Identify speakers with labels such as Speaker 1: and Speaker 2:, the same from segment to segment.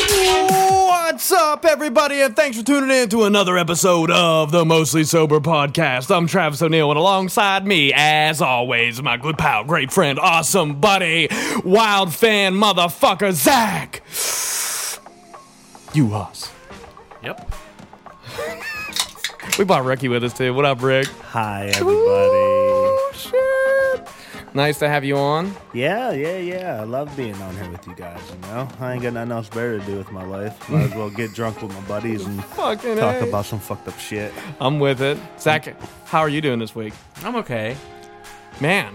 Speaker 1: What's up, everybody, and thanks for tuning in to another episode of the Mostly Sober Podcast. I'm Travis O'Neill, and alongside me, as always, my good pal, great friend, awesome buddy, wild fan, motherfucker, Zach. You us.
Speaker 2: Yep.
Speaker 1: We brought Ricky with us too. What up, Rick?
Speaker 2: Hi, everybody.
Speaker 1: Nice to have you on.
Speaker 2: Yeah, yeah, yeah. I love being on here with you guys, you know? I ain't got nothing else better to do with my life. Might as well get drunk with my buddies and
Speaker 1: Fucking
Speaker 2: talk
Speaker 1: A.
Speaker 2: about some fucked up shit.
Speaker 1: I'm with it. Zach, how are you doing this week?
Speaker 2: I'm okay.
Speaker 1: Man,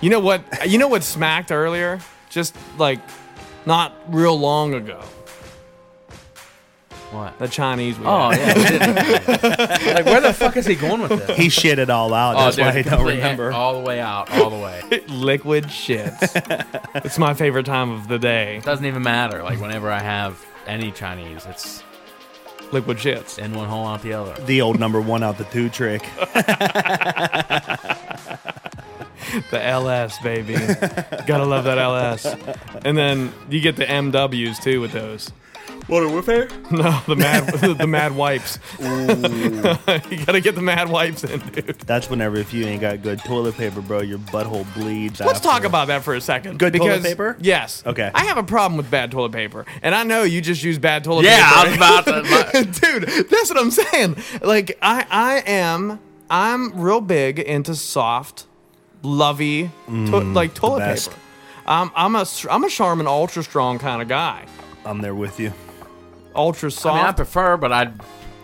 Speaker 1: you know what? You know what smacked earlier? Just like not real long ago.
Speaker 3: What?
Speaker 1: The Chinese. We
Speaker 3: Oh
Speaker 1: had.
Speaker 3: yeah. we did. like where the fuck is he going with this?
Speaker 2: He shit it all
Speaker 1: Oh,
Speaker 2: out. That's why I don't
Speaker 3: completely
Speaker 2: remember.
Speaker 3: All the way out, all the way.
Speaker 1: liquid shits. it's my favorite time of the day.
Speaker 3: Doesn't even matter. Like whenever I have any Chinese, it's
Speaker 1: Liquid shits.
Speaker 3: in one hole out the other.
Speaker 2: The old number one out the two trick.
Speaker 1: The LS, baby. Gotta love that LS. And then you get the MWs too with those.
Speaker 2: Water warfare?
Speaker 1: No, the mad the mad wipes. you gotta get the mad wipes in, dude.
Speaker 2: That's whenever if you ain't got good toilet paper, bro, your butthole bleeds.
Speaker 1: Let's talk
Speaker 2: after.
Speaker 1: about that for a second.
Speaker 2: Good toilet paper?
Speaker 1: Yes.
Speaker 2: Okay.
Speaker 1: I have a problem with bad toilet paper, and I know you just use bad toilet
Speaker 3: Yeah, I was
Speaker 1: paper.
Speaker 3: about to.
Speaker 1: dude. That's what I'm saying. Like I, I am, I'm real big into soft, lovey, to- like toilet
Speaker 2: Mm, best.
Speaker 1: paper. Um, I'm a, str- I'm a Charmin ultra strong kind of guy.
Speaker 2: I'm there with you.
Speaker 1: Ultra
Speaker 3: I mean, I
Speaker 1: soft,
Speaker 3: prefer, but I,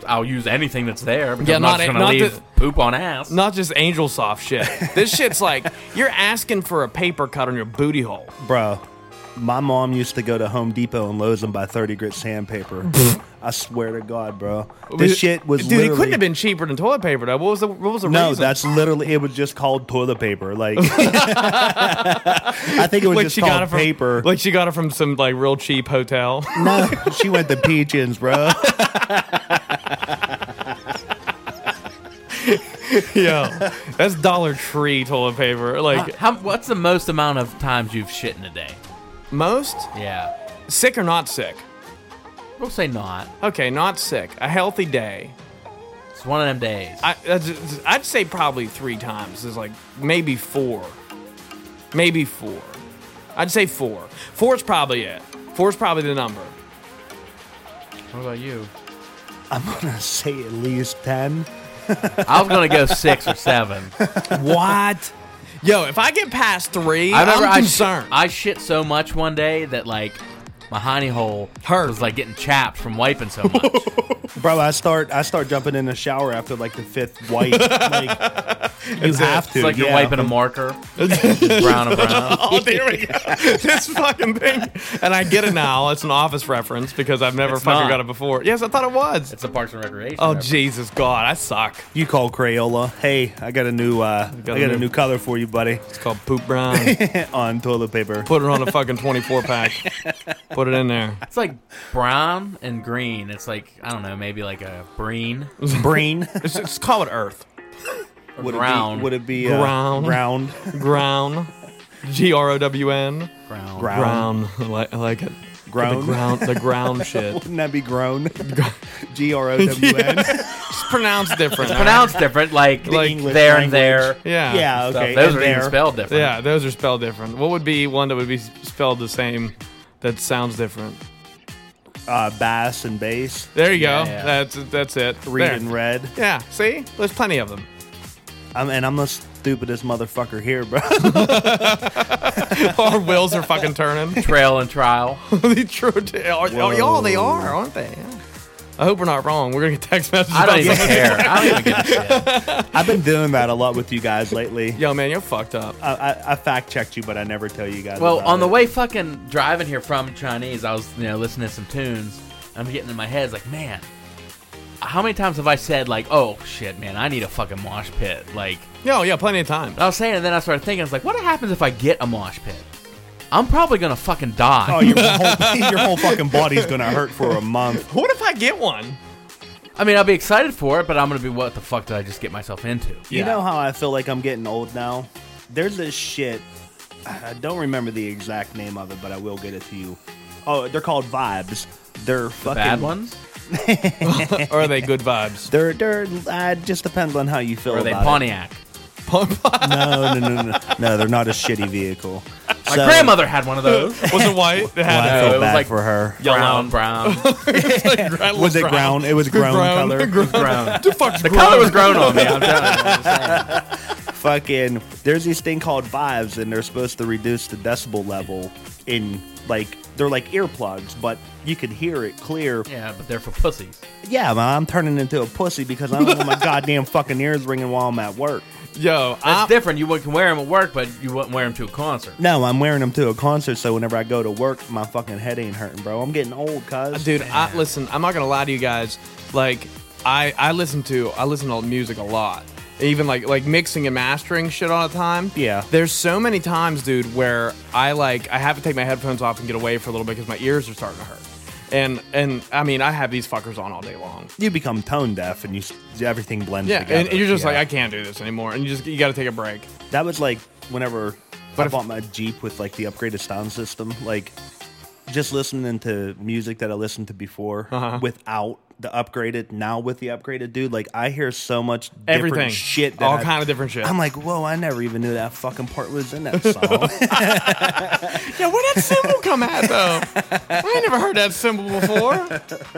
Speaker 3: I'll use anything that's there. Because
Speaker 1: Yeah,
Speaker 3: I'm not,
Speaker 1: not a-
Speaker 3: just gonna
Speaker 1: not
Speaker 3: leave
Speaker 1: the-
Speaker 3: poop on ass.
Speaker 1: not just angel soft shit. This shit's like you're asking for a paper cut on your booty hole.
Speaker 2: Bro, my mom used to go to Home Depot and Lowe's and buy 30 grit sandpaper. I swear to God, bro. This shit was
Speaker 1: dude.
Speaker 2: literally.
Speaker 1: It couldn't have been cheaper than toilet paper though. What was the what was the
Speaker 2: No,
Speaker 1: reason?
Speaker 2: that's literally. It was just called toilet paper. Like, I think it was
Speaker 1: like
Speaker 2: just
Speaker 1: she got
Speaker 2: called
Speaker 1: it from
Speaker 2: paper.
Speaker 1: Like she got it from some like real cheap hotel.
Speaker 2: no, she went to Peachins, bro.
Speaker 1: yeah, that's Dollar Tree toilet paper. Like
Speaker 3: How, what's the most amount of times you've shit in a day?
Speaker 1: Most
Speaker 3: Yeah,
Speaker 1: sick or not sick?
Speaker 3: we'll say not.
Speaker 1: Okay, not sick. A healthy day.
Speaker 3: It's one of them days.
Speaker 1: I that's- I'd say probably three times. Is like maybe four, maybe four. I'd say four. Four's probably it. Four's probably the number.
Speaker 3: what about you?
Speaker 2: I'm gonna say at least ten.
Speaker 3: I was gonna go six or seven.
Speaker 1: What? Yo, if I get past three,
Speaker 3: I
Speaker 1: I
Speaker 3: remember
Speaker 1: am
Speaker 3: I
Speaker 1: concerned.
Speaker 3: Shit, I shit so much one day that like my hiney hole
Speaker 1: Hurt.
Speaker 3: was like getting chapped from wiping so much.
Speaker 2: Bro, I start I start jumping in the shower after like the fifth wipe. like, you have to.
Speaker 3: it's like
Speaker 2: yeah.
Speaker 3: you're wiping a marker, brown and brown.
Speaker 1: oh, there we go. this fucking thing. And I get it now. It's an office reference because I've never
Speaker 3: It's
Speaker 1: fucking
Speaker 3: not.
Speaker 1: got it before. Yes, I thought it was.
Speaker 3: It's a Parks and Recreation.
Speaker 1: oh,
Speaker 3: reference.
Speaker 1: Jesus God. I suck.
Speaker 2: You call Crayola. Hey, I got a new uh,
Speaker 1: got a
Speaker 2: I got a
Speaker 1: new-
Speaker 2: new color for you, buddy.
Speaker 1: It's called poop brown.
Speaker 2: On toilet paper.
Speaker 1: Put it on a fucking 24 pack. Put it in there.
Speaker 3: It's like brown and green. It's like I don't know, maybe like a breen.
Speaker 2: Brain.
Speaker 1: Let's, let's call it Earth.
Speaker 2: would It
Speaker 3: Ground.
Speaker 2: be, would it be uh,
Speaker 1: Ground.
Speaker 2: Round.
Speaker 1: Ground. G R O W N.
Speaker 3: Brown.
Speaker 2: Ground.
Speaker 1: Ground. I like, I like it. The
Speaker 2: Ground.
Speaker 1: ground. The ground shit.
Speaker 2: Wouldn't that be grown? G R O W N.
Speaker 1: It's pronounced different. all right?
Speaker 3: Pronounced different, like,
Speaker 1: Like-
Speaker 3: like there and there.
Speaker 1: Yeah.
Speaker 2: Yeah.
Speaker 3: stuff.
Speaker 2: Okay.
Speaker 3: Those
Speaker 2: and
Speaker 3: are even
Speaker 2: there.
Speaker 3: spelled different.
Speaker 1: Yeah, those are spelled different. What would be one that would be s- spelled the same that sounds different?
Speaker 2: Uh, bass and bass.
Speaker 1: There you go.
Speaker 3: Yeah.
Speaker 1: That's that's it.
Speaker 2: Read
Speaker 1: There.
Speaker 2: and red.
Speaker 1: Yeah, see? There's plenty of them.
Speaker 2: I'm, and I'm the stupidest motherfucker here, bro.
Speaker 1: Our wheels are fucking turning.
Speaker 3: Trail and trial.
Speaker 1: They true to- are- are- y'all, they are, aren't they? Yeah. I hope we're not wrong. We're going to get text messages.
Speaker 3: I don't
Speaker 1: about
Speaker 3: even
Speaker 1: something.
Speaker 3: care. I don't even give a shit.
Speaker 2: I've been doing that a lot with you guys lately.
Speaker 1: Yo, man, you're fucked up.
Speaker 2: I, I, I fact checked you, but I never tell you guys.
Speaker 3: Well,
Speaker 2: about
Speaker 3: on the
Speaker 2: it.
Speaker 3: way fucking driving here from Chinese, I was you know listening to some tunes. I'm getting in my head it's like, man, how many times have I said like, "Oh shit, man, I need a fucking mosh pit"? Like,
Speaker 1: Yeah, oh, yeah, plenty of time.
Speaker 3: I was saying, and then I started thinking, I was like, "What happens if I get a mosh pit? I'm probably gonna fucking die."
Speaker 2: Oh, your whole, your whole fucking body's gonna hurt for a month.
Speaker 1: What if I get one?
Speaker 3: I mean, I'll be excited for it, but I'm gonna be, "What the fuck did I just get myself into?"
Speaker 2: You know how I feel like I'm getting old now? There's this shit. I don't remember the exact name of it, but I will get it to you. Oh, they're called vibes. They're fucking
Speaker 3: Bad ones?
Speaker 1: or are they good vibes?
Speaker 2: They're they're. Uh, just depends on how you feel.
Speaker 3: Or are they
Speaker 2: about
Speaker 3: Pontiac?
Speaker 2: It. No, no, no, no, no. They're not a shitty vehicle.
Speaker 3: My grandmother had one of those.
Speaker 1: Was it white? It
Speaker 2: I
Speaker 1: had
Speaker 3: No,
Speaker 2: feel
Speaker 3: it was
Speaker 2: bad
Speaker 3: like-
Speaker 2: for her.
Speaker 3: Brown, brown.
Speaker 1: a
Speaker 2: Was it ground? It was grown color.
Speaker 3: brown.
Speaker 1: The fuck's
Speaker 3: The
Speaker 1: ground?
Speaker 3: color was grown on me. I'm telling you.
Speaker 2: fucking there's this thing called vibes and they're supposed to reduce the decibel level in like they're like earplugs but you could hear it clear
Speaker 3: Yeah, but they're for pussies.
Speaker 2: yeah man i'm turning into a pussy because i don't want my goddamn fucking ears ringing while i'm at work
Speaker 1: Yo,
Speaker 3: That's
Speaker 1: I,
Speaker 3: different. You can wear them at work, but you wouldn't wear them to a concert.
Speaker 2: no i'm wearing them to a concert so whenever i go to work my fucking head ain't hurting bro i'm getting old cuz
Speaker 1: dude, I, listen, I'm not gonna lie to you guys. Like, I I listen to I listen to music a lot. Even like like mixing and mastering shit all the time.
Speaker 2: Yeah.
Speaker 1: There's so many times, dude, where I like I have to take my headphones off and get away for a little bit because my ears are starting to hurt. And and I mean I have these fuckers on all day long.
Speaker 2: you become tone deaf and you s- everything blends
Speaker 1: Yeah,
Speaker 2: together
Speaker 1: and you're just
Speaker 2: Yeah.
Speaker 1: like I can't do this anymore, and you just you got to take a break.
Speaker 2: That was like whenever
Speaker 1: But
Speaker 2: I
Speaker 1: if-
Speaker 2: bought my Jeep with like the upgraded sound system, like just listening to music that I listened to before
Speaker 1: Uh-huh.
Speaker 2: without the upgraded, now with the upgraded, dude, like I hear so much different
Speaker 1: Everything.
Speaker 2: shit, that
Speaker 1: All
Speaker 2: I-
Speaker 1: kind of different shit.
Speaker 2: I'm like, whoa, I never even knew that fucking part was in that song.
Speaker 1: Yeah, where that symbol come at though? I ain't never heard that symbol before.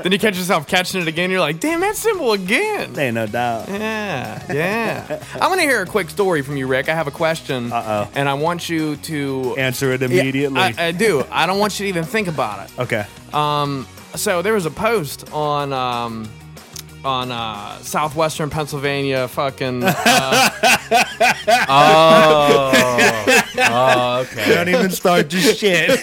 Speaker 1: then you catch yourself catching it again. You're like, damn, that symbol again.
Speaker 2: Ain't no doubt.
Speaker 1: Yeah, yeah. I'm gonna hear a quick story from you, Rick. I have a question,
Speaker 2: Uh-oh.
Speaker 1: and I want you to
Speaker 2: Answer it
Speaker 1: Yeah,
Speaker 2: immediately.
Speaker 1: I, I do. I don't want you to even think about it.
Speaker 2: okay.
Speaker 1: so there was a post on um, on uh, southwestern Pennsylvania fucking uh,
Speaker 3: Oh, okay.
Speaker 2: Don't even start your shit.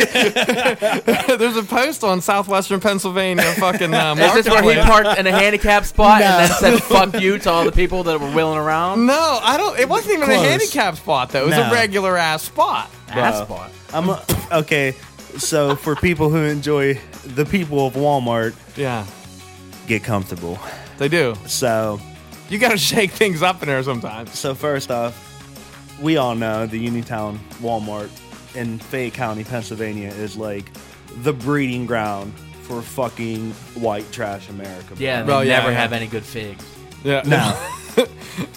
Speaker 1: there's a post on southwestern Pennsylvania fucking uh,
Speaker 3: Is this where he
Speaker 1: marketplace.
Speaker 3: parked in a handicap spot and then said "fuck you" to all the people that were wheeling around?
Speaker 1: No, I don't. It wasn't even
Speaker 2: Close.
Speaker 1: a handicap spot though. It was
Speaker 2: No.
Speaker 1: a regular ass spot.
Speaker 3: That spot.
Speaker 2: I'm okay. So for people who enjoy the people of Walmart,
Speaker 1: Yeah,
Speaker 2: get comfortable.
Speaker 1: they do.
Speaker 2: So
Speaker 1: You got to shake things up in there sometimes.
Speaker 2: So first off, we all know the Uniontown Walmart in Fayette County, Pennsylvania, is like the breeding ground for fucking white trash America.
Speaker 3: Yeah, they
Speaker 1: Bro, yeah,
Speaker 3: never
Speaker 1: yeah.
Speaker 3: have any good figs.
Speaker 1: Yeah.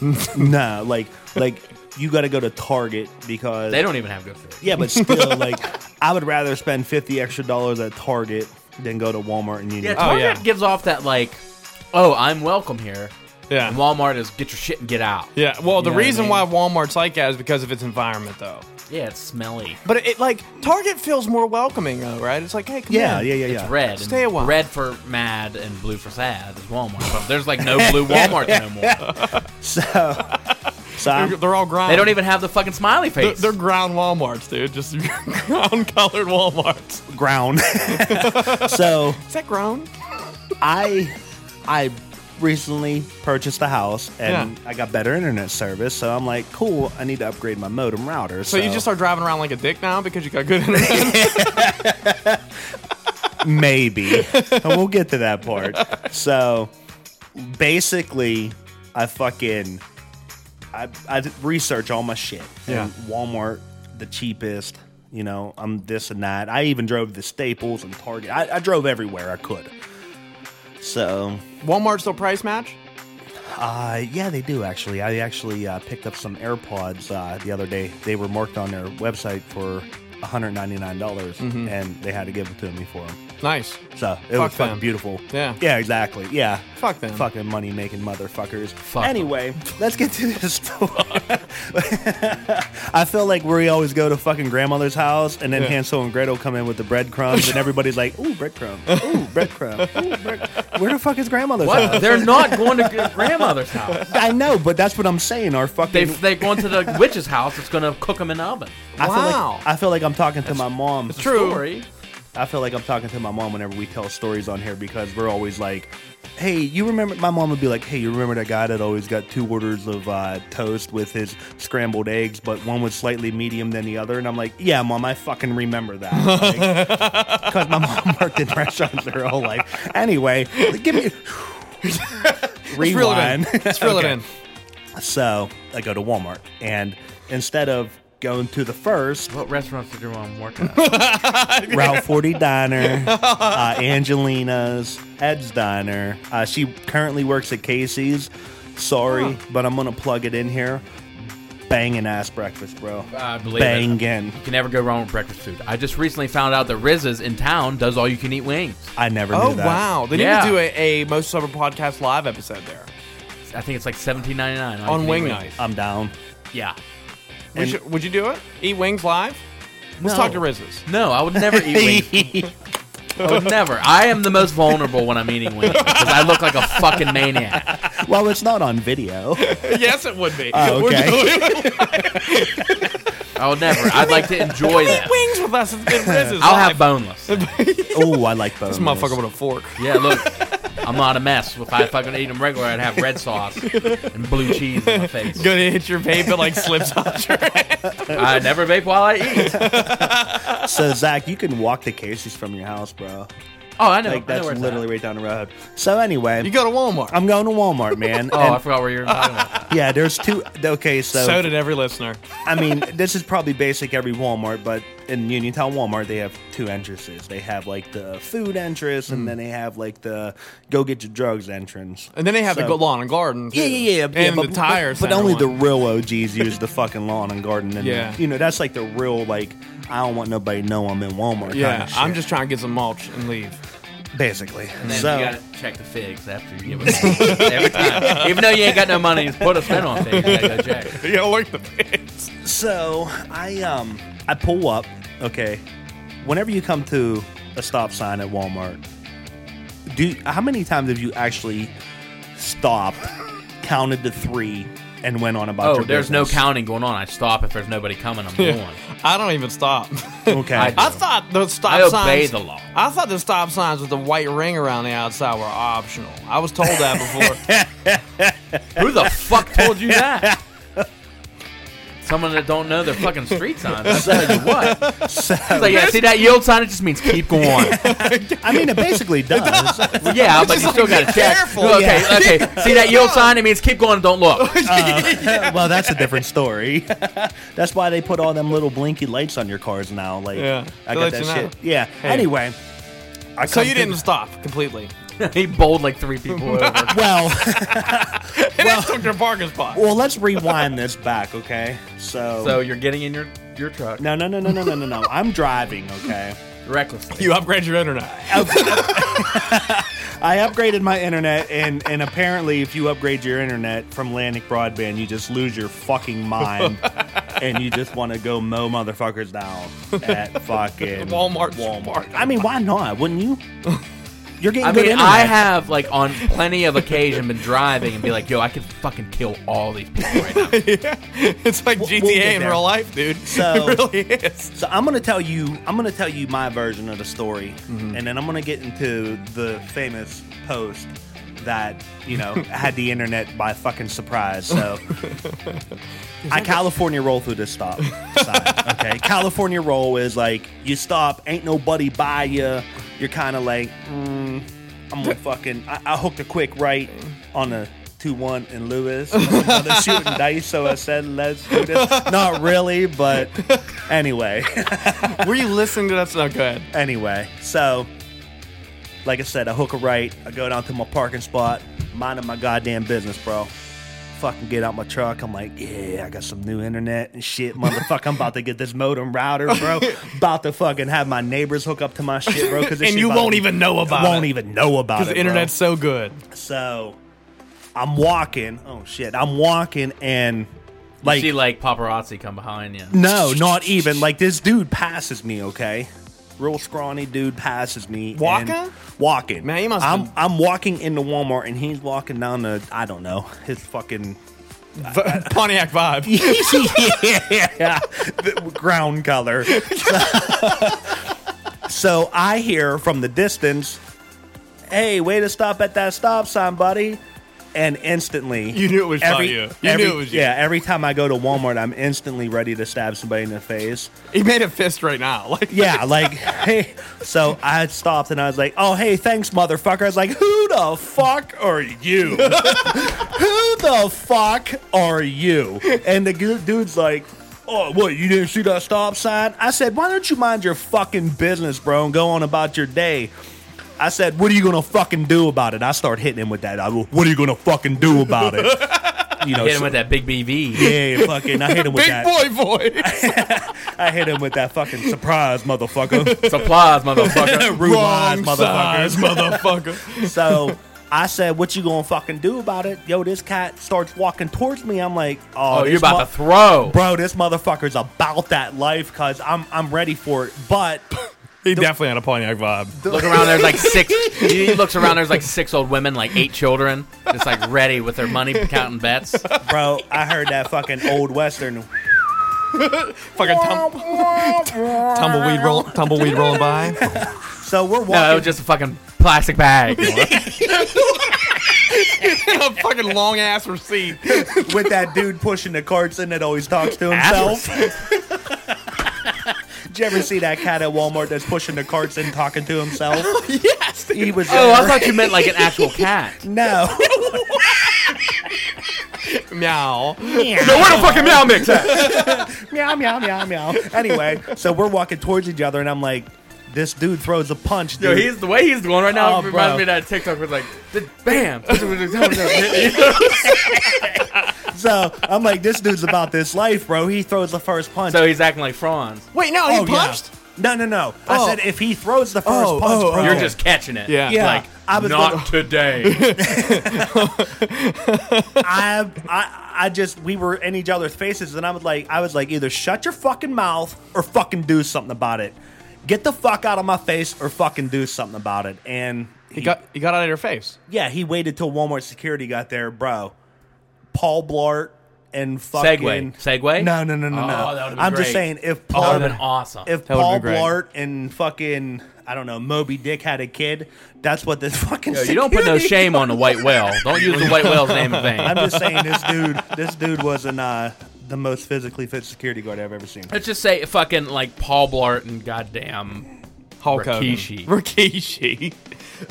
Speaker 2: No. no, like like you got to go to Target because
Speaker 3: They don't even have good figs.
Speaker 2: Yeah, but still, like I would rather spend fifty extra dollars at Target than go to Walmart and
Speaker 3: Yeah,
Speaker 2: Union.
Speaker 3: Target
Speaker 1: Oh, yeah.
Speaker 3: gives off that like, "Oh, I'm welcome here."
Speaker 1: Yeah.
Speaker 3: And Walmart is get your shit and get out.
Speaker 1: Yeah. Well, the
Speaker 3: You know what I
Speaker 1: reason
Speaker 3: mean?
Speaker 1: why Walmart's like that is because of its environment, though.
Speaker 3: Yeah, it's smelly.
Speaker 1: But it, like Target feels more welcoming, though, right? It's like, hey, come
Speaker 2: yeah, yeah,
Speaker 1: in.
Speaker 2: yeah, yeah.
Speaker 3: It's red. and
Speaker 1: Stay a while.
Speaker 3: Red for mad and blue for sad is Walmart. But there's like no blue Walmart no more.
Speaker 2: So, so I'm-
Speaker 1: They're, they're all ground.
Speaker 3: They don't even have the fucking smiley
Speaker 1: They're,
Speaker 3: face.
Speaker 1: they're ground WalMarts, dude. Just ground colored WalMarts.
Speaker 2: ground. so
Speaker 1: Is that ground?
Speaker 2: I I recently purchased a house and I got better internet service, so I'm like, cool, I need to upgrade my modem router.
Speaker 1: So,
Speaker 2: So,
Speaker 1: you just start driving around like a dick now because you got good internet.
Speaker 2: maybe. and we'll get to that part. So basically I fucking I I did research all my shit. And Walmart, the cheapest, you know, I'm this and that. I even drove the Staples and Target. I, I drove everywhere I could. So
Speaker 1: Walmart still price match?
Speaker 2: Uh, yeah, they do actually. I actually uh, picked up some AirPods uh, the other day. They were marked on their website for $199, dollars and they had to give it to me for them.
Speaker 1: Nice.
Speaker 2: So
Speaker 1: Mm-hmm. Fuck
Speaker 2: it was fucking
Speaker 1: them.
Speaker 2: beautiful.
Speaker 1: Yeah.
Speaker 2: Yeah, exactly. Yeah.
Speaker 1: Fuck them.
Speaker 2: Fucking money making motherfuckers.
Speaker 3: Fuck them.
Speaker 2: anyway, let's get to this story. I feel like we always go to fucking grandmother's house and then
Speaker 1: Yeah.
Speaker 2: Hansel and Gretel come in with the breadcrumbs and everybody's like, ooh, breadcrumb. Ooh, breadcrumb. Ooh, bread- Where the fuck is grandmother's
Speaker 3: what?
Speaker 2: house?
Speaker 3: They're not going to good grandmother's house.
Speaker 2: I know, but that's what I'm saying. Our
Speaker 3: They,
Speaker 2: fucking.
Speaker 3: they're going to the witch's house that's going to cook them in the oven.
Speaker 2: I feel
Speaker 1: Wow.
Speaker 2: like I feel like I'm talking to my mom.
Speaker 3: It's a
Speaker 1: True.
Speaker 3: Story.
Speaker 2: I feel like I'm talking to my mom whenever we tell stories on here because we're always like, hey, you remember? My mom would be like, hey, you remember that guy that always got two orders of uh, toast with his scrambled eggs, but one was slightly medium than the other? And I'm like, yeah, mom, I fucking remember that. Because my mom worked in restaurants her whole life. Anyway, give me.
Speaker 1: Let's reel it in.
Speaker 2: Rewind.
Speaker 1: Let's reel
Speaker 2: Okay.
Speaker 1: it in.
Speaker 2: So I go to Walmart, and instead of going to the first,
Speaker 3: What restaurants did your mom work at?
Speaker 2: Route 40 Diner, uh, Angelina's, Ed's Diner. Uh, she currently works at Casey's. Sorry, but I'm going to plug it in here. Banging ass breakfast, bro.
Speaker 3: I believe it.
Speaker 2: Banging.
Speaker 3: You can never go wrong with breakfast food. I just recently found out that Riz's in town does all you can eat wings.
Speaker 2: I never
Speaker 1: Oh
Speaker 2: knew that.
Speaker 1: wow! They need
Speaker 3: Yeah.
Speaker 1: to do a, a most summer podcast live episode there
Speaker 3: I think it's like seventeen ninety nine
Speaker 1: on wing night.
Speaker 2: I'm down.
Speaker 3: Yeah.
Speaker 1: We
Speaker 2: Uh, And-
Speaker 1: should- would you do it? Eat wings live? Let's
Speaker 3: No.
Speaker 1: talk to Rizzes.
Speaker 3: No, I would never eat wings. I would never. I am the most vulnerable when I'm eating wings because I look like a fucking maniac.
Speaker 2: Well, it's not on video.
Speaker 1: yes, it would be.
Speaker 3: Uh,
Speaker 2: Oh,
Speaker 1: We're
Speaker 2: okay.
Speaker 1: doing
Speaker 3: I would never. I'd like to enjoy that.
Speaker 1: wings with us and Rizzes.
Speaker 3: I'll
Speaker 1: live.
Speaker 3: have boneless.
Speaker 2: oh, I like bones.
Speaker 1: This motherfucker with a fork.
Speaker 3: Yeah, look, I'm not a mess. If I fucking eat them regular, I'd have red sauce and blue cheese in my face.
Speaker 1: Gonna hit your vape, it like slips off your
Speaker 3: I never vape while I eat.
Speaker 2: So, Zach, you can walk to Casey's from your house, bro.
Speaker 3: Oh, I know.
Speaker 2: Like,
Speaker 3: I know
Speaker 2: that's
Speaker 3: where it's
Speaker 2: literally
Speaker 3: at.
Speaker 2: right down the road. So, anyway.
Speaker 1: You go to Walmart.
Speaker 2: I'm going to Walmart, man.
Speaker 3: Oh, I
Speaker 2: And-
Speaker 3: forgot where you were talking about.
Speaker 2: yeah, there's two. Okay, so,
Speaker 1: so did every listener.
Speaker 2: I mean, this is probably basic every Walmart, but in Uniontown Walmart, they have two entrances. They have like the food entrance,
Speaker 1: Hmm.
Speaker 2: and then they have like the go get your drugs entrance.
Speaker 1: And then they have the
Speaker 2: So-
Speaker 1: good lawn and garden.
Speaker 2: yeah,
Speaker 1: too.
Speaker 2: yeah, yeah, yeah.
Speaker 1: And
Speaker 2: but,
Speaker 1: the tires.
Speaker 2: but, but only the real OGs use the fucking lawn and garden, and
Speaker 1: Yeah.
Speaker 2: you know that's like the real like I don't want nobody to know I'm in Walmart. kind
Speaker 1: Yeah,
Speaker 2: of shit,
Speaker 1: I'm just trying to get some mulch and leave.
Speaker 2: basically.
Speaker 3: And then
Speaker 2: so
Speaker 3: you gotta check the figs after you give them every time. Even though you ain't got no money, just put a spin on things. You gotta go check.
Speaker 1: You gotta work the pits.
Speaker 2: So I um I pull up. Okay, whenever you come to a stop sign at Walmart, do how many times have you actually stopped, counted to three, and went on about?
Speaker 3: Oh,
Speaker 2: your
Speaker 3: there's no
Speaker 2: business?
Speaker 3: counting going on. I stop if there's nobody coming. I'm going.
Speaker 1: I don't even stop.
Speaker 2: Okay,
Speaker 3: I-
Speaker 1: I thought the stop
Speaker 3: I obey
Speaker 1: signs.
Speaker 3: the law.
Speaker 1: I thought the stop signs with the white ring around the outside were optional. I was told that before.
Speaker 3: Who the fuck told you that? Someone that don't know their fucking street signs. I tell you what. It's like, yeah, see that yield sign? It just means keep going. Well,
Speaker 2: I mean it basically does.
Speaker 3: yeah, but you still gotta check.
Speaker 1: careful.
Speaker 3: Well, okay, okay. See that yield sign? It means keep going. and Don't look.
Speaker 2: well, that's a different story. that's why they put all them little blinky lights on your cars now. Like,
Speaker 1: Yeah,
Speaker 2: I
Speaker 1: to
Speaker 2: got
Speaker 1: let
Speaker 2: that
Speaker 1: you know.
Speaker 2: shit. Yeah. Anyway, I
Speaker 1: so
Speaker 2: come
Speaker 1: you
Speaker 2: through-
Speaker 1: didn't stop completely.
Speaker 3: he bowled like three people over.
Speaker 2: Well.
Speaker 1: And well, took your parking spot.
Speaker 2: Well, let's rewind this back, okay? So,
Speaker 3: So you're getting in your your truck
Speaker 2: no, no, no, no, no, no, no, no. I'm driving, okay?
Speaker 3: recklessly.
Speaker 1: You upgrade your internet.
Speaker 2: I upgraded my internet, and and apparently, if you upgrade your internet from Atlantic Broadband, you just lose your fucking mind, and you just want to go mow motherfuckers down at fucking
Speaker 1: Walmart. Walmart.
Speaker 2: I mean, why not? Wouldn't you? You're getting
Speaker 3: I
Speaker 2: good
Speaker 3: mean,
Speaker 2: internet.
Speaker 3: I have like on plenty of occasion been driving and be like, "Yo, I could fucking kill all these people right now."
Speaker 1: It's like
Speaker 2: We'll-
Speaker 1: GTA
Speaker 2: we'll get
Speaker 1: in
Speaker 2: there.
Speaker 1: real life, dude.
Speaker 2: So-
Speaker 1: it really is.
Speaker 2: So I'm gonna tell you, I'm gonna tell you my version of the story,
Speaker 1: Mm-hmm.
Speaker 2: and then I'm gonna get into the famous post that you know had the internet by fucking surprise. So I California roll through this stop sign. Okay, California roll is like you stop, ain't nobody by you. You're kind of like, mm, I'm gonna fucking, I, I hooked a quick right on a. 2 1 in Lewis. Another shooting dice, so I said, let's do this. Not really, but anyway.
Speaker 1: Were you listening to that? No, go ahead.
Speaker 2: Anyway, so like I said, I hook a right, I go down to my parking spot, minding my goddamn business, bro. Fucking get out my truck. I'm like, yeah, I got some new internet and shit, motherfucker. I'm about to get this modem router, bro. about to fucking have my neighbors hook up to my shit, bro. Because
Speaker 1: And you won't even know about
Speaker 2: Won't
Speaker 1: it.
Speaker 2: even know about it.
Speaker 1: Because the
Speaker 2: bro.
Speaker 1: internet's so good.
Speaker 2: so. I'm walking. Oh shit! I'm walking and like
Speaker 3: See like paparazzi come behind you.
Speaker 2: no, not even. Like this dude passes me, okay? Real scrawny dude passes me. and-
Speaker 1: Walking?
Speaker 2: Walking.
Speaker 1: Man, he must
Speaker 2: I'm
Speaker 1: have-
Speaker 2: I'm walking into Walmart and he's walking down the I don't know, his fucking
Speaker 1: Pontiac vibe.
Speaker 2: yeah, the ground color. so I hear from the distance, hey, way to stop at that stop sign, buddy. And instantly,
Speaker 1: You knew it was
Speaker 2: every,
Speaker 1: probably you. You
Speaker 2: every-
Speaker 1: knew it was you.
Speaker 2: Yeah, every time I go to Walmart, I'm instantly ready to stab somebody in the face.
Speaker 1: He made a fist right now. Like
Speaker 2: Yeah, like, hey. So I had stopped and I was like, oh, hey, thanks, motherfucker. I was like, who the fuck are you? who the fuck are you? And the gu- dude's like, oh, what, you didn't see that stop sign? I said, why don't you mind your fucking business, bro, and go on about your day? I said, what are you going to fucking do about it? I start hitting him with that. I go, what are you going to fucking do about it? You know,
Speaker 3: Hit him
Speaker 2: so-
Speaker 3: with that big BV.
Speaker 2: yeah, fucking, I hit him with
Speaker 1: big
Speaker 2: that.
Speaker 1: boy voice.
Speaker 2: I hit him with that fucking surprise, motherfucker.
Speaker 3: It's applause, motherfucker.
Speaker 2: Rude lies,
Speaker 1: Wrong
Speaker 2: motherfucker.
Speaker 1: size, motherfucker.
Speaker 2: So I said, "What you gonna fucking do about it?" Yo, this cat starts walking towards me. I'm like, "Oh,
Speaker 3: Oh,
Speaker 2: this
Speaker 3: you're about
Speaker 2: mo-
Speaker 3: to throw.
Speaker 2: bro, this motherfucker's about that life, cause I'm I'm ready for it." But
Speaker 1: He definitely had a Pontiac vibe.
Speaker 3: Look around, there's like six. He looks around, there's like six old women, like eight children, just like ready with their money counting bets.
Speaker 2: bro, I heard that fucking old western.
Speaker 1: Fucking tum- tumbleweed roll, tumbleweed rolling by.
Speaker 2: So we're walking.
Speaker 3: No, just a fucking plastic bag.
Speaker 1: a fucking long ass receipt.
Speaker 2: with that dude pushing the carts in that always talks to himself. Did you ever see that cat at Walmart that's pushing the carts in talking to himself? yes, he was.
Speaker 3: Oh, I
Speaker 2: there.
Speaker 3: thought you meant like an actual cat.
Speaker 2: no.
Speaker 1: Meow.
Speaker 3: No, where the fucking meow mix at?
Speaker 2: meow, meow, meow, meow. Anyway, so we're walking towards each other, and I'm like, this dude throws a punch,
Speaker 3: Yo,
Speaker 2: dude.
Speaker 3: he's the way he's going right now.
Speaker 2: Oh,
Speaker 3: reminds
Speaker 2: bro.
Speaker 3: me of that TikTok with like, the- bam.
Speaker 2: so I'm like, this dude's about this life, bro. He throws the first punch.
Speaker 3: so he's acting like Franz.
Speaker 1: Wait, no, he
Speaker 2: Oh, yeah.
Speaker 1: punched.
Speaker 2: No, no, no. I
Speaker 1: Oh.
Speaker 2: said if he throws the first
Speaker 1: Oh,
Speaker 2: punch,
Speaker 1: oh,
Speaker 2: bro.
Speaker 3: You're
Speaker 1: Okay.
Speaker 3: just catching it.
Speaker 1: Yeah.
Speaker 2: yeah.
Speaker 3: Like,
Speaker 2: I was
Speaker 3: not
Speaker 2: gonna-
Speaker 3: today.
Speaker 2: I, I, I just we were in each other's faces, and I was like, I was like, either shut your fucking mouth or fucking do something about it. Get the fuck out of my face or fucking do something about it. And
Speaker 1: He got he got out of your face.
Speaker 2: Yeah, he waited till Walmart security got there, bro. Paul Blart and fucking
Speaker 3: Segway. Segway?
Speaker 2: No, no, no, no, no.
Speaker 3: Oh, that would've been
Speaker 2: I'm
Speaker 3: great.
Speaker 2: just saying if
Speaker 3: Oh, that
Speaker 2: Paul
Speaker 3: would have been awesome.
Speaker 2: if
Speaker 1: That would've
Speaker 2: Paul
Speaker 1: been great.
Speaker 2: Blart and fucking I don't know Moby Dick had a kid, that's what this fucking.
Speaker 3: Yo, you don't put no
Speaker 2: security-
Speaker 3: shame on the white whale. Don't use the white whale's name in vain.
Speaker 2: I'm just saying this dude, this dude wasn't uh, the most physically fit security guard I've ever seen.
Speaker 3: Let's just say fucking like Paul Blart and goddamn.
Speaker 1: Hulk
Speaker 3: Rikishi.
Speaker 1: Hogan. Rikishi.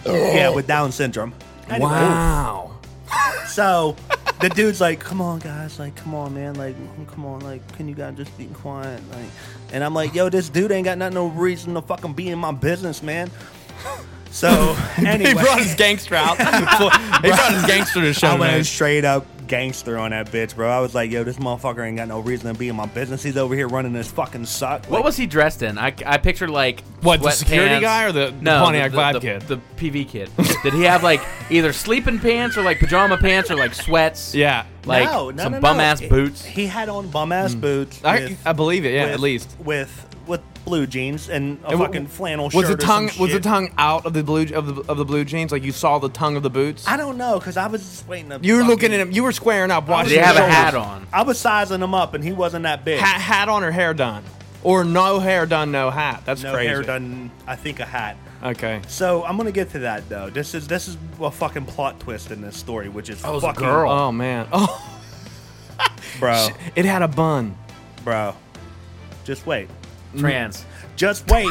Speaker 2: Yeah, with Down syndrome. Anyway.
Speaker 1: Wow.
Speaker 2: So the dude's like, "Come on, guys! Like, come on, man! Like, come on! Like, can you guys just be quiet?" Like, and I'm like, "Yo, this dude ain't got not no reason to fucking be in my business, man." So anyway,
Speaker 1: He brought his gangster out. he brought his gangster to show
Speaker 2: I went
Speaker 1: man.
Speaker 2: straight up gangster on that bitch, bro. I was like, "Yo, this motherfucker ain't got no reason to be in my business. He's over here running this fucking sock."
Speaker 3: What was he dressed in? I, I pictured like
Speaker 1: What, the
Speaker 3: sweatpants.
Speaker 1: security guy or the- the
Speaker 3: no,
Speaker 1: Pontiac
Speaker 3: the,
Speaker 1: Vibe
Speaker 3: the-
Speaker 1: kid?
Speaker 3: the PV kid? Did he have like either sleeping pants or like pajama pants or like sweats?
Speaker 1: Yeah.
Speaker 3: like
Speaker 2: no, no,
Speaker 3: some
Speaker 2: no, no.
Speaker 3: bum ass
Speaker 2: He-
Speaker 3: boots.
Speaker 2: He had on bum ass
Speaker 1: Mm.
Speaker 2: boots.
Speaker 1: I,
Speaker 2: with-
Speaker 1: I believe it, yeah,
Speaker 2: with-
Speaker 1: at least.
Speaker 2: with with blue jeans and a
Speaker 1: And w-
Speaker 2: fucking flannel
Speaker 1: was
Speaker 2: shirt.
Speaker 1: the
Speaker 2: or some
Speaker 1: tongue was the
Speaker 2: shit.
Speaker 1: tongue out of the blue of the of the blue jeans? Like you saw the tongue of the boots?
Speaker 2: I don't know because I was just waiting. To
Speaker 1: you were
Speaker 2: fucking-
Speaker 1: looking at him. You were squaring up,
Speaker 3: Did
Speaker 1: watching.
Speaker 3: he have
Speaker 1: his
Speaker 3: a hat
Speaker 1: shoulders.
Speaker 3: on?
Speaker 2: I was sizing him up, and he wasn't that big.
Speaker 1: Hat, hat on or hair done, or no hair done, no hat. That's
Speaker 2: no
Speaker 1: crazy.
Speaker 2: hair done. I think a hat.
Speaker 1: Okay.
Speaker 2: So I'm gonna get to that though. This is this is a fucking plot twist in this story, which is
Speaker 3: was a
Speaker 2: fucking
Speaker 3: girl.
Speaker 1: Oh man. Oh,
Speaker 2: bro,
Speaker 1: it had a bun.
Speaker 2: bro. Just wait,
Speaker 3: Trans.
Speaker 2: just wait,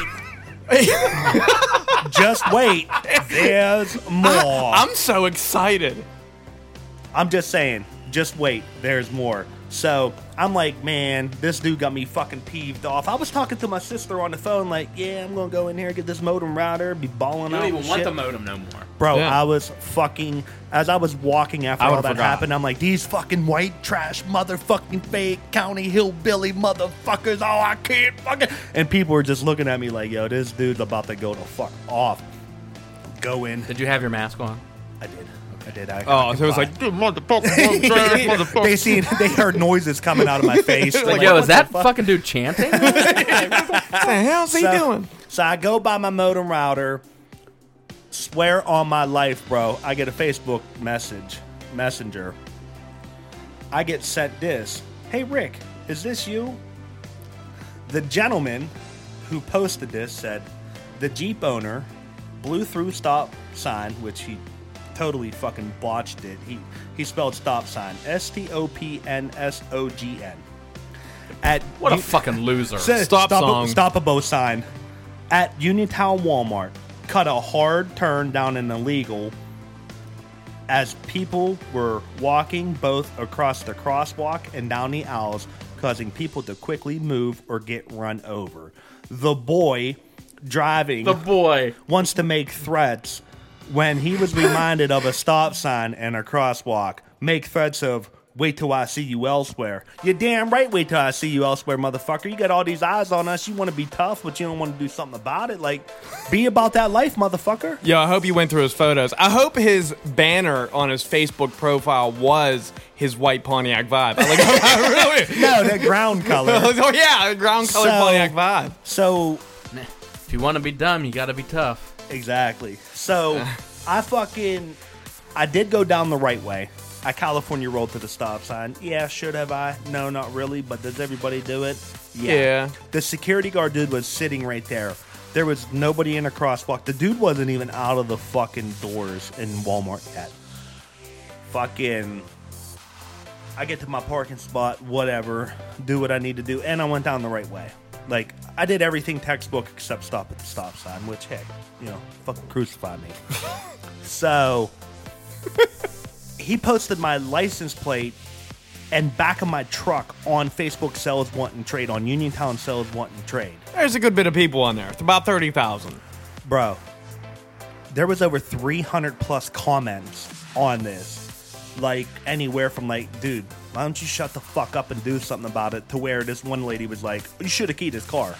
Speaker 2: just wait. There's more. I,
Speaker 1: I'm so excited.
Speaker 2: am just saying, just wait. There's more. So I'm like, man, this dude got me fucking peeved off. I was talking to my sister on the phone, like, yeah, I'm gonna go in here get this modem router, be balling
Speaker 3: You
Speaker 2: out.
Speaker 3: don't even
Speaker 2: and
Speaker 3: want
Speaker 2: shit.
Speaker 3: the modem no more.
Speaker 2: Bro,
Speaker 1: Yeah.
Speaker 2: I was fucking as I was walking after
Speaker 1: I
Speaker 2: all
Speaker 1: would've
Speaker 2: that
Speaker 1: forgot.
Speaker 2: happened. I'm like, these fucking white trash motherfucking fake county hillbilly motherfuckers. Oh, I can't fucking. And people were just looking at me like, yo, this dude's about to go to fuck off. Go in.
Speaker 3: Did you have your mask on?
Speaker 2: I did. I did. I, I
Speaker 1: Oh, so it was
Speaker 2: complied.
Speaker 1: like, dude, motherfucker, white trash, motherfucker.
Speaker 2: they seen they heard noises coming out of my face. They're
Speaker 3: Like, yo,
Speaker 2: what
Speaker 3: is that
Speaker 2: the fuck?
Speaker 3: fucking dude chanting?
Speaker 1: What the hell's he
Speaker 2: so,
Speaker 1: doing?
Speaker 2: So I go by my modem router. Swear on my life, bro. I get a Facebook message, messenger. I get sent this. Hey, Rick, is this you? The gentleman who posted this said the Jeep owner blew through stop sign, which he totally fucking botched it. He he spelled stop sign S T O P N S O G N. At
Speaker 3: What a
Speaker 2: U-
Speaker 3: fucking loser.
Speaker 2: Sa-
Speaker 1: Stop
Speaker 2: stop
Speaker 1: song.
Speaker 2: A, stop a bow sign. At Uniontown Walmart, cut a hard turn down an illegal as people were walking both across the crosswalk and down the aisles, causing people to quickly move or get run over. The boy driving
Speaker 3: The "Oh, boy.
Speaker 2: wants to make threats when he was reminded of a stop sign and a crosswalk. Make threats of wait till I see you elsewhere. You're damn right, wait till I see you elsewhere, motherfucker. You got all these eyes on us. You want to be tough, but you don't want to do something about it. Like, be about that life, motherfucker.
Speaker 1: Yo, I hope you went through his photos. I hope his banner on his Facebook profile was his white Pontiac vibe. I like, oh, I really?
Speaker 2: No, that ground color.
Speaker 1: oh yeah, ground color
Speaker 2: So-
Speaker 1: Pontiac vibe.
Speaker 2: So
Speaker 3: If you want to be dumb, you got to be tough.
Speaker 2: Exactly. So I fucking I did go down the right way. I California rolled to the stop sign. Yeah, should have I? No, not really. But does everybody do it?
Speaker 1: Yeah.
Speaker 2: The security guard dude was sitting right there. There was nobody in a crosswalk. The dude wasn't even out of the fucking doors in Walmart yet. Fucking. I get to my parking spot, whatever, do what I need to do, and I went down the right way. Like I did everything textbook except stop at the stop sign, which hey, you know, fucking crucify me. so he posted my license plate and back of my truck on Facebook Sales Want and Trade on Uniontown Sales Want and Trade.
Speaker 1: There's a good bit of people on there. It's about thirty thousand.
Speaker 2: Bro, there was over 300 plus comments on this. Like anywhere from like, dude, why don't you shut the fuck up and do something about it? To where this one lady was like, you should have keyed his car.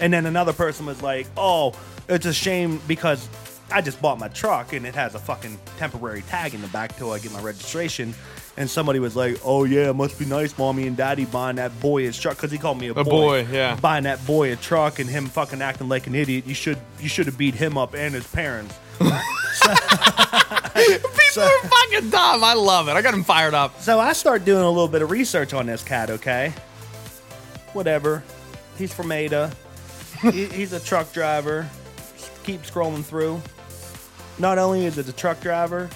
Speaker 2: And then another person was like, oh, it's a shame because I just bought my truck and it has a fucking temporary tag in the back till I get my registration. And somebody was like, oh, yeah, it must be nice, mommy and daddy buying that boy his truck. Because he called me a,
Speaker 1: A boy, yeah.
Speaker 2: Buying that boy a truck and him fucking acting like an idiot. You should you should have beat him up and his parents.
Speaker 1: People are fucking dumb. I love it. I got them fired up.
Speaker 2: So I start doing a little bit of research on this cat, okay? Whatever. He's from Ada. he, he's a truck driver. Just keep scrolling through. Not only is it a truck driver,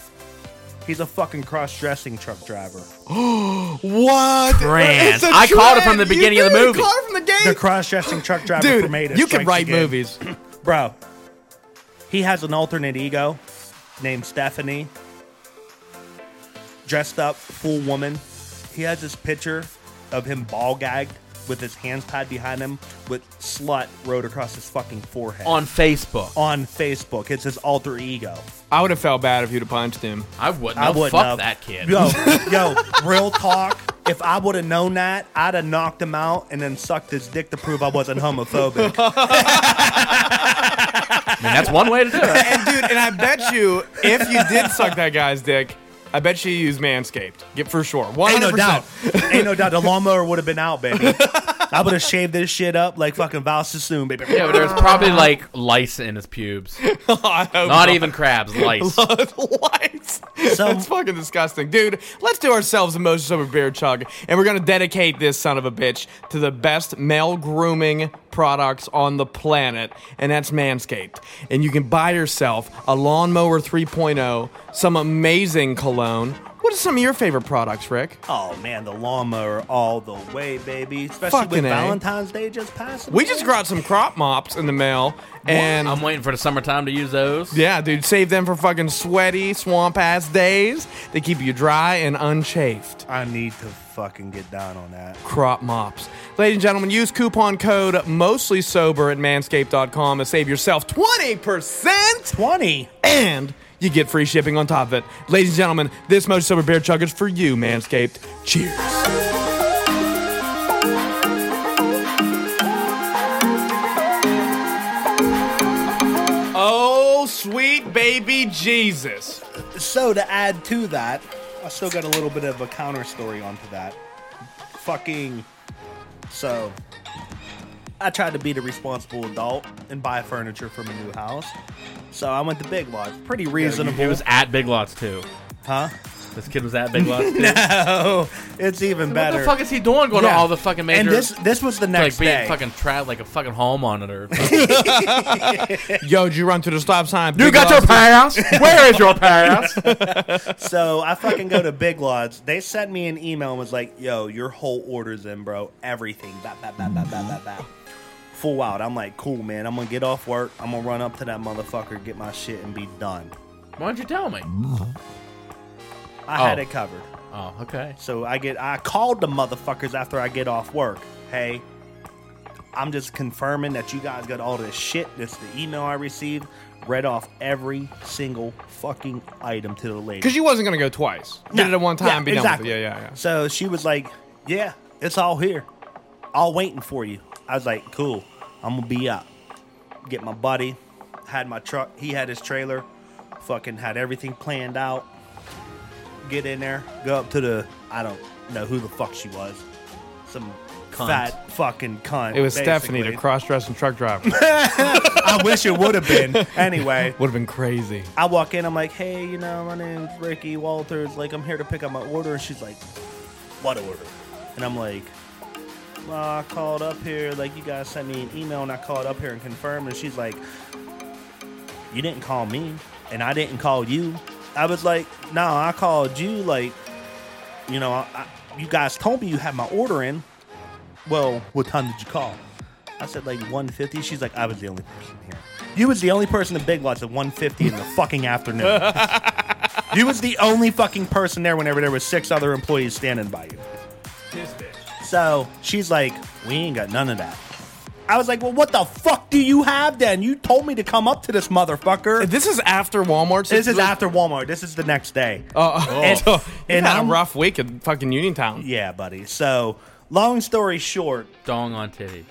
Speaker 2: he's a fucking cross dressing truck driver.
Speaker 1: What?
Speaker 3: Trans.
Speaker 1: It's a
Speaker 3: I called it from the
Speaker 1: trend.
Speaker 3: beginning
Speaker 1: You
Speaker 3: of the
Speaker 1: did.
Speaker 3: movie.
Speaker 1: Called it from the gate.
Speaker 2: The cross dressing truck driver from Ada.
Speaker 1: Dude, you can
Speaker 2: strikes
Speaker 1: write
Speaker 2: again.
Speaker 1: movies.
Speaker 2: Bro, he has an alternate ego named Stephanie, dressed up, full woman. He has this picture of him ball gagged with his hands tied behind him with slut wrote across his fucking forehead.
Speaker 3: On Facebook.
Speaker 2: On Facebook. It's his alter ego.
Speaker 1: I would have felt bad if you'd have punched him.
Speaker 3: I wouldn't.
Speaker 2: I
Speaker 3: have.
Speaker 2: wouldn't
Speaker 3: Fuck
Speaker 2: have.
Speaker 3: that kid.
Speaker 2: Yo, yo, real talk. If I would have known that, I'd have knocked him out and then sucked his dick to prove I wasn't homophobic.
Speaker 3: I mean, that's one way to do it.
Speaker 1: and dude, and I bet you, if you did suck that guy's dick, I bet you used Manscaped. Get for sure. One
Speaker 2: Ain't no
Speaker 1: hundred
Speaker 2: doubt.
Speaker 1: percent.
Speaker 2: Ain't no doubt. The lawnmower would have been out, baby. I would have shaved this shit up like fucking Val Sassoon, baby.
Speaker 3: Yeah, but there's probably like lice in his pubes. Not even crabs, lice.
Speaker 1: lights.
Speaker 2: So-
Speaker 1: That's fucking disgusting, dude. Let's do ourselves a motion sober beer chug, and we're gonna dedicate this son of a bitch to the best male grooming products on the planet, and that's Manscaped. And you can buy yourself a lawnmower 3.0, some amazing cologne. What are some of your favorite products, Rick?
Speaker 2: Oh man, the lawnmower all the way, baby. Especially
Speaker 1: Fucking
Speaker 2: with
Speaker 1: A.
Speaker 2: Valentine's Day just passing.
Speaker 1: We just got some crop mops in the mail, and
Speaker 3: I'm waiting for the summertime to use those.
Speaker 1: Yeah, dude, save them for fucking sweaty, swamp ass days. They keep you dry and unchafed.
Speaker 2: I need to fucking get down on that.
Speaker 1: Crop mops. Ladies and gentlemen, use coupon code mostly sober at manscaped.com to save yourself 20%
Speaker 2: Twenty.
Speaker 1: and you get free shipping on top of it. Ladies and gentlemen, this Mostly Sober Beer Chug is for you, Manscaped. Cheers. Oh, sweet baby Jesus.
Speaker 2: So to add to that, I still got a little bit of a counter story onto that. Fucking. So, I tried to be the responsible adult and buy furniture for my new house. So I went to Big Lots. Pretty reasonable.
Speaker 3: It was at Big Lots too.
Speaker 2: Huh?
Speaker 3: This kid was that big lost. Too.
Speaker 2: No, it's even
Speaker 3: What
Speaker 2: better.
Speaker 3: the fuck is he doing? Going to
Speaker 2: Yeah.
Speaker 3: all the fucking major.
Speaker 2: And this this was the
Speaker 3: like
Speaker 2: next
Speaker 3: being
Speaker 2: day.
Speaker 3: fucking trapped like a fucking hall monitor.
Speaker 1: Yo, did you run to the stop sign?
Speaker 3: you
Speaker 1: Big
Speaker 3: got your
Speaker 1: Lots?
Speaker 3: pass? Where is your pass?
Speaker 2: so I fucking go to Big Lots. They sent me an email and was like, "Yo, your whole order's in, bro. Everything." Bap, bap, bap, bap, bap, bap, bap. Full out. I'm like, cool, man. I'm gonna get off work. I'm gonna run up to that motherfucker, get my shit, and be done.
Speaker 3: Why don't you tell me?
Speaker 2: I
Speaker 3: Oh.
Speaker 2: had it covered.
Speaker 3: Oh, okay.
Speaker 2: So I get I called the motherfuckers after I get off work. Hey, I'm just confirming that you guys got all this shit. That's the email I received. Read off every single fucking item to the lady.
Speaker 1: Because you wasn't gonna go twice. Did
Speaker 2: No.
Speaker 1: it at one time.
Speaker 2: Yeah,
Speaker 1: be
Speaker 2: exactly.
Speaker 1: done with it. Yeah, yeah, yeah.
Speaker 2: So she was like, "Yeah, it's all here, all waiting for you." I was like, "Cool, I'm gonna be up." Get my buddy, had my truck. He had his trailer, fucking had everything planned out. Get in there, go up to the I don't know who the fuck she was, some
Speaker 3: Cunt.
Speaker 2: fat fucking cunt.
Speaker 1: It was Stephanie, the
Speaker 2: basically.
Speaker 1: cross-dressing truck driver.
Speaker 2: I wish it would have been. anyway,
Speaker 1: Would have been crazy.
Speaker 2: I walk in, I'm like, hey, you know, my name's Ricky Walters. Like, I'm here to pick up my order. And she's like, what order? And I'm like, well, I called up here. Like, you guys sent me an email and I called up here and confirmed. And she's like, you didn't call me and I didn't call you. I was like, no, I called you. Like, you know, I, I, you guys told me you had my order in. Well, what time did you call? I said like 150. She's like, I was the only person here. You was the only person in Big Lots at 150 in the fucking afternoon. you was the only fucking person there whenever there was six other employees standing by you. So she's like, we ain't got none of that. I was like, well, what the fuck do you have then? You told me to come up to this motherfucker.
Speaker 1: This is after Walmart.
Speaker 2: This is after Walmart. This is the next day.
Speaker 1: Oh,
Speaker 2: uh, And-
Speaker 1: so you
Speaker 2: and
Speaker 1: had
Speaker 2: I'm-
Speaker 1: a rough week in fucking Uniontown.
Speaker 2: Yeah, buddy. So long story short,
Speaker 3: Dong on titty.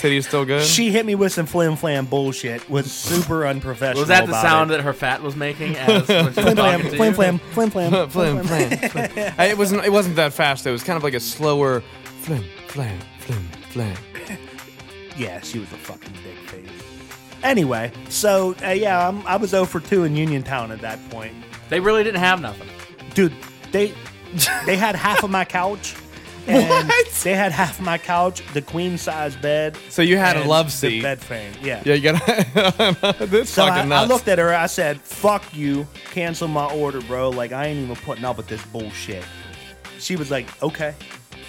Speaker 1: Titty's still good.
Speaker 2: she hit me with some flim flam bullshit. Was super unprofessional.
Speaker 3: Was that the
Speaker 2: about
Speaker 3: sound
Speaker 2: it.
Speaker 3: that her fat was making as when she
Speaker 2: Flim
Speaker 3: was
Speaker 2: flam,
Speaker 3: talking to
Speaker 2: flim
Speaker 3: you?
Speaker 2: flam, flim flam,
Speaker 1: flim, flim, flim. Uh, It wasn't. It wasn't that fast. It was kind of like a slower flim, flam, flim, flam.
Speaker 2: Yeah, she was a fucking dick face. Anyway, so uh, yeah, I'm, I was 0 for 2 in Uniontown at that point.
Speaker 3: They really didn't have nothing.
Speaker 2: Dude, they they had half of my couch. And
Speaker 1: What?
Speaker 2: They had half of my couch, the queen size bed.
Speaker 1: So you had a
Speaker 2: and
Speaker 1: love
Speaker 2: The
Speaker 1: seat.
Speaker 2: bed frame, yeah.
Speaker 1: Yeah, you got this
Speaker 2: So I,
Speaker 1: fucking
Speaker 2: I
Speaker 1: nuts.
Speaker 2: looked at her. I said, "Fuck you, cancel my order, bro. Like I ain't even putting up with this bullshit." She was like, "Okay,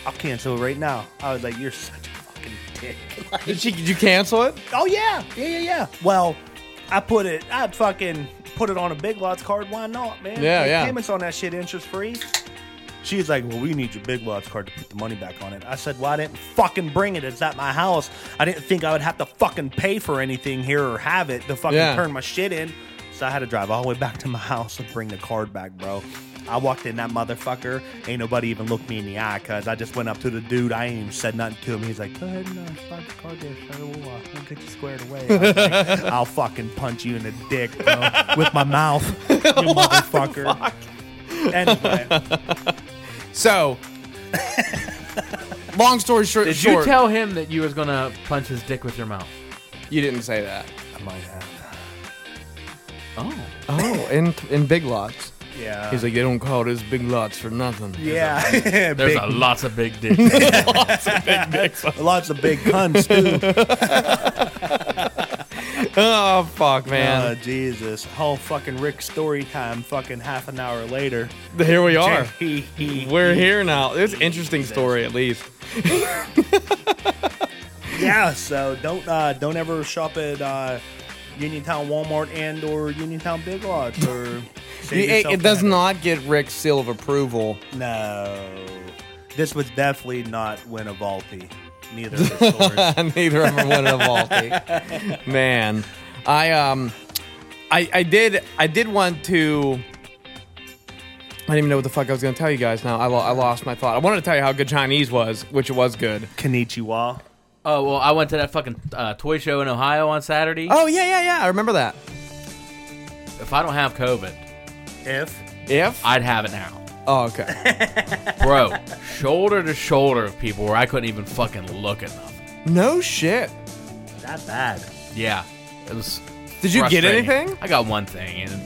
Speaker 2: I'll cancel it right now." I was like, "You're such a fucking dick." Like,
Speaker 1: Did, she, did you cancel it?
Speaker 2: oh yeah, yeah, yeah, yeah. Well, I put it. I fucking put it on a Big Lots card. Why not, man?
Speaker 1: Yeah,
Speaker 2: Make
Speaker 1: yeah.
Speaker 2: Payments on that shit interest free. She's like, well, we need your Big Lots card to put the money back on it. I said, well, I didn't fucking bring it. It's at my house. I didn't think I would have to fucking pay for anything here or have it to fucking
Speaker 1: Yeah.
Speaker 2: turn my shit in. So I had to drive all the way back to my house and bring the card back, bro. I walked in that motherfucker. Ain't nobody even looked me in the eye because I just went up to the dude. I ain't even said nothing to him. He's like, go ahead and uh, slide the card there, sir. We'll, uh, we'll get you squared away. I was like, I'll fucking punch you in the dick, bro, with my mouth, you motherfucker. Anyway.
Speaker 1: So, long story short,
Speaker 3: Did you
Speaker 1: short,
Speaker 3: tell him that you was gonna punch his dick with your mouth?
Speaker 1: you didn't say that.
Speaker 2: might have.
Speaker 3: Oh,
Speaker 1: Oh, in in Big Lots,
Speaker 2: Yeah.
Speaker 1: he's like they don't call this Big Lots for nothing.
Speaker 2: yeah.
Speaker 3: there's
Speaker 2: Big-
Speaker 3: a lots of big dicks.
Speaker 2: lots of big cunts too.
Speaker 1: Oh fuck, man.
Speaker 2: Oh, Jesus. Whole fucking Rick story time. Fucking half an hour later.
Speaker 1: Here we are.
Speaker 2: yeah.
Speaker 1: We're here now. It's an interesting story, at least.
Speaker 2: So don't uh, don't ever shop at uh, Uniontown Walmart and or Uniontown Big Lots or. save
Speaker 1: It,
Speaker 2: yourself
Speaker 1: it does
Speaker 2: the
Speaker 1: not get Rick's seal of approval.
Speaker 2: headache. No. This was definitely not Winnevalti. Neither of the stores.
Speaker 1: Neither of them went a vaulty. Man, I um, I I did I did want to. I didn't even know what the fuck I was gonna tell you guys. Now I, lo- I lost my thought. I wanted to tell you how good Chinese was, which it was good.
Speaker 2: Konnichiwa.
Speaker 3: oh well, I went to that fucking uh, toy show in Ohio on Saturday.
Speaker 1: Oh yeah yeah yeah, I remember that.
Speaker 3: If I don't have COVID,
Speaker 2: If.
Speaker 1: If
Speaker 3: I'd have it now,
Speaker 1: oh okay,
Speaker 3: bro. shoulder to shoulder of people where I couldn't even fucking look at them.
Speaker 1: no shit.
Speaker 2: That bad.
Speaker 3: Yeah, it was.
Speaker 1: Did you get
Speaker 3: frustrating.
Speaker 1: anything?
Speaker 3: I got one thing, and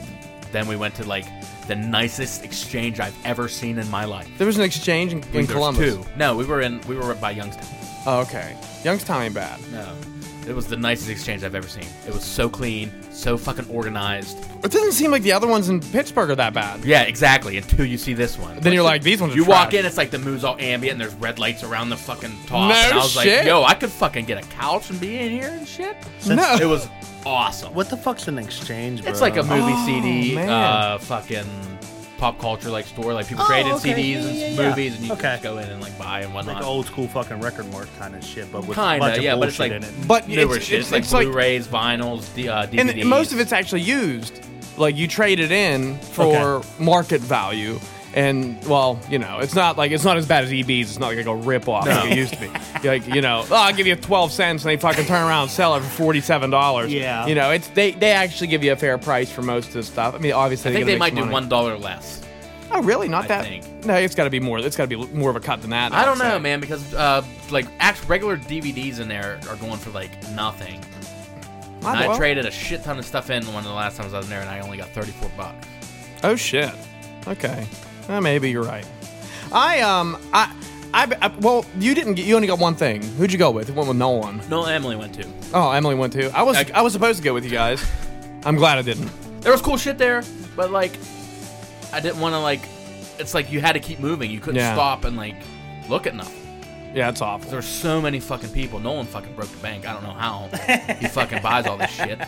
Speaker 3: then we went to like the nicest exchange I've ever seen in my life.
Speaker 1: There was an exchange in, in
Speaker 3: There's
Speaker 1: Columbus.
Speaker 3: two. No, we were in we were by Youngstown.
Speaker 1: Oh, okay. Youngstown ain't bad.
Speaker 3: No. It was the nicest exchange I've ever seen. It was so clean, so fucking organized.
Speaker 1: It doesn't seem like the other ones in Pittsburgh are that bad.
Speaker 3: Yeah, exactly. Until you see this one.
Speaker 1: Then you're like, these ones are
Speaker 3: You walk
Speaker 1: trash.
Speaker 3: in, it's like the mood's all ambient, and there's red lights around the fucking top.
Speaker 1: No
Speaker 3: and I was
Speaker 1: shit.
Speaker 3: like, yo, I could fucking get a couch and be in here and shit.
Speaker 1: No.
Speaker 3: It was awesome.
Speaker 2: What the fuck's an exchange, bro?
Speaker 3: It's like a movie
Speaker 1: Oh,
Speaker 3: CD,
Speaker 1: man.
Speaker 3: uh, fucking pop culture like store. Like people traded
Speaker 2: Oh, okay.
Speaker 3: CDs
Speaker 2: Yeah,
Speaker 3: and
Speaker 2: yeah, yeah.
Speaker 3: movies, and you
Speaker 2: Okay.
Speaker 3: could just go in and like buy and whatnot.
Speaker 2: like old school fucking record mart kind of shit, but with a
Speaker 3: Kinda,
Speaker 2: bunch of
Speaker 3: yeah,
Speaker 2: bullshit
Speaker 3: but it's
Speaker 2: in
Speaker 3: like-
Speaker 2: it.
Speaker 1: But
Speaker 3: newer
Speaker 1: it's,
Speaker 3: shit,
Speaker 1: it's,
Speaker 3: like
Speaker 1: it's like,
Speaker 3: Blu-rays, vinyls, D- uh, DVDs.
Speaker 1: and most of it's actually used. Like you trade it in for market value, and well, you know, it's not like it's not as bad as EBs. It's not like a rip off like it used to be. like you know, oh, I'll give you twelve cents, and they fucking turn around and sell it for forty seven dollars.
Speaker 2: Yeah.
Speaker 1: you know, it's they they actually give you a fair price for most of the stuff. I mean, obviously,
Speaker 3: I think
Speaker 1: they
Speaker 3: they might do
Speaker 1: money.
Speaker 3: one dollar less.
Speaker 1: Oh, really? Not
Speaker 3: I
Speaker 1: that?
Speaker 3: think.
Speaker 1: No, it's got to be more. It's got to be more of a cut than that.
Speaker 3: I
Speaker 1: I'd
Speaker 3: don't know,
Speaker 1: say.
Speaker 3: man, because uh, like act regular DVDs in there are going for like nothing. And
Speaker 1: I,
Speaker 3: I
Speaker 1: well,
Speaker 3: traded a shit ton of stuff in one of the last times I was in there, and I only got thirty-four bucks.
Speaker 1: Oh shit. Okay. Well, maybe you're right. I um I. I, I- well, you didn't. Get, you only got one thing. Who'd you go with? You went with no one.
Speaker 3: No, Emily went too.
Speaker 1: Oh, Emily went too. I was I,
Speaker 3: I-
Speaker 1: was supposed to go with you guys. I'm glad I didn't.
Speaker 3: There was cool shit there, but like, I didn't want to like. It's like you had to keep moving. You couldn't
Speaker 1: Yeah.
Speaker 3: stop and like look at nothing.
Speaker 1: Yeah, it's awful.
Speaker 3: There's so many fucking people. No one fucking broke the bank. I don't know how he fucking buys all this shit.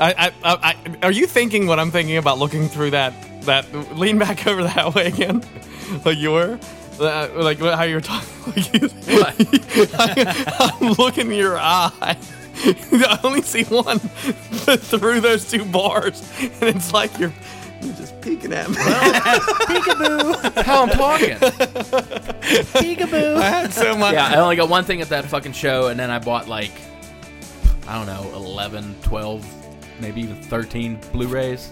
Speaker 1: I, I, I, I, are you thinking what I'm thinking about looking through that that lean back over that way again, like you were, Uh, like how you were talking? Like you, I, am looking in your eye. I only see one through those two bars, and it's like you're you're just peeking at me.
Speaker 3: How I'm talking.
Speaker 1: I had so much.
Speaker 3: yeah, I only got one thing at that fucking show, and then I bought like, I don't know, 11, 12, maybe even 13 Blu-rays.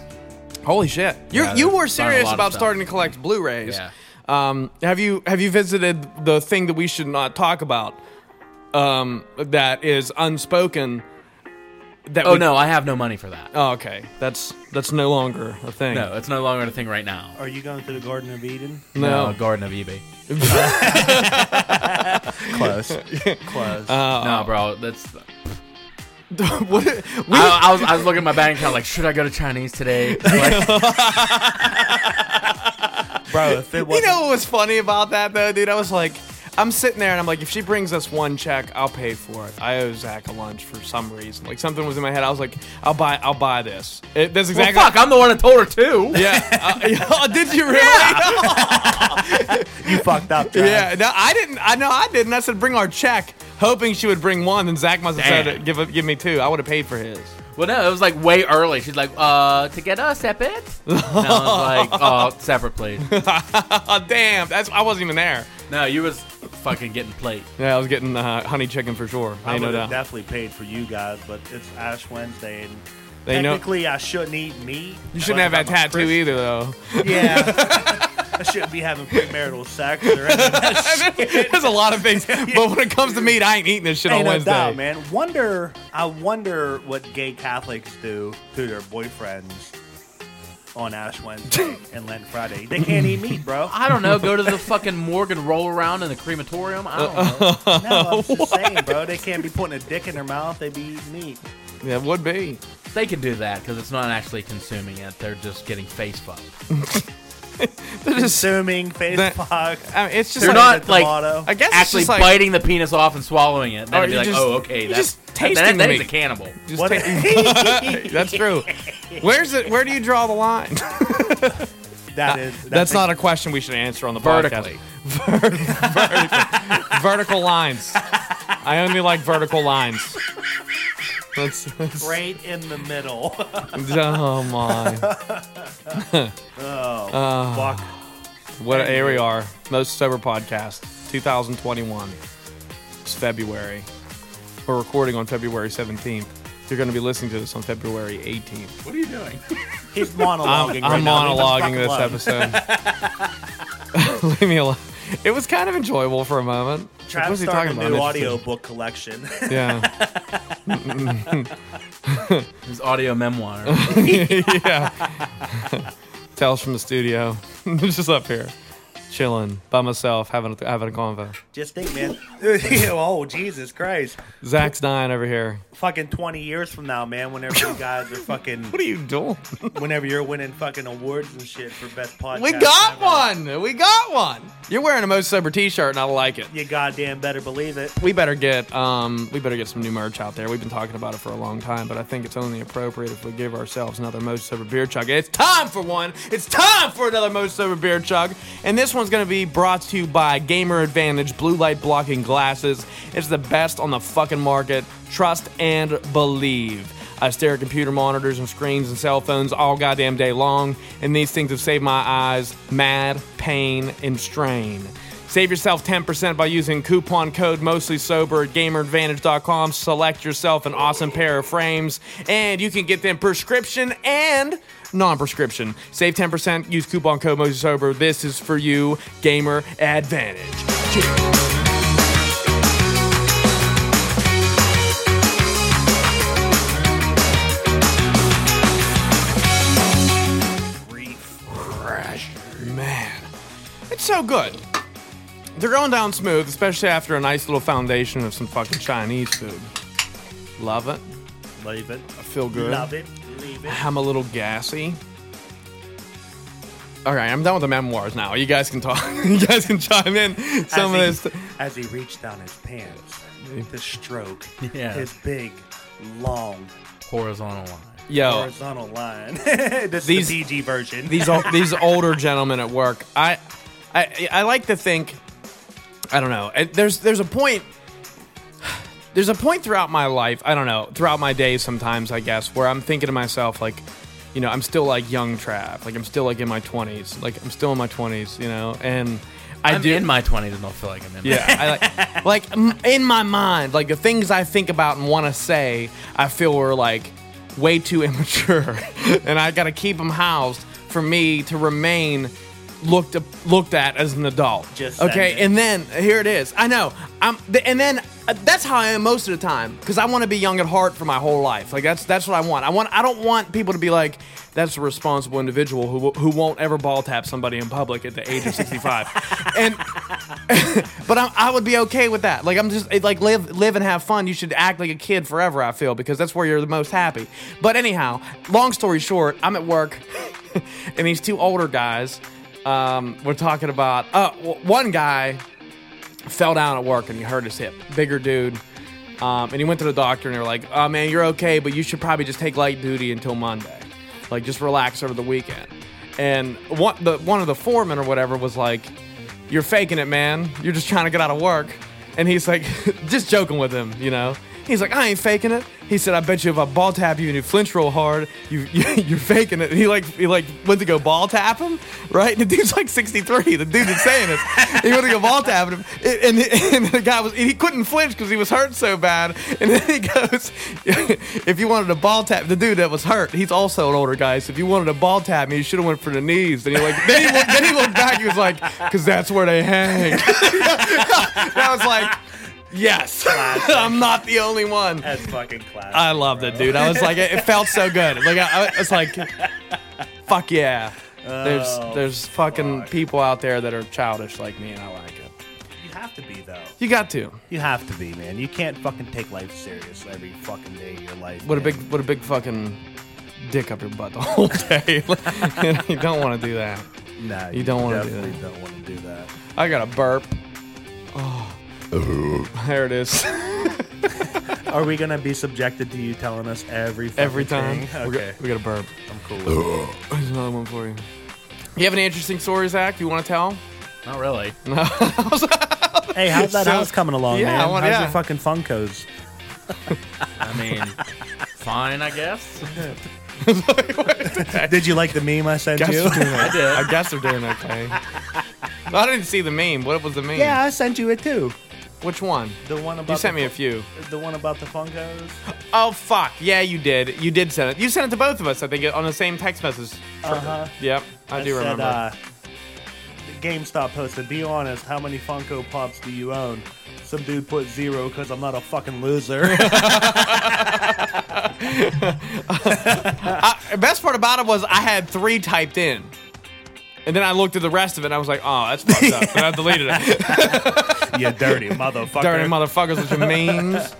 Speaker 1: Holy shit! You
Speaker 3: Yeah,
Speaker 1: you were
Speaker 3: there's not a lot
Speaker 1: serious
Speaker 3: of
Speaker 1: about
Speaker 3: stuff.
Speaker 1: starting to collect Blu-rays.
Speaker 3: Yeah.
Speaker 1: Um, have you have you visited the thing that we should not talk about? Um, that is unspoken. That
Speaker 3: Oh
Speaker 1: we-
Speaker 3: no, I have no money for that.
Speaker 1: Oh, okay. That's that's no longer a thing.
Speaker 3: No, it's no longer a thing right now.
Speaker 2: Are you going to the Garden of Eden?
Speaker 1: No.
Speaker 3: Uh, Garden of eBay.
Speaker 2: Close, close.
Speaker 3: no, bro, that's.
Speaker 1: What- we-
Speaker 3: I, I was I was looking at my bank account like, should I go to Chinese today? Like,
Speaker 2: bro, if it
Speaker 1: you
Speaker 2: wasn't,
Speaker 1: know what was funny about that though, dude? I was like, I'm sitting there and I'm like, if she brings us one check, I'll pay for it. I owe Zach a lunch for some reason. Like something was in my head. I was like, I'll buy I'll buy this. It, that's
Speaker 3: well,
Speaker 1: exactly.
Speaker 3: fuck, I'm the one that told her too.
Speaker 1: Yeah. Uh, did you really?
Speaker 2: you fucked up. Trav.
Speaker 1: Yeah, no, I didn't. I know I didn't. I said bring our check, hoping she would bring one. Then Zach must have
Speaker 3: Damn.
Speaker 1: said give give me two. I would have paid for his.
Speaker 3: Well, no, it was like way early. She's like, uh, to get us separate. And I was like, oh, separate, please.
Speaker 1: Oh damn, that's I wasn't even there.
Speaker 3: No, you was fucking getting plate.
Speaker 1: Yeah, I was getting uh, honey chicken for sure.
Speaker 2: I
Speaker 1: ain't no
Speaker 2: would have
Speaker 1: doubt.
Speaker 2: definitely paid for you guys, but it's Ash Wednesday, and
Speaker 1: They know-
Speaker 2: technically I shouldn't eat meat.
Speaker 1: You shouldn't have that tattoo either, though.
Speaker 2: Yeah, I shouldn't be having premarital sex or anything.
Speaker 1: There's a lot of things, but when it comes to meat, I ain't eating this shit on
Speaker 2: Ain't no
Speaker 1: Wednesday.
Speaker 2: doubt, man. Wonder, I wonder what gay Catholics do to their boyfriends on Ash Wednesday and Lent Friday. They can't eat meat, bro.
Speaker 3: I don't know. Go to the fucking morgue and roll around in the crematorium. I don't know.
Speaker 2: No, I'm just saying, bro. They can't be putting a dick in their mouth. They be eating meat.
Speaker 1: Yeah, it would be.
Speaker 3: They can do that because it's not actually consuming it. They're just getting face fucked.
Speaker 2: Consuming face
Speaker 1: That-
Speaker 2: fuck.
Speaker 1: I mean, it's just
Speaker 3: They're
Speaker 1: like,
Speaker 3: not like
Speaker 2: tomato.
Speaker 1: I guess
Speaker 3: actually
Speaker 1: it's just like,
Speaker 3: biting the penis off and swallowing it. Then
Speaker 1: Or
Speaker 3: it'd be
Speaker 1: you
Speaker 3: like,
Speaker 1: just-
Speaker 3: oh, okay,
Speaker 1: you
Speaker 3: that's
Speaker 1: just tasting
Speaker 3: that, that
Speaker 1: the
Speaker 3: is a
Speaker 1: meat.
Speaker 3: cannibal.
Speaker 1: just
Speaker 2: What?
Speaker 1: take- that's true. Where's it? Where do you draw the line?
Speaker 2: that is.
Speaker 1: That's not a question we should answer on the
Speaker 3: Vertically.
Speaker 1: podcast. vertical lines. I only like vertical lines. That's, that's-
Speaker 2: right in the middle.
Speaker 1: oh my! Uh,
Speaker 2: fuck.
Speaker 1: What an AR most sober podcast 2021. It's February. We're recording on February 17th. You're going to be listening to this on February 18th.
Speaker 3: What are you doing?
Speaker 2: He's monologuing.
Speaker 1: I'm, I'm
Speaker 2: right now. Leave us
Speaker 1: monologuing
Speaker 2: fucking
Speaker 1: this
Speaker 2: alone.
Speaker 1: episode. Leave me alone. It was kind of enjoyable for a moment. What
Speaker 2: Trav's
Speaker 1: was he
Speaker 2: starting
Speaker 1: talking
Speaker 2: a
Speaker 1: about?
Speaker 2: new
Speaker 1: I'm interested.
Speaker 2: audiobook collection.
Speaker 1: Yeah.
Speaker 3: His audio memoir.
Speaker 1: yeah. Tales from the studio. just up here, chilling by myself, having a, having a convo.
Speaker 2: Just think, man. oh, Jesus Christ.
Speaker 1: Zach's dying over here.
Speaker 2: Fucking 20 years from now, man, whenever you guys are fucking,
Speaker 1: What are you doing?
Speaker 2: whenever you're winning fucking awards and shit for best podcast.
Speaker 1: We got
Speaker 2: ever.
Speaker 1: one. We got one. You're wearing a most sober T-shirt, and I like it.
Speaker 2: You goddamn better believe it.
Speaker 1: We better get um, we better get some new merch out there. We've been talking about it for a long time, but I think it's only appropriate if we give ourselves another most sober beer chug. It's time for one. It's time for another most sober beer chug, and this one's gonna be brought to you by Gamer Advantage Blue Light Blocking Glasses. It's the best on the fucking market. Trust and believe. I stare at computer monitors and screens and cell phones all goddamn day long, and these things have saved my eyes mad, pain, and strain. Save yourself 10% by using coupon code mostly sober at gameradvantage.com. Select yourself an awesome pair of frames, and you can get them prescription and non prescription. Save 10%, use coupon code mostly sober. This is for you, Gamer Advantage. Man, it's so good. They're going down smooth, especially after a nice little foundation of some fucking Chinese food. Love it.
Speaker 2: Leave it.
Speaker 1: I feel good.
Speaker 2: Love it. Leave it.
Speaker 1: I'm a little gassy. All right, I'm done with the memoirs now. You guys can talk. you guys can chime in. Some of
Speaker 2: as,
Speaker 1: this.
Speaker 2: he, as he reached down his pants to stroke
Speaker 3: Yeah.
Speaker 2: his big, long,
Speaker 3: Horizontal line.
Speaker 2: Oh.
Speaker 1: Yo,
Speaker 2: horizontal line. this
Speaker 1: These-
Speaker 2: is the PG version.
Speaker 1: these ol- these older gentlemen at work. I, I I like to think. I don't know. And There's there's a point. There's a point throughout my life. I don't know. Throughout my days, sometimes I guess where I'm thinking to myself like, you know, I'm still like young Trav. Like I'm still like in my 20s. Like I'm still in my 20s. You know, and I
Speaker 3: I'm
Speaker 1: do
Speaker 3: in my 20s and don't feel like I'm in.
Speaker 1: Yeah, I like, like m- in my mind, like the things I think about and want to say, I feel are like way too immature, and I gotta keep them housed for me to remain looked up, looked at as an adult.
Speaker 2: Just
Speaker 1: okay,
Speaker 2: send it.
Speaker 1: and then here it is. I know. I'm, th- and then uh, that's how I am most of the time because I want to be young at heart for my whole life. Like that's that's what I want. I want. I don't want people to be like, that's a responsible individual who who won't ever ball tap somebody in public at the age of sixty five. and but I, I would be okay with that. Like I'm just it- like live live and have fun. You should act like a kid forever. I feel because that's where you're the most happy. But anyhow, long story short, I'm at work, and these two older guys. Um, we're talking about uh, w- one guy fell down at work and he hurt his hip. Bigger dude. Um, and he went to the doctor and they were like, oh man, you're okay, but you should probably just take light duty until Monday. Like, just relax over the weekend. And one, the, one of the foremen or whatever was like, you're faking it, man. You're just trying to get out of work. And he's like, just joking with him, you know? He's like, I ain't faking it. He said, I bet you if I ball tap you and you flinch real hard, you, you you're faking it. And he like he like went to go ball tap him, right? And the dude's like 63. The dude that's saying this, he went to go ball tap him, and, and, and the guy was he couldn't flinch because he was hurt so bad. And then he goes, if you wanted to ball tap the dude that was hurt, he's also an older guy. So if you wanted to ball tap me, you should have went for the knees. And he like then he looked, then he looked back, he was like, because that's where they hang. and I was like, yes, I'm not the only one.
Speaker 2: That's fucking classic.
Speaker 1: I loved it, dude. I was like, it, it felt so good. Like I, I was like, fuck yeah. There's there's fucking
Speaker 2: fuck.
Speaker 1: people out there that are childish like me, and I like it.
Speaker 2: you have to be though.
Speaker 1: You got to.
Speaker 2: You have to be, man. You can't fucking take life serious every fucking day of your life.
Speaker 1: What a
Speaker 2: man.
Speaker 1: big what a big fucking dick up your butt the whole day. Like, you don't want to do that.
Speaker 2: Nah,
Speaker 1: you don't wanna do
Speaker 2: definitely Don't want to do that.
Speaker 1: I got a burp. Oh, there it is.
Speaker 2: Are we gonna be subjected to you telling us every fucking
Speaker 1: Every time
Speaker 2: thing?
Speaker 1: we,
Speaker 2: Okay,
Speaker 1: got, we got a burp.
Speaker 2: I'm cool. With it.
Speaker 1: There's another one for you. You have any interesting stories, Zach? You want to tell?
Speaker 3: Not really.
Speaker 2: Hey, how's that
Speaker 1: So-
Speaker 2: house coming along,
Speaker 1: Yeah, I
Speaker 2: man?
Speaker 1: want-
Speaker 2: how's
Speaker 1: yeah.
Speaker 2: your fucking Funkos?
Speaker 3: I mean, fine, I guess.
Speaker 2: Did you like the meme I sent you?
Speaker 3: I did.
Speaker 1: I guess they're doing okay. I didn't see the meme. What was the meme?
Speaker 2: Yeah, I sent you it too.
Speaker 1: Which one?
Speaker 2: The one about
Speaker 1: You sent
Speaker 2: the,
Speaker 1: me a few.
Speaker 2: the one about the Funkos.
Speaker 1: Oh fuck! Yeah, you did. You did send it. You sent it to both of us, I think, on the same text message.
Speaker 2: Uh huh.
Speaker 1: Yep, I, do
Speaker 2: said,
Speaker 1: remember.
Speaker 2: Uh, GameStop posted, be honest, how many Funko Pops do you own? Some dude put zero because I'm not a fucking loser.
Speaker 1: Uh, best part about it was I had three typed in. And then I looked at the rest of it and I was like, oh, that's fucked up. And I deleted it.
Speaker 2: you dirty motherfucker.
Speaker 1: Dirty motherfuckers with your memes.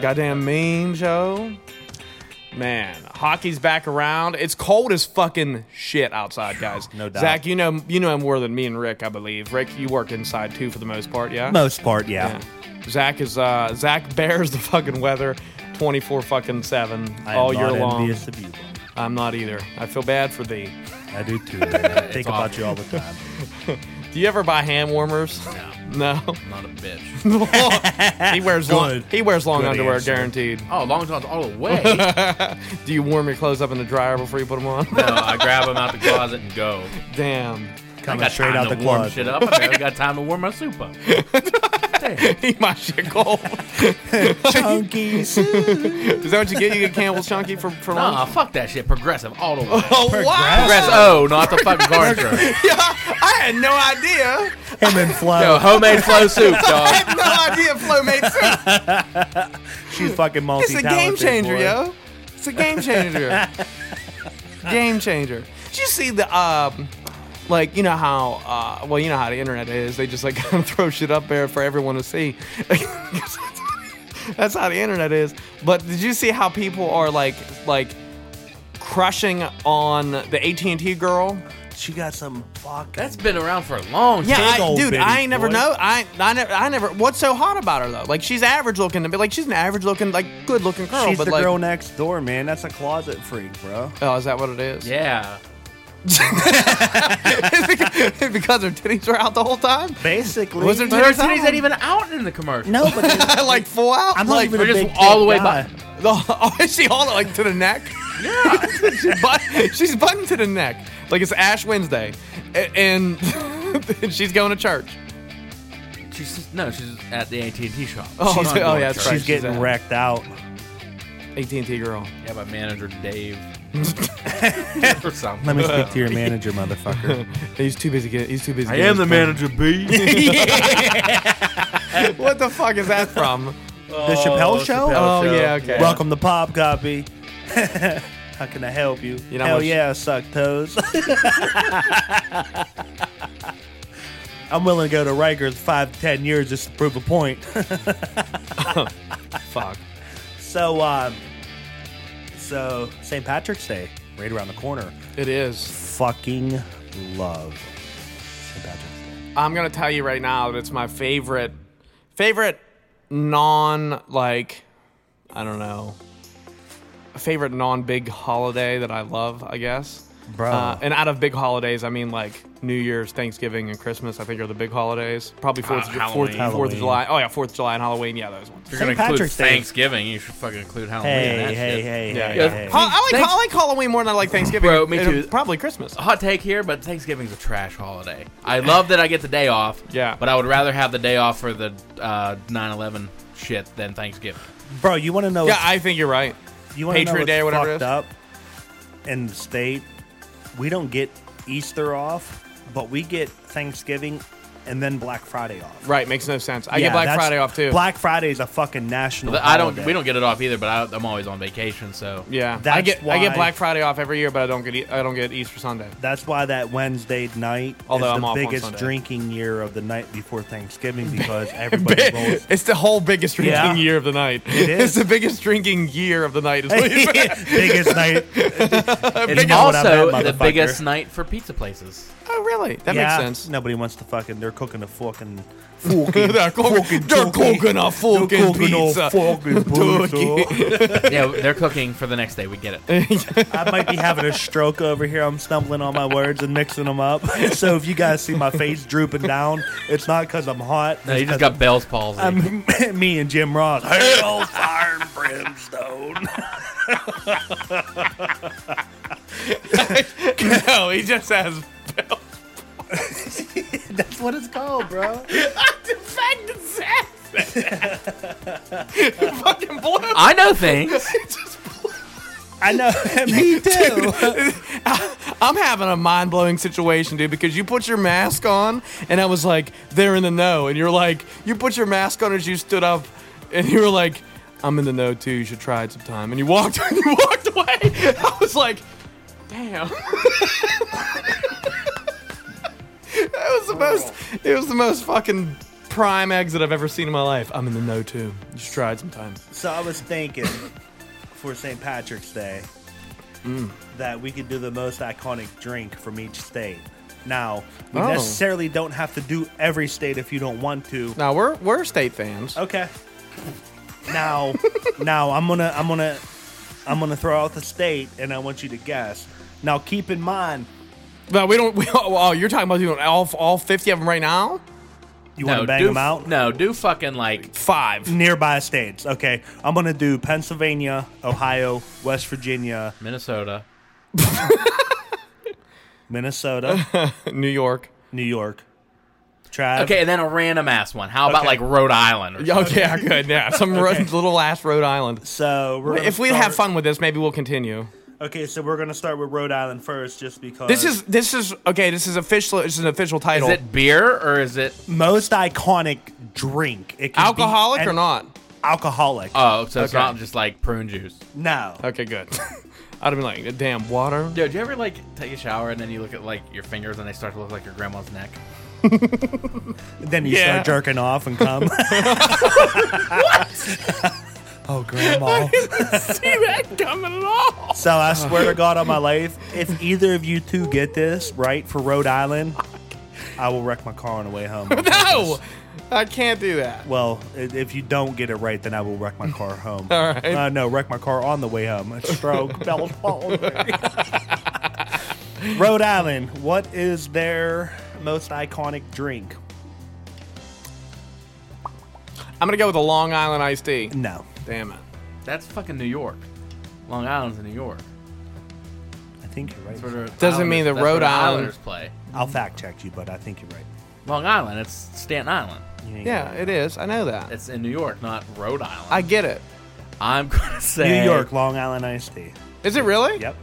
Speaker 1: Goddamn meme show. Man, hockey's back around. It's cold as fucking shit outside, guys.
Speaker 2: No doubt.
Speaker 1: Zach, you know you know him more than me and Rick, I believe. Rick, you work inside too for the most part, yeah?
Speaker 2: Most part, yeah.
Speaker 1: Yeah. Zach is uh Zach bears the fucking weather twenty four fucking seven
Speaker 2: I am
Speaker 1: all year
Speaker 2: not
Speaker 1: long.
Speaker 2: envious of you, bud.
Speaker 1: I'm not either. I feel bad for thee.
Speaker 2: I do too. man. I think about you all the time.
Speaker 1: Do you ever buy hand warmers? No. No.
Speaker 3: I'm not a bitch.
Speaker 1: he wears long
Speaker 2: Good.
Speaker 1: he wears long
Speaker 2: Good
Speaker 1: underwear,
Speaker 2: answer.
Speaker 1: guaranteed.
Speaker 3: Oh, long johns all the way. no,
Speaker 1: Do you warm your clothes up in the dryer before you put them on?
Speaker 3: I grab them out the closet and go.
Speaker 1: Damn.
Speaker 2: Coming
Speaker 3: got
Speaker 2: straight
Speaker 3: time
Speaker 2: out
Speaker 3: to
Speaker 2: the
Speaker 3: warm
Speaker 2: closet.
Speaker 3: shit up. I barely got time to warm my soup up.
Speaker 1: Eat my shit cold.
Speaker 2: Chunky
Speaker 1: Is that what you get? You get Campbell's Chunky for, for
Speaker 3: Nah,
Speaker 1: lunch?
Speaker 3: fuck that shit. Progressive all the way. Oh,
Speaker 1: Oh, wow.
Speaker 3: Progress O, not the fucking car insurance.
Speaker 1: I had no idea.
Speaker 2: him and Flo.
Speaker 3: Yo, homemade flow soup,
Speaker 1: I
Speaker 3: dog.
Speaker 1: had no idea Flo made soup.
Speaker 2: She's fucking multi
Speaker 1: It's a game changer, yo. It's a game changer. game changer. Did you see the, um, like, you know how, uh, well, you know how the internet is. They just, like, kind of throw shit up there for everyone to see. That's how the internet is. But did you see how people are, like, like, crushing on the AT&T girl?
Speaker 2: She got some fucking.
Speaker 3: That's been around for a long time.
Speaker 1: Yeah,
Speaker 2: Big
Speaker 1: I,
Speaker 2: old
Speaker 1: dude,
Speaker 2: bitty
Speaker 1: I ain't never
Speaker 2: boy.
Speaker 1: know. I, I never, I never. What's so hot about her though? Like she's average looking, but like she's an average looking, like good looking girl.
Speaker 2: She's
Speaker 1: but
Speaker 2: the
Speaker 1: like,
Speaker 2: girl next door, man. That's a closet freak, bro.
Speaker 1: oh, is that what it is?
Speaker 3: Yeah.
Speaker 1: because, because her titties were out the whole time.
Speaker 2: Basically,
Speaker 1: Was there
Speaker 3: But her
Speaker 1: titties out?
Speaker 3: titties ain't even out in the commercial.
Speaker 2: no? But then-
Speaker 1: like full out.
Speaker 2: I'm not
Speaker 1: like,
Speaker 2: even a
Speaker 3: They're just
Speaker 2: big
Speaker 3: all the
Speaker 2: dick
Speaker 3: way
Speaker 2: guy.
Speaker 3: by.
Speaker 1: oh, is she all like to the neck? Yeah, she's, butt, she's buttoned to the neck. Like it's Ash Wednesday, A- and, and she's going to church.
Speaker 3: She's just, no, she's at the AT and T shop.
Speaker 1: Oh,
Speaker 3: She's
Speaker 1: oh,
Speaker 3: not going
Speaker 1: yeah,
Speaker 3: to
Speaker 1: that's
Speaker 3: church.
Speaker 1: right.
Speaker 2: She's getting
Speaker 1: out.
Speaker 2: wrecked out.
Speaker 1: AT&T girl.
Speaker 3: Yeah, by manager Dave. or something.
Speaker 2: Let me speak to your manager, motherfucker.
Speaker 1: He's too busy. Getting, he's too busy.
Speaker 3: I
Speaker 1: getting
Speaker 3: am the
Speaker 1: his phone.
Speaker 3: manager B.
Speaker 1: What the fuck is that from?
Speaker 2: the Chappelle Show.
Speaker 1: Oh, yeah, okay.
Speaker 2: Welcome to Pop Copy. How can I help you?
Speaker 1: You know
Speaker 2: Hell
Speaker 1: what-
Speaker 2: yeah, I suck toes. I'm willing to go to Rikers five to ten years just to prove a point.
Speaker 1: Fuck.
Speaker 2: so, um, so St. Patrick's Day right around the corner.
Speaker 1: It is.
Speaker 2: Fucking love St. Patrick's Day.
Speaker 1: I'm gonna tell you right now that it's my favorite, favorite non like, I don't know, favorite non big holiday that I love. I guess.
Speaker 2: Bro.
Speaker 1: Uh, and out of big holidays, I mean like New Year's, Thanksgiving, and Christmas. I think are the big holidays. Probably Fourth,
Speaker 3: Uh,
Speaker 1: of, Ju- Fourth,
Speaker 3: Halloween.
Speaker 1: Fourth of July. Oh yeah, Fourth of July and Halloween. Yeah, those ones.
Speaker 3: If you're gonna
Speaker 2: St.
Speaker 3: include
Speaker 2: Patrick's Day.
Speaker 3: Thanksgiving, you should fucking include Halloween. in
Speaker 2: Hey,
Speaker 3: that
Speaker 2: hey,
Speaker 3: shit.
Speaker 2: hey,
Speaker 1: Yeah,
Speaker 2: hey,
Speaker 1: yeah.
Speaker 2: hey.
Speaker 1: I, I like,
Speaker 3: Thanks-
Speaker 1: I like Halloween more than I like Thanksgiving.
Speaker 3: Bro, me
Speaker 1: and
Speaker 3: too. Oh.
Speaker 1: Probably Christmas.
Speaker 3: Hot take here, but Thanksgiving's a trash holiday. I love that I get the day off.
Speaker 1: Yeah.
Speaker 3: But I would rather have the day off for the uh, 9/11 shit than Thanksgiving.
Speaker 2: Bro, you want to know?
Speaker 1: Yeah,
Speaker 2: what's-
Speaker 1: I think you're right.
Speaker 2: you wanna know
Speaker 1: Patriot
Speaker 2: what's
Speaker 1: Day or whatever it
Speaker 2: fucked
Speaker 1: is?
Speaker 2: Up in the state, we don't get Easter off, but we get Thanksgiving and then Black Friday off.
Speaker 1: Right, makes no sense. I
Speaker 2: Yeah,
Speaker 1: get Black
Speaker 2: that's-
Speaker 1: Friday off too.
Speaker 2: Black Friday is a fucking national.
Speaker 3: I don't.
Speaker 2: holiday.
Speaker 3: We don't get it off either. But I, I'm always on vacation, so
Speaker 1: Yeah, I
Speaker 2: That's
Speaker 1: get I get
Speaker 2: why-
Speaker 1: Black Friday off every year, but I don't get E- I don't get Easter Sunday.
Speaker 2: That's why that Wednesday night
Speaker 1: Although
Speaker 2: is
Speaker 1: I'm
Speaker 2: the
Speaker 1: off on
Speaker 2: biggest
Speaker 1: Sunday.
Speaker 2: drinking year of the night before Thanksgiving because everybody rolls.
Speaker 1: It's the whole biggest drinking
Speaker 2: Yeah.
Speaker 1: year of the night.
Speaker 2: is.
Speaker 1: It's the biggest drinking year of the night. Is what you-
Speaker 2: biggest night.
Speaker 3: it's
Speaker 2: Biggest- Uh, what I
Speaker 3: also
Speaker 2: meant,
Speaker 3: the
Speaker 2: motherfucker.
Speaker 3: biggest night for pizza places.
Speaker 1: oh, really? That
Speaker 2: yeah,
Speaker 1: makes sense.
Speaker 2: Nobody wants to fucking. They're cooking a fucking.
Speaker 1: they're cooking, they're cooking a fucking pizza.
Speaker 2: Fucking
Speaker 1: Turkey.
Speaker 3: yeah, they're cooking for the next day. We get it.
Speaker 2: I might be having a stroke over here. I'm stumbling on my words and mixing them up. So if you guys see my face drooping down, it's not because I'm hot.
Speaker 3: No, you
Speaker 2: it's
Speaker 3: just
Speaker 2: 'cause
Speaker 3: got Bell's palsy.
Speaker 2: I'm, me and Jim Ross. Hell, fire, and brimstone.
Speaker 1: no, he just has.
Speaker 2: That's what it's called, bro.
Speaker 1: the fact that Zach said that. fucking blew.
Speaker 3: I know things.
Speaker 2: I know. me too.
Speaker 1: I'm having a mind blowing situation, dude, because you put your mask on, and I was like, they're in the know. And you're like, you put your mask on as you stood up, and you were like, I'm in the know too. You should try it sometime. And you walked, you walked away. I was like, damn. the most. It was the most fucking prime exit I've ever seen in my life. I'm in the know too. You should try it sometime.
Speaker 2: So I was thinking for St. Patrick's Day that we could do the most iconic drink from each state. Now, we
Speaker 1: Oh.
Speaker 2: necessarily don't have to do every state if you don't want to.
Speaker 1: Now we're we're state fans.
Speaker 2: Okay. Now, now I'm gonna I'm gonna I'm gonna throw out the state, and I want you to guess. Now, keep in mind,
Speaker 1: But we don't. We, oh, you're talking about doing all all 50 of them right now?
Speaker 2: you want
Speaker 3: No,
Speaker 2: to bang
Speaker 3: do,
Speaker 2: them out.
Speaker 3: No, do fucking like
Speaker 1: Five.
Speaker 2: Nearby states. Okay, I'm gonna do Pennsylvania, Ohio, West Virginia,
Speaker 3: Minnesota.
Speaker 2: Minnesota,
Speaker 1: New York.
Speaker 2: New York. Try
Speaker 3: Okay, and then a random ass one. How about
Speaker 2: Okay.
Speaker 3: like Rhode Island? Or
Speaker 1: Oh yeah, good. Yeah, some ro-
Speaker 2: Okay.
Speaker 1: little ass Rhode Island.
Speaker 2: So we're gonna
Speaker 1: If we have
Speaker 2: start-
Speaker 1: fun with this, maybe we'll continue.
Speaker 2: Okay, so we're gonna start with Rhode Island first, just because
Speaker 1: This is this is okay. This is official. This is an official
Speaker 3: something?
Speaker 1: title.
Speaker 3: Is it beer or is it?
Speaker 2: most iconic drink. It can be
Speaker 1: alcoholic or
Speaker 2: an-
Speaker 1: not?
Speaker 2: Alcoholic.
Speaker 3: Oh, so it's
Speaker 1: Okay.
Speaker 3: not just like prune juice.
Speaker 2: no.
Speaker 1: Okay, good. I'd have been like, damn, water.
Speaker 3: Dude, do you ever like take a shower and then you look at like your fingers and they start to look like your grandma's neck?
Speaker 2: Then you
Speaker 1: Yeah.
Speaker 2: start jerking off and come. oh, grandma.
Speaker 1: See that coming at all?
Speaker 2: So I swear to God on my life, if either of you two get this right for Rhode Island, I will wreck my car on the way home.
Speaker 1: No, I can't do that.
Speaker 2: Well, i- if you don't get it right, then I will wreck my car home. All
Speaker 1: right.
Speaker 2: Uh, no, wreck my car on the way home. A stroke. fell upon me. Rhode Island. What is their most iconic drink?
Speaker 1: I'm gonna go with a Long Island iced tea.
Speaker 2: No,
Speaker 1: Damn it.
Speaker 3: That's fucking New York. Long Island's in New York.
Speaker 2: I think you're
Speaker 3: That's
Speaker 2: right.
Speaker 3: where
Speaker 1: Doesn't mean the
Speaker 3: that's where
Speaker 1: Rhode Island-
Speaker 3: Islanders play.
Speaker 2: I'll fact check you, but I think you're right.
Speaker 3: Long Island, it's Staten Island.
Speaker 2: You ain't
Speaker 1: Yeah, it is. I know that.
Speaker 3: It's in New York, not Rhode Island.
Speaker 1: I get it.
Speaker 3: I'm gonna say
Speaker 2: New York, Long Island iced tea.
Speaker 1: Is it really?
Speaker 2: Yep.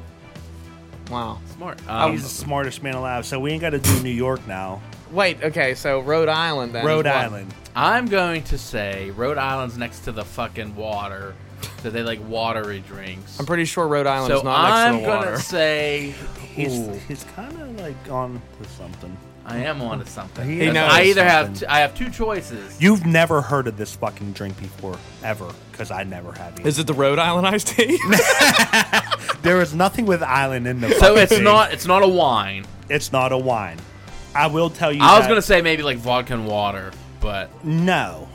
Speaker 1: Wow.
Speaker 3: Smart.
Speaker 1: I
Speaker 3: Um,
Speaker 2: He's the smartest man alive. So we ain't got to do New York now.
Speaker 1: Wait. Okay. So Rhode Island then. is
Speaker 2: Rhode
Speaker 1: what?
Speaker 2: Island.
Speaker 3: I'm going to say Rhode Island's next to the fucking water, so they like watery drinks.
Speaker 1: I'm pretty sure Rhode Island's
Speaker 3: so
Speaker 1: not
Speaker 3: I'm
Speaker 1: next to the
Speaker 3: gonna
Speaker 1: water.
Speaker 3: say
Speaker 2: He's,
Speaker 1: Ooh.
Speaker 2: he's kind of like on to something.
Speaker 3: I am onto something.
Speaker 2: He
Speaker 3: Because
Speaker 1: knows
Speaker 3: I either have t-
Speaker 2: something.
Speaker 3: I have two choices.
Speaker 2: You've never heard of this fucking drink before, ever, because I never have. Either.
Speaker 1: Is it the Rhode Island iced tea?
Speaker 2: There is nothing with island in the.
Speaker 3: so
Speaker 2: fucking
Speaker 3: it's
Speaker 2: thing.
Speaker 3: not it's not a wine.
Speaker 2: It's not a wine. I will tell you.
Speaker 3: I was
Speaker 2: that-
Speaker 3: gonna say maybe like vodka and water, but
Speaker 2: no.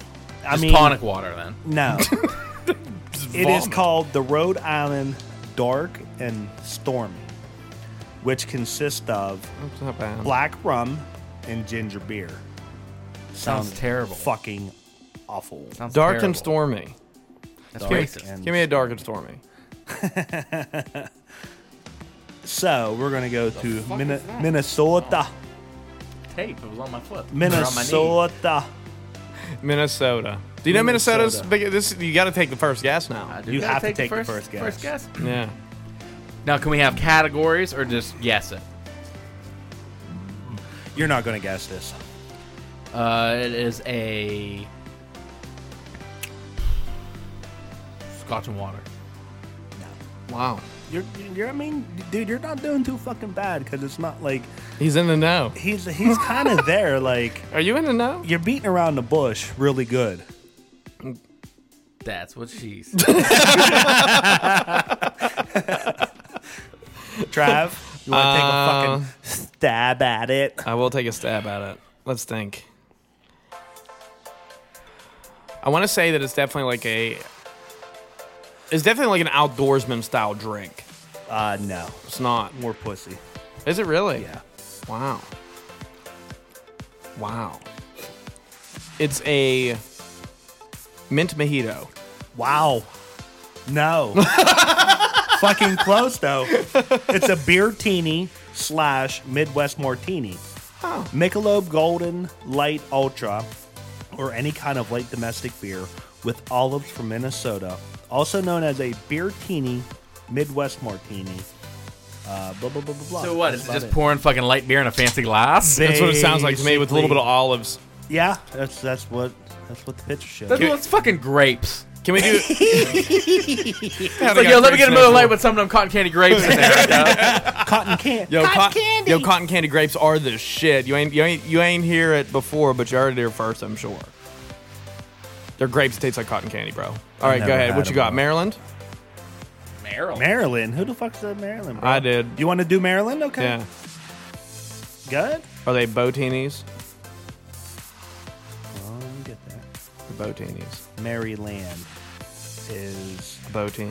Speaker 2: I
Speaker 3: just
Speaker 2: mean
Speaker 3: tonic water then.
Speaker 2: No. it is called the Rhode Island Dark and Stormy, which consists of
Speaker 3: Mm.
Speaker 1: It's not bad.
Speaker 2: black rum and ginger beer.
Speaker 3: Sounds terrible.
Speaker 2: Fucking awful.
Speaker 3: Sounds
Speaker 1: Dark
Speaker 3: terrible.
Speaker 1: and stormy.
Speaker 3: That's
Speaker 2: Dark
Speaker 3: racist.
Speaker 2: and-
Speaker 1: Give me a dark and stormy.
Speaker 2: So we're gonna go to Minne- Minnesota.
Speaker 3: tape. It was on my foot. Or on my knee.
Speaker 2: Minnesota.
Speaker 1: Minnesota. Do you know Minnesota's
Speaker 2: Minnesota.
Speaker 1: big? This you got to take the first guess
Speaker 3: I
Speaker 1: now.
Speaker 3: do
Speaker 2: You
Speaker 3: gotta
Speaker 2: have to take the first guess.
Speaker 3: First guess.
Speaker 1: Yeah.
Speaker 3: Now, can we have categories or just guess it?
Speaker 2: You're not gonna guess this.
Speaker 3: Uh, it is a Scotch and water.
Speaker 1: Wow.
Speaker 2: You're, you're. I mean, dude, you're not doing too fucking bad because it's not like
Speaker 1: He's in the know.
Speaker 2: he's he's kind of there. Like
Speaker 1: Are you in the know?
Speaker 2: you're beating around the bush really good.
Speaker 3: That's what she's.
Speaker 2: Trav, you want to take a fucking stab at it?
Speaker 1: I will take a stab at it. Let's think. I want to say that it's definitely like a. It's definitely like an outdoorsman style drink.
Speaker 2: Uh, no,
Speaker 1: It's not.
Speaker 2: more pussy.
Speaker 1: Is it really?
Speaker 2: Yeah,
Speaker 1: Wow. Wow. It's a mint mojito.
Speaker 2: Wow. No. Fucking close though. It's a beer teeny slash Midwest martini. Michelob Golden Light Ultra, or any kind of light domestic beer with olives from Minnesota, also known as a beer teeny Midwest martini. Uh, blah blah blah blah blah.
Speaker 3: so what? Is
Speaker 2: That's
Speaker 3: it just
Speaker 2: about
Speaker 3: pouring fucking light beer in a fancy glass?
Speaker 1: That's what it sounds like to me, with a little bit of olives.
Speaker 2: Yeah, that's that's what that's what the picture shows.
Speaker 3: That's, well, it's fucking grapes.
Speaker 1: Can we do?
Speaker 3: It's like, yo, let me get a Miller Lite with some of them cotton candy grapes in there. yo.
Speaker 2: Cotton can't.
Speaker 1: Yo, cotton candy. yo, cotton candy grapes are the shit. You ain't, you ain't, you ain't hear it before, but you heard it here first, I'm sure. Their grapes taste like cotton candy, bro. All right, go
Speaker 2: never
Speaker 1: ahead.
Speaker 2: had
Speaker 1: What you
Speaker 2: them,
Speaker 1: got,
Speaker 2: bro.
Speaker 1: Maryland?
Speaker 3: Maryland.
Speaker 2: Maryland. Who the fuck said Maryland? Bro?
Speaker 1: I did.
Speaker 2: You want to do Maryland? Okay.
Speaker 1: Uh, Yeah.
Speaker 2: Good.
Speaker 1: Are they botinis?
Speaker 2: Well, we get there.
Speaker 1: Botinis.
Speaker 2: Maryland is
Speaker 1: Botini.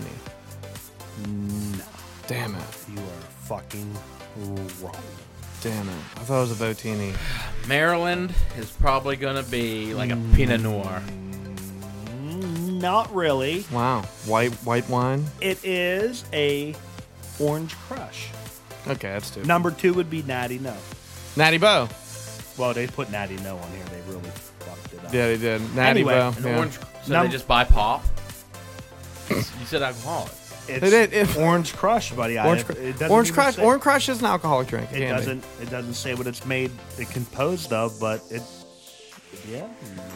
Speaker 2: no.
Speaker 1: Damn it.
Speaker 2: You are fucking wrong.
Speaker 1: Damn it. I thought it was a botini.
Speaker 3: Maryland is probably gonna be like a Pinot Noir.
Speaker 2: Not really.
Speaker 1: Wow. White white wine.
Speaker 2: It is a orange crush.
Speaker 1: Okay, that's two.
Speaker 2: Number two would be Natty No.
Speaker 1: Natty Bo.
Speaker 2: Well, they put Natty No on here. They really fucked it up.
Speaker 1: Yeah, they did. Natty
Speaker 2: Anyway,
Speaker 1: Bo.
Speaker 3: An
Speaker 1: yeah.
Speaker 3: orange. So
Speaker 2: Num-
Speaker 3: they just buy pop. you said alcoholic.
Speaker 2: It's
Speaker 1: They did, it-
Speaker 2: Orange Crush, buddy.
Speaker 1: Orange,
Speaker 2: I,
Speaker 1: Cru-
Speaker 2: it doesn't
Speaker 1: Orange
Speaker 2: even
Speaker 1: Crush.
Speaker 2: say-
Speaker 1: Orange Crush is an alcoholic drink. can
Speaker 2: It
Speaker 1: be.
Speaker 2: doesn't. It doesn't say what it's made. It composed of, but it. Yeah,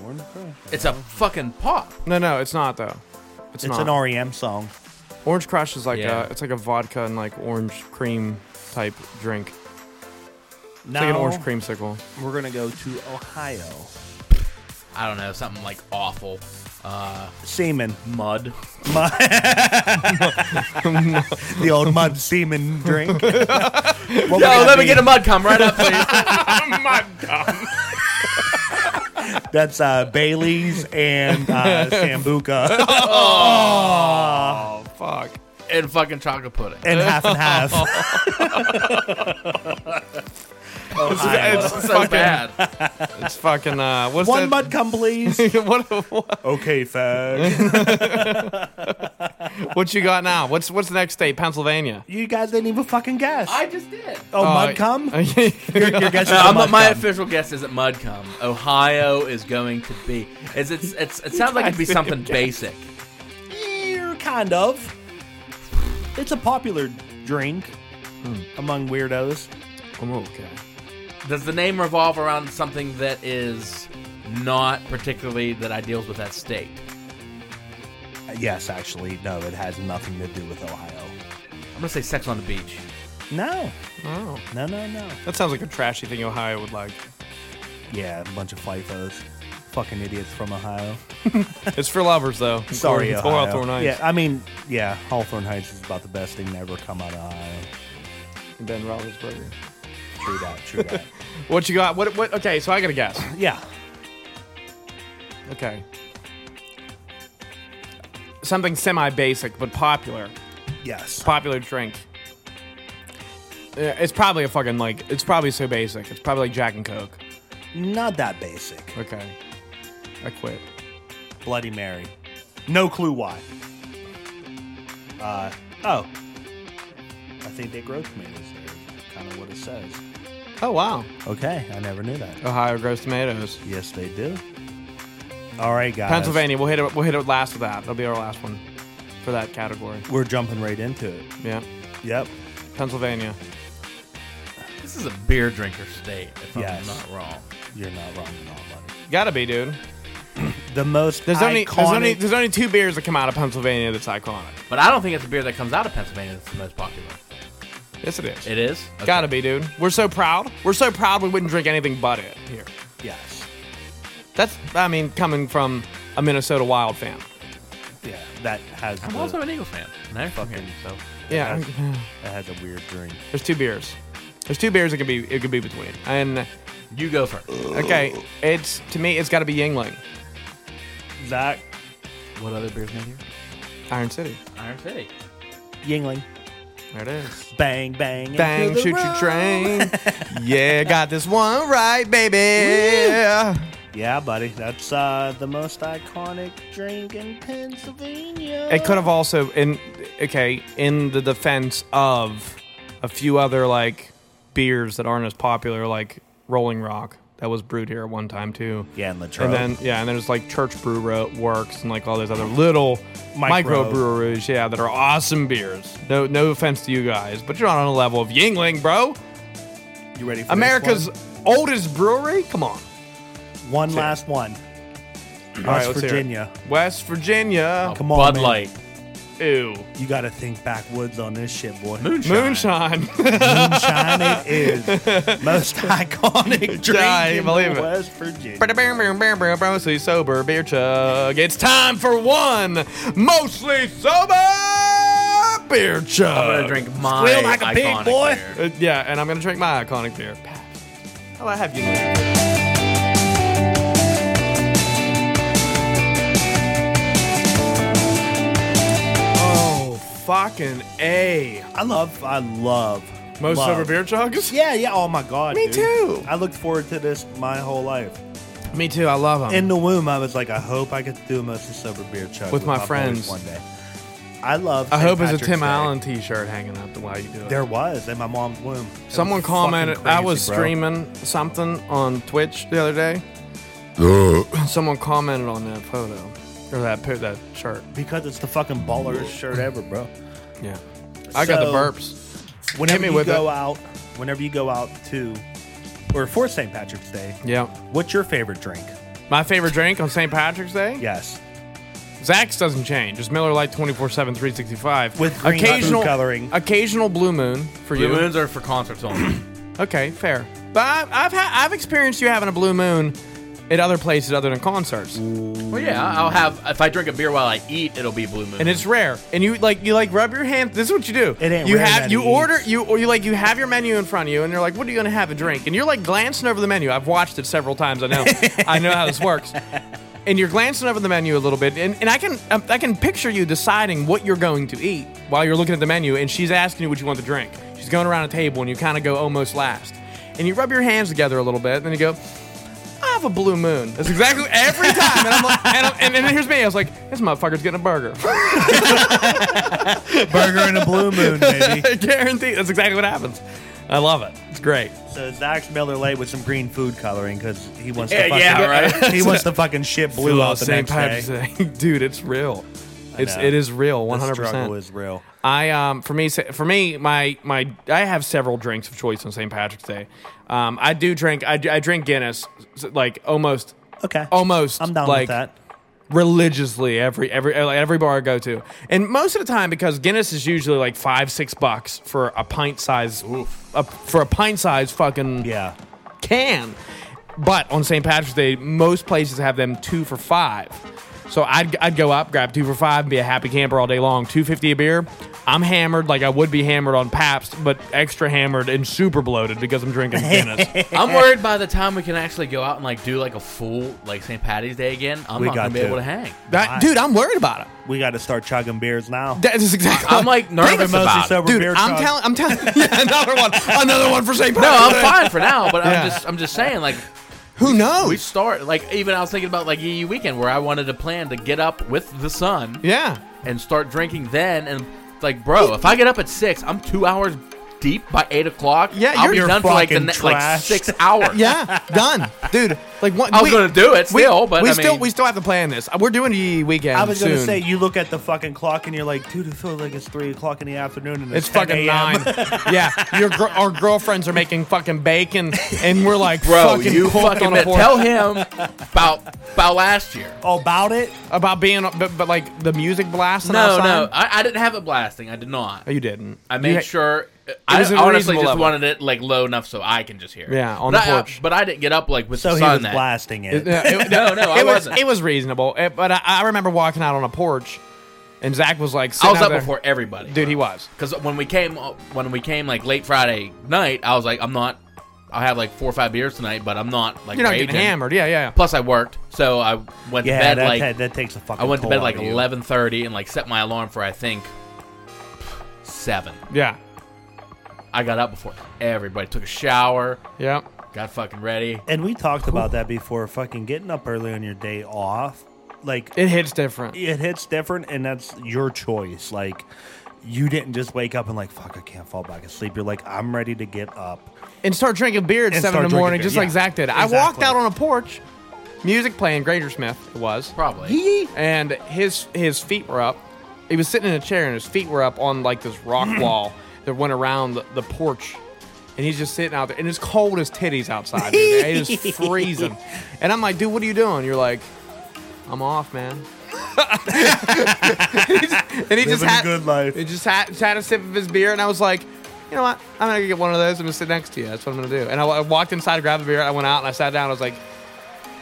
Speaker 2: Orange Crush.
Speaker 3: It's a fucking pop.
Speaker 1: No, no, it's not though. It's,
Speaker 2: It's
Speaker 1: not.
Speaker 2: an REM song.
Speaker 1: orange Crush is like
Speaker 3: Yeah.
Speaker 1: a, it's like a vodka and like orange cream type drink. It's
Speaker 2: No,
Speaker 1: like an orange creamsicle.
Speaker 2: We're gonna go to Ohio.
Speaker 3: I don't know, something like awful. Uh,
Speaker 2: Semen,
Speaker 3: mud.
Speaker 2: mud. the old mud semen drink. What would
Speaker 3: Yo,
Speaker 2: that
Speaker 3: Oh, let me
Speaker 2: be?
Speaker 3: get a mud cum right up, please.
Speaker 2: That's uh, Bailey's and uh, Sambuca,
Speaker 1: Oh fuck.
Speaker 3: and fucking chocolate pudding.
Speaker 2: and half and half.
Speaker 3: Oh,
Speaker 2: Ohio.
Speaker 1: It's
Speaker 3: so bad.
Speaker 1: It's fucking uh. What's
Speaker 2: One
Speaker 1: that?
Speaker 2: mud cum, please.
Speaker 1: what, what
Speaker 2: okay, fag.
Speaker 1: what you got now? What's what's the next state? Pennsylvania.
Speaker 2: You guys didn't even fucking guess.
Speaker 3: I just did.
Speaker 2: oh,
Speaker 1: Uh,
Speaker 2: mud cum?
Speaker 1: yeah.
Speaker 2: You're, you're guessing the
Speaker 3: No, I'm,
Speaker 2: mud
Speaker 3: my
Speaker 2: cum.
Speaker 3: official guess isn't mud cum. Ohio is going to be. It's, it's, it's, it sounds like it'd be something basic.
Speaker 2: Eh, kind of. It's a popular drink
Speaker 3: Hmm.
Speaker 2: among weirdos.
Speaker 1: I'm okay.
Speaker 3: Does the name revolve around something that is not particularly that I deals with that state?
Speaker 2: Yes, actually, no, it has nothing to do with Ohio.
Speaker 3: I'm gonna say sex on the beach.
Speaker 2: No,
Speaker 1: Oh,
Speaker 2: no, no, no.
Speaker 1: that sounds like a trashy thing Ohio would like.
Speaker 2: Yeah, a bunch of FIFOs. Fucking idiots from Ohio.
Speaker 1: It's for lovers though.
Speaker 2: Sorry,
Speaker 1: it's
Speaker 2: Ohio.
Speaker 1: Hawthorne Heights.
Speaker 2: Yeah, I mean, yeah, Hawthorne Heights is about the best thing to ever come out of Ohio.
Speaker 1: Ben Roethlisberger.
Speaker 2: True that, true that.
Speaker 1: What you got? What what? Okay, so I got to guess.
Speaker 2: yeah.
Speaker 1: Okay. Something semi-basic but popular.
Speaker 2: Yes.
Speaker 1: Popular drink. Yeah, It's probably a fucking like. It's probably so basic. It's probably like Jack and Coke.
Speaker 2: Not that basic.
Speaker 1: Okay. I quit.
Speaker 2: Bloody Mary. No clue why. Uh, oh. I think they grow tomatoes there. Kind of what it says.
Speaker 1: Oh wow.
Speaker 2: Okay, I never knew that.
Speaker 1: Ohio grows tomatoes.
Speaker 2: Yes, they do. All right, guys.
Speaker 1: Pennsylvania. We'll hit it. We'll hit it last with that. That'll be our last one for that category.
Speaker 2: We're jumping right into it.
Speaker 1: Yeah.
Speaker 2: Yep.
Speaker 1: Pennsylvania.
Speaker 3: This is a beer drinker state, if
Speaker 2: Yes.
Speaker 3: I'm not wrong.
Speaker 2: You're not wrong at all, buddy.
Speaker 1: Gotta be, dude.
Speaker 2: The most
Speaker 1: There's only
Speaker 2: iconic.
Speaker 1: there's only there's only two beers that come out of Pennsylvania that's iconic.
Speaker 3: But I don't think it's a beer that comes out of Pennsylvania that's the most popular.
Speaker 1: Yes, it is.
Speaker 3: It is? Okay.
Speaker 1: Gotta be, dude. We're so proud. We're so proud we wouldn't drink anything but it here.
Speaker 2: yes.
Speaker 1: That's, I mean, coming from a Minnesota Wild fan.
Speaker 2: Yeah, that has.
Speaker 3: I'm
Speaker 2: the-
Speaker 3: also an Eagles fan. And they're from here, so.
Speaker 1: Yeah,
Speaker 2: that has a weird drink.
Speaker 1: there's two beers. There's two beers it could be it could be between. And
Speaker 3: You go first.
Speaker 1: okay, it's to me it's got to be Yingling,
Speaker 2: That
Speaker 3: What other beers made here?
Speaker 1: Iron City.
Speaker 3: Iron City.
Speaker 2: Yingling.
Speaker 1: There it is.
Speaker 2: Bang bang. into
Speaker 1: Bang,
Speaker 2: the
Speaker 1: shoot
Speaker 2: room.
Speaker 1: your train. yeah, got this one right, baby.
Speaker 2: Yeah, buddy. That's uh, the most iconic drink in Pennsylvania.
Speaker 1: It could have also in okay in the defense of a few other like beers that aren't as popular, like Rolling Rock that was brewed here at one time too.
Speaker 2: Yeah, and Latrobe.
Speaker 1: And then yeah, and there's like Church Brew Ro- Works and like all those other little
Speaker 2: Micro.
Speaker 1: microbreweries, yeah, that are awesome beers. No, no offense to you guys, but you're not on a level of Yingling, bro.
Speaker 2: You ready for this
Speaker 1: America's oldest brewery. Come on,
Speaker 2: one, one last one?
Speaker 1: All
Speaker 2: West
Speaker 1: let's hear it.
Speaker 2: Virginia. Oh.
Speaker 1: West Virginia.
Speaker 2: Come on,
Speaker 3: Oh, Bud
Speaker 2: man.
Speaker 3: Light.
Speaker 1: Ew.
Speaker 2: You got to think backwoods on this shit, boy.
Speaker 3: Moonshine.
Speaker 1: Moonshine.
Speaker 2: Moonshine it is. Most iconic drink
Speaker 1: I
Speaker 2: in
Speaker 1: believe it.
Speaker 2: West Virginia.
Speaker 1: Mostly sober beer chug. It's time for one mostly sober beer chug.
Speaker 3: I'm gonna drink my
Speaker 2: Squeal like a pig,
Speaker 3: iconic
Speaker 2: boy.
Speaker 3: beer.
Speaker 1: Uh, yeah, and I'm gonna drink my iconic beer. How I have you? know. Oh, fucking a.
Speaker 2: I love, I love.
Speaker 1: Most
Speaker 2: love.
Speaker 1: sober beer chugs.
Speaker 2: Yeah, yeah. Oh my god.
Speaker 1: Me
Speaker 2: dude.
Speaker 1: too.
Speaker 2: I looked forward to this my whole life.
Speaker 1: Me too. I love them.
Speaker 2: In the womb, I was like, I hope I get to do a mostly sober beer chug
Speaker 1: With my
Speaker 2: boys
Speaker 1: friends.
Speaker 2: one day. I love.
Speaker 1: I
Speaker 2: St.
Speaker 1: hope it's a
Speaker 2: Patrick's
Speaker 1: Tim
Speaker 2: Day.
Speaker 1: Allen T-shirt hanging up the while you do it.
Speaker 2: There was in my mom's womb. It
Speaker 1: Someone
Speaker 2: was
Speaker 1: commented.
Speaker 2: fucking
Speaker 1: I
Speaker 2: crazy,
Speaker 1: was
Speaker 2: bro.
Speaker 1: streaming something on Twitch the other day. Someone commented on that photo or that pi- that shirt.
Speaker 2: because it's the fucking baller's shirt ever, bro.
Speaker 1: Yeah, I got the
Speaker 2: So-
Speaker 1: burps.
Speaker 2: Whenever
Speaker 1: me
Speaker 2: you
Speaker 1: with
Speaker 2: go
Speaker 1: it.
Speaker 2: out, whenever you go out to or for St. Patrick's Day,
Speaker 1: Yeah,
Speaker 2: what's your favorite drink?
Speaker 1: my favorite drink on St. Patrick's Day.
Speaker 2: Yes,
Speaker 1: Zach's doesn't change. It's Miller Lite 24/7, 365
Speaker 2: With green food coloring.
Speaker 1: Occasional Blue Moon for
Speaker 3: Blue
Speaker 1: you.
Speaker 3: moons are for concerts only.
Speaker 1: Okay, fair. But I, I've ha- I've experienced you having a Blue Moon at other places other than concerts.
Speaker 3: well, yeah, I'll have if I drink a beer while I eat, it'll be blue moon.
Speaker 1: and it's rare. And you like you like rub your hand. This is what you do.
Speaker 2: It ain't
Speaker 1: you
Speaker 2: rare
Speaker 1: have
Speaker 2: that
Speaker 1: you
Speaker 2: he
Speaker 1: order
Speaker 2: eats.
Speaker 1: you or you like you have your menu in front of you, and you're like, "What are you gonna have a drink?" And you're like glancing over the menu. I've watched it several times. I know I know how this works. And you're glancing over the menu a little bit, and, and I can um, I can picture you deciding what you're going to eat while you're looking at the menu, and she's asking you what you want to drink. She's going around a table, and you kind of go almost last, and you rub your hands together a little bit, and then you go. I have a blue moon. That's exactly every time. And I'm like, and, I'm, and, and here's me. I was like, this motherfucker's getting a burger.
Speaker 2: burger and a blue moon, baby.
Speaker 1: Guaranteed. That's exactly what happens. I love it. It's great.
Speaker 2: So Zach's Miller Lite with some green food coloring because he wants to
Speaker 3: Yeah,
Speaker 2: fucking,
Speaker 3: yeah, right.
Speaker 2: he wants to fucking shit blue out the
Speaker 1: St.
Speaker 2: next
Speaker 1: Patrick's
Speaker 2: day.
Speaker 1: Day. dude. It's real. It's
Speaker 2: know.
Speaker 1: it is real.
Speaker 2: The
Speaker 1: One hundred
Speaker 2: struggle
Speaker 1: percent.
Speaker 2: is real.
Speaker 1: I um for me for me my my I have several drinks of choice on St. Patrick's Day. Um, I do drink I, do- I drink Guinness s- like almost
Speaker 2: Okay,
Speaker 1: Almost,
Speaker 2: I'm down
Speaker 1: like-
Speaker 2: with that.
Speaker 1: religiously every every like, every bar I go to, and most of the time because Guinness is usually like five six bucks for a pint size a, for a pint size fucking
Speaker 2: Yeah,
Speaker 1: can. But on St. Patrick's Day, most places have them two for five. So I'd, I'd go up, grab two for five, and be a happy camper all day long. Two fifty a beer. I'm hammered like I would be hammered on Pabst, but extra hammered and super bloated because I'm drinking Guinness.
Speaker 3: I'm worried by the time we can actually go out and like do like a full like St. Patty's Day again, I'm
Speaker 2: We
Speaker 3: not gonna
Speaker 2: got
Speaker 3: be
Speaker 2: to.
Speaker 3: able to hang.
Speaker 1: That, dude, I'm worried about it.
Speaker 2: we got to start chugging beers now.
Speaker 1: That is exactly.
Speaker 3: I'm like nervous
Speaker 2: Mostly
Speaker 3: about it.
Speaker 2: sober
Speaker 1: dude,
Speaker 2: beer
Speaker 1: I'm
Speaker 2: chug.
Speaker 1: telling, I'm telling, yeah, another one, another one for St. Patrick's.
Speaker 3: No, I'm
Speaker 1: Day.
Speaker 3: fine for now, but
Speaker 1: Yeah.
Speaker 3: I'm just I'm just saying like
Speaker 1: Who knows?
Speaker 3: we start like even I was thinking about like EE weekend where I wanted to plan to get up with the sun
Speaker 1: yeah,
Speaker 3: and start drinking then and it's like bro, if I get up at six, I'm two hours deep by eight o'clock.
Speaker 1: Yeah,
Speaker 3: I'll
Speaker 1: you're-
Speaker 3: be
Speaker 1: you're
Speaker 3: done for like the
Speaker 2: fucking
Speaker 3: ne- like
Speaker 2: trashed.
Speaker 3: six hours.
Speaker 1: yeah, done, dude. Like one.
Speaker 3: I was
Speaker 1: we-
Speaker 3: gonna do it still, but
Speaker 1: we
Speaker 3: I
Speaker 1: still
Speaker 3: mean-
Speaker 1: we still have to plan this. We're doing the weekend.
Speaker 2: I was gonna
Speaker 1: soon.
Speaker 2: say you look at the fucking clock and you're like, dude, it feels like it's three o'clock in the afternoon and
Speaker 1: It's
Speaker 2: it's, 10
Speaker 1: fucking
Speaker 2: a.m.
Speaker 1: nine. yeah, your gr- our girlfriends are making fucking bacon, and we're like,
Speaker 3: Bro,
Speaker 1: fucking
Speaker 3: you
Speaker 1: cooked
Speaker 3: fucking
Speaker 1: on a porch
Speaker 3: tell him about about last year.
Speaker 2: Oh, about it.
Speaker 1: about being, uh, but, but like the music blasting.
Speaker 3: No,
Speaker 1: outside?
Speaker 3: no, I, I didn't have it blasting. I did not.
Speaker 1: Oh, you didn't.
Speaker 3: I
Speaker 1: You
Speaker 3: made
Speaker 1: ha-
Speaker 3: sure. I
Speaker 1: was at a
Speaker 3: honestly
Speaker 1: reasonable
Speaker 3: just
Speaker 1: level.
Speaker 3: wanted it like low enough so I can just hear. it.
Speaker 1: Yeah, on
Speaker 3: but
Speaker 1: the
Speaker 3: I,
Speaker 1: porch.
Speaker 3: I, but I didn't get up like with
Speaker 2: So
Speaker 3: the
Speaker 2: he
Speaker 3: sun.
Speaker 2: was
Speaker 3: that
Speaker 2: blasting it.
Speaker 1: Yeah, it-
Speaker 3: no, no, I
Speaker 1: it was
Speaker 3: wasn't.
Speaker 1: it was reasonable, it- but I, I remember walking out on a porch, and Zach was like,
Speaker 3: I
Speaker 1: sitting
Speaker 3: was
Speaker 1: out
Speaker 3: up
Speaker 1: there-
Speaker 3: before everybody,
Speaker 1: Dude, he was.
Speaker 3: Because when we came uh, when we came like late Friday night, I was like, I'm not. I have like four or five beers tonight, but I'm not like
Speaker 1: You're not
Speaker 3: raging.
Speaker 1: getting hammered. Yeah, yeah.
Speaker 3: Plus, I worked, so I went
Speaker 2: Yeah,
Speaker 3: to bed
Speaker 2: that,
Speaker 3: like
Speaker 2: that, that takes a fucking.
Speaker 3: I went
Speaker 2: toll
Speaker 3: to bed
Speaker 2: out
Speaker 3: like
Speaker 2: of you.
Speaker 3: 11:30 and like set my alarm for I think seven.
Speaker 1: Yeah.
Speaker 3: I got up before everybody took a shower,
Speaker 1: Yeah.
Speaker 3: got fucking ready.
Speaker 2: And we talked about that before. Fucking getting up early on your day off, like
Speaker 1: It hits different.
Speaker 2: it hits different and that's your choice like you didn't just wake up and like fuck i can't fall back asleep you're like i'm ready to get up
Speaker 1: and start drinking beer at
Speaker 2: And
Speaker 1: seven
Speaker 2: start
Speaker 1: in the morning,
Speaker 2: drinking beer,
Speaker 1: just
Speaker 2: yeah.
Speaker 1: like Zach did. I
Speaker 2: Exactly.
Speaker 1: walked out on a porch, music playing, Granger Smith it was
Speaker 3: Probably.
Speaker 1: and his his feet were up. He was sitting in a chair, and his feet were up on like this rock wall that went around the, the porch. And he's just sitting out there, and it's cold as titties outside. Dude. It is freezing. And I'm like, dude, what are you doing? You're like, I'm off, man. and he just
Speaker 2: Living a
Speaker 1: had
Speaker 2: good life.
Speaker 1: He just had, just had a sip of his beer, and I was like, you know what? I'm gonna get one of those. I'm gonna sit next to you. That's what I'm gonna do. And I, I walked inside, I grabbed the beer, I went out, and I sat down. I was like,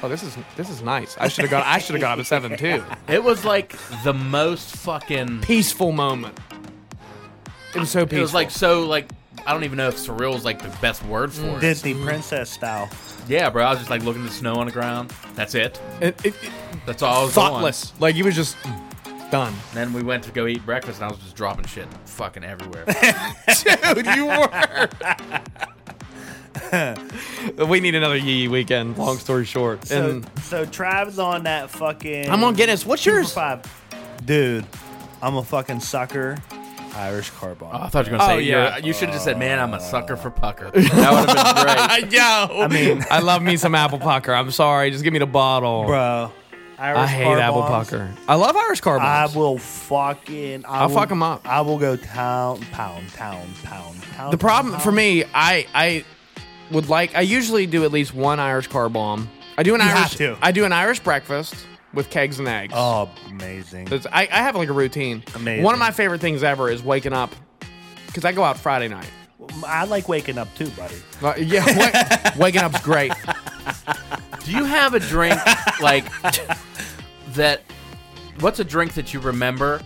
Speaker 1: oh, this is this is nice. I should have gone. I should have gone up at seven too.
Speaker 3: It was like the most fucking.
Speaker 1: Peaceful moment. It was so peaceful.
Speaker 3: It was like so like I don't even know if surreal is like the best word
Speaker 1: Mm.
Speaker 3: for it.
Speaker 2: Disney princess style.
Speaker 3: Yeah, bro. I was just like looking at the snow on the ground. That's it.
Speaker 1: It- it- it-
Speaker 3: That's all I was on.
Speaker 1: thoughtless. Like he was just done.
Speaker 3: And then we went to go eat breakfast, and I was just dropping shit fucking everywhere.
Speaker 1: Dude, you were. we need another Yee weekend. Long story short,
Speaker 2: So,
Speaker 1: and
Speaker 2: so Trav's on that fucking.
Speaker 1: I'm gonna get us. What's
Speaker 2: Super
Speaker 1: yours?
Speaker 2: five. Dude, I'm a fucking sucker. Irish car bomb.
Speaker 3: Oh, I thought you were gonna say
Speaker 1: Oh, yeah.
Speaker 3: yeah. You should have just said, "Man, I'm a sucker for pucker." That would have been great.
Speaker 1: Yo, I
Speaker 2: mean-
Speaker 1: I love me some apple pucker. I'm sorry, just give me the bottle.
Speaker 2: bro. Irish
Speaker 1: I hate
Speaker 2: car
Speaker 1: apple
Speaker 2: bombs.
Speaker 1: pucker. I love Irish car
Speaker 2: I
Speaker 1: bombs.
Speaker 2: will fucking. I
Speaker 1: I'll
Speaker 2: will,
Speaker 1: fuck 'em up.
Speaker 2: I will go town, pound, pound, pound, pound.
Speaker 1: The problem
Speaker 2: pound,
Speaker 1: for me, I I would like. I usually do at least one Irish car bomb. I do an
Speaker 2: You
Speaker 1: Irish.
Speaker 2: have to.
Speaker 1: I do an Irish breakfast with kegs and eggs.
Speaker 2: pound. Oh, amazing.
Speaker 1: That's- I, I have like a routine.
Speaker 2: Amazing.
Speaker 1: One of my favorite things ever is waking up because I go out Friday night.
Speaker 2: I like waking up too, buddy.
Speaker 1: Like, yeah, wa- waking up's great.
Speaker 3: Do you have a drink like that? What's a drink that you remember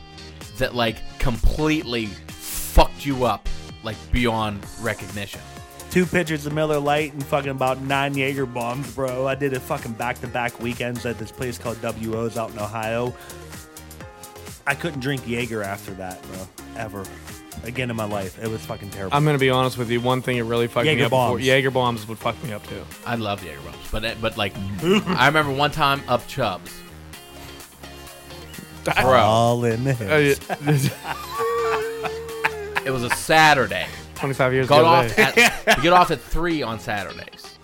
Speaker 3: that like completely fucked you up, like beyond recognition?
Speaker 2: Two pitchers of Miller Light and fucking about nine Jaeger bombs, bro. I did it fucking back to back weekends at this place called WO's out in Ohio. I couldn't drink Jaeger after that, bro. Ever. Again in my life. It was fucking terrible.
Speaker 1: I'm gonna be honest with you. One thing that really fucked me
Speaker 2: Jaeger
Speaker 1: up before
Speaker 2: bombs.
Speaker 1: Jaeger bombs would fuck me up too.
Speaker 3: I love Jaeger bombs, but it- but like I remember one time up Chubbs, bro.
Speaker 2: all in the head.
Speaker 1: Uh, yeah,
Speaker 3: It was a Saturday.
Speaker 1: 25 years
Speaker 3: Got
Speaker 1: ago.
Speaker 3: off at, we get off at three on Saturdays.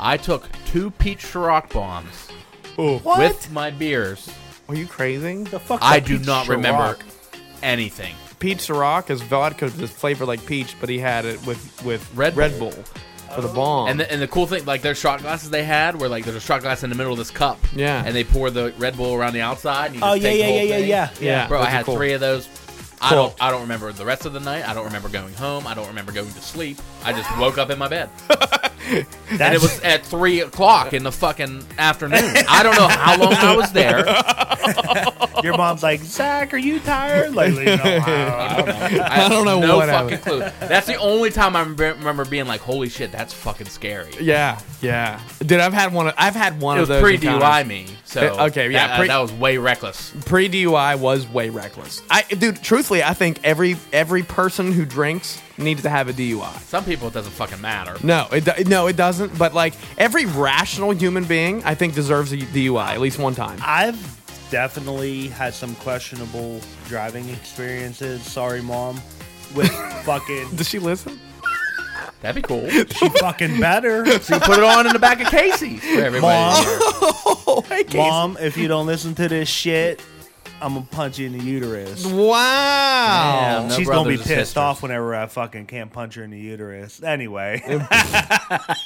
Speaker 3: I took two peach Ciroc bombs
Speaker 2: What?
Speaker 3: with my beers.
Speaker 1: Are you crazy?
Speaker 2: the fuck
Speaker 3: I do not remember anything.
Speaker 1: Peach Ciroc is vodka just flavored like peach, but he had it with with
Speaker 3: Red
Speaker 1: Bull, for the bomb.
Speaker 3: And the, and the cool thing, like their shot glasses they had, were like there's a shot glass in the middle of this cup.
Speaker 1: Yeah.
Speaker 3: And they pour the Red Bull around the outside. And you
Speaker 2: Oh
Speaker 3: just
Speaker 2: yeah,
Speaker 3: take
Speaker 2: yeah,
Speaker 3: the whole
Speaker 2: yeah, yeah,
Speaker 3: thing.
Speaker 2: yeah,
Speaker 1: Yeah.
Speaker 3: Bro, I
Speaker 1: Those are
Speaker 3: had
Speaker 1: cool.
Speaker 3: three of those. I don't.
Speaker 1: Cool.
Speaker 3: I don't remember the rest of the night. I don't remember going home. I don't remember going to sleep. I just woke up in my bed, and
Speaker 2: That's,
Speaker 3: it was at three o'clock in the fucking afternoon. I don't know how long I was there.
Speaker 2: your mom's like, Zach, are you tired? Like, you know, I don't know.
Speaker 3: I, have
Speaker 1: don't know
Speaker 3: no
Speaker 1: what
Speaker 3: fucking clue. That's the only time I remember- remember being like, "Holy shit, that's fucking scary."
Speaker 1: yeah, yeah. Dude, I've had one. Of, I've had one
Speaker 3: It
Speaker 1: of
Speaker 3: was
Speaker 1: those.
Speaker 3: pre
Speaker 1: encounters.
Speaker 3: DUI me, so
Speaker 1: Uh, okay, yeah,
Speaker 3: that,
Speaker 1: pre-
Speaker 3: that was way reckless.
Speaker 1: pre DUI was way reckless. I dude, truthfully, I think every every person who drinks needs to have a DUI.
Speaker 3: Some people it doesn't fucking matter.
Speaker 1: No, it do- no, it doesn't. But like every rational human being, I think deserves a DUI at least one time.
Speaker 2: I've definitely had some questionable driving experiences. Sorry, mom. With fucking,
Speaker 1: Does she listen?
Speaker 3: That'd be cool.
Speaker 2: she fucking better.
Speaker 3: So you put it on in the back of Casey's for everybody.
Speaker 1: Oh, hey, Casey.
Speaker 2: Mom, if you don't listen to this shit, I'm gonna punch you in the uterus.
Speaker 1: Wow.
Speaker 3: Damn, no
Speaker 2: She's gonna be
Speaker 3: brothers
Speaker 2: pissed
Speaker 3: and sisters.
Speaker 2: off whenever I fucking can't punch her in the uterus. Anyway,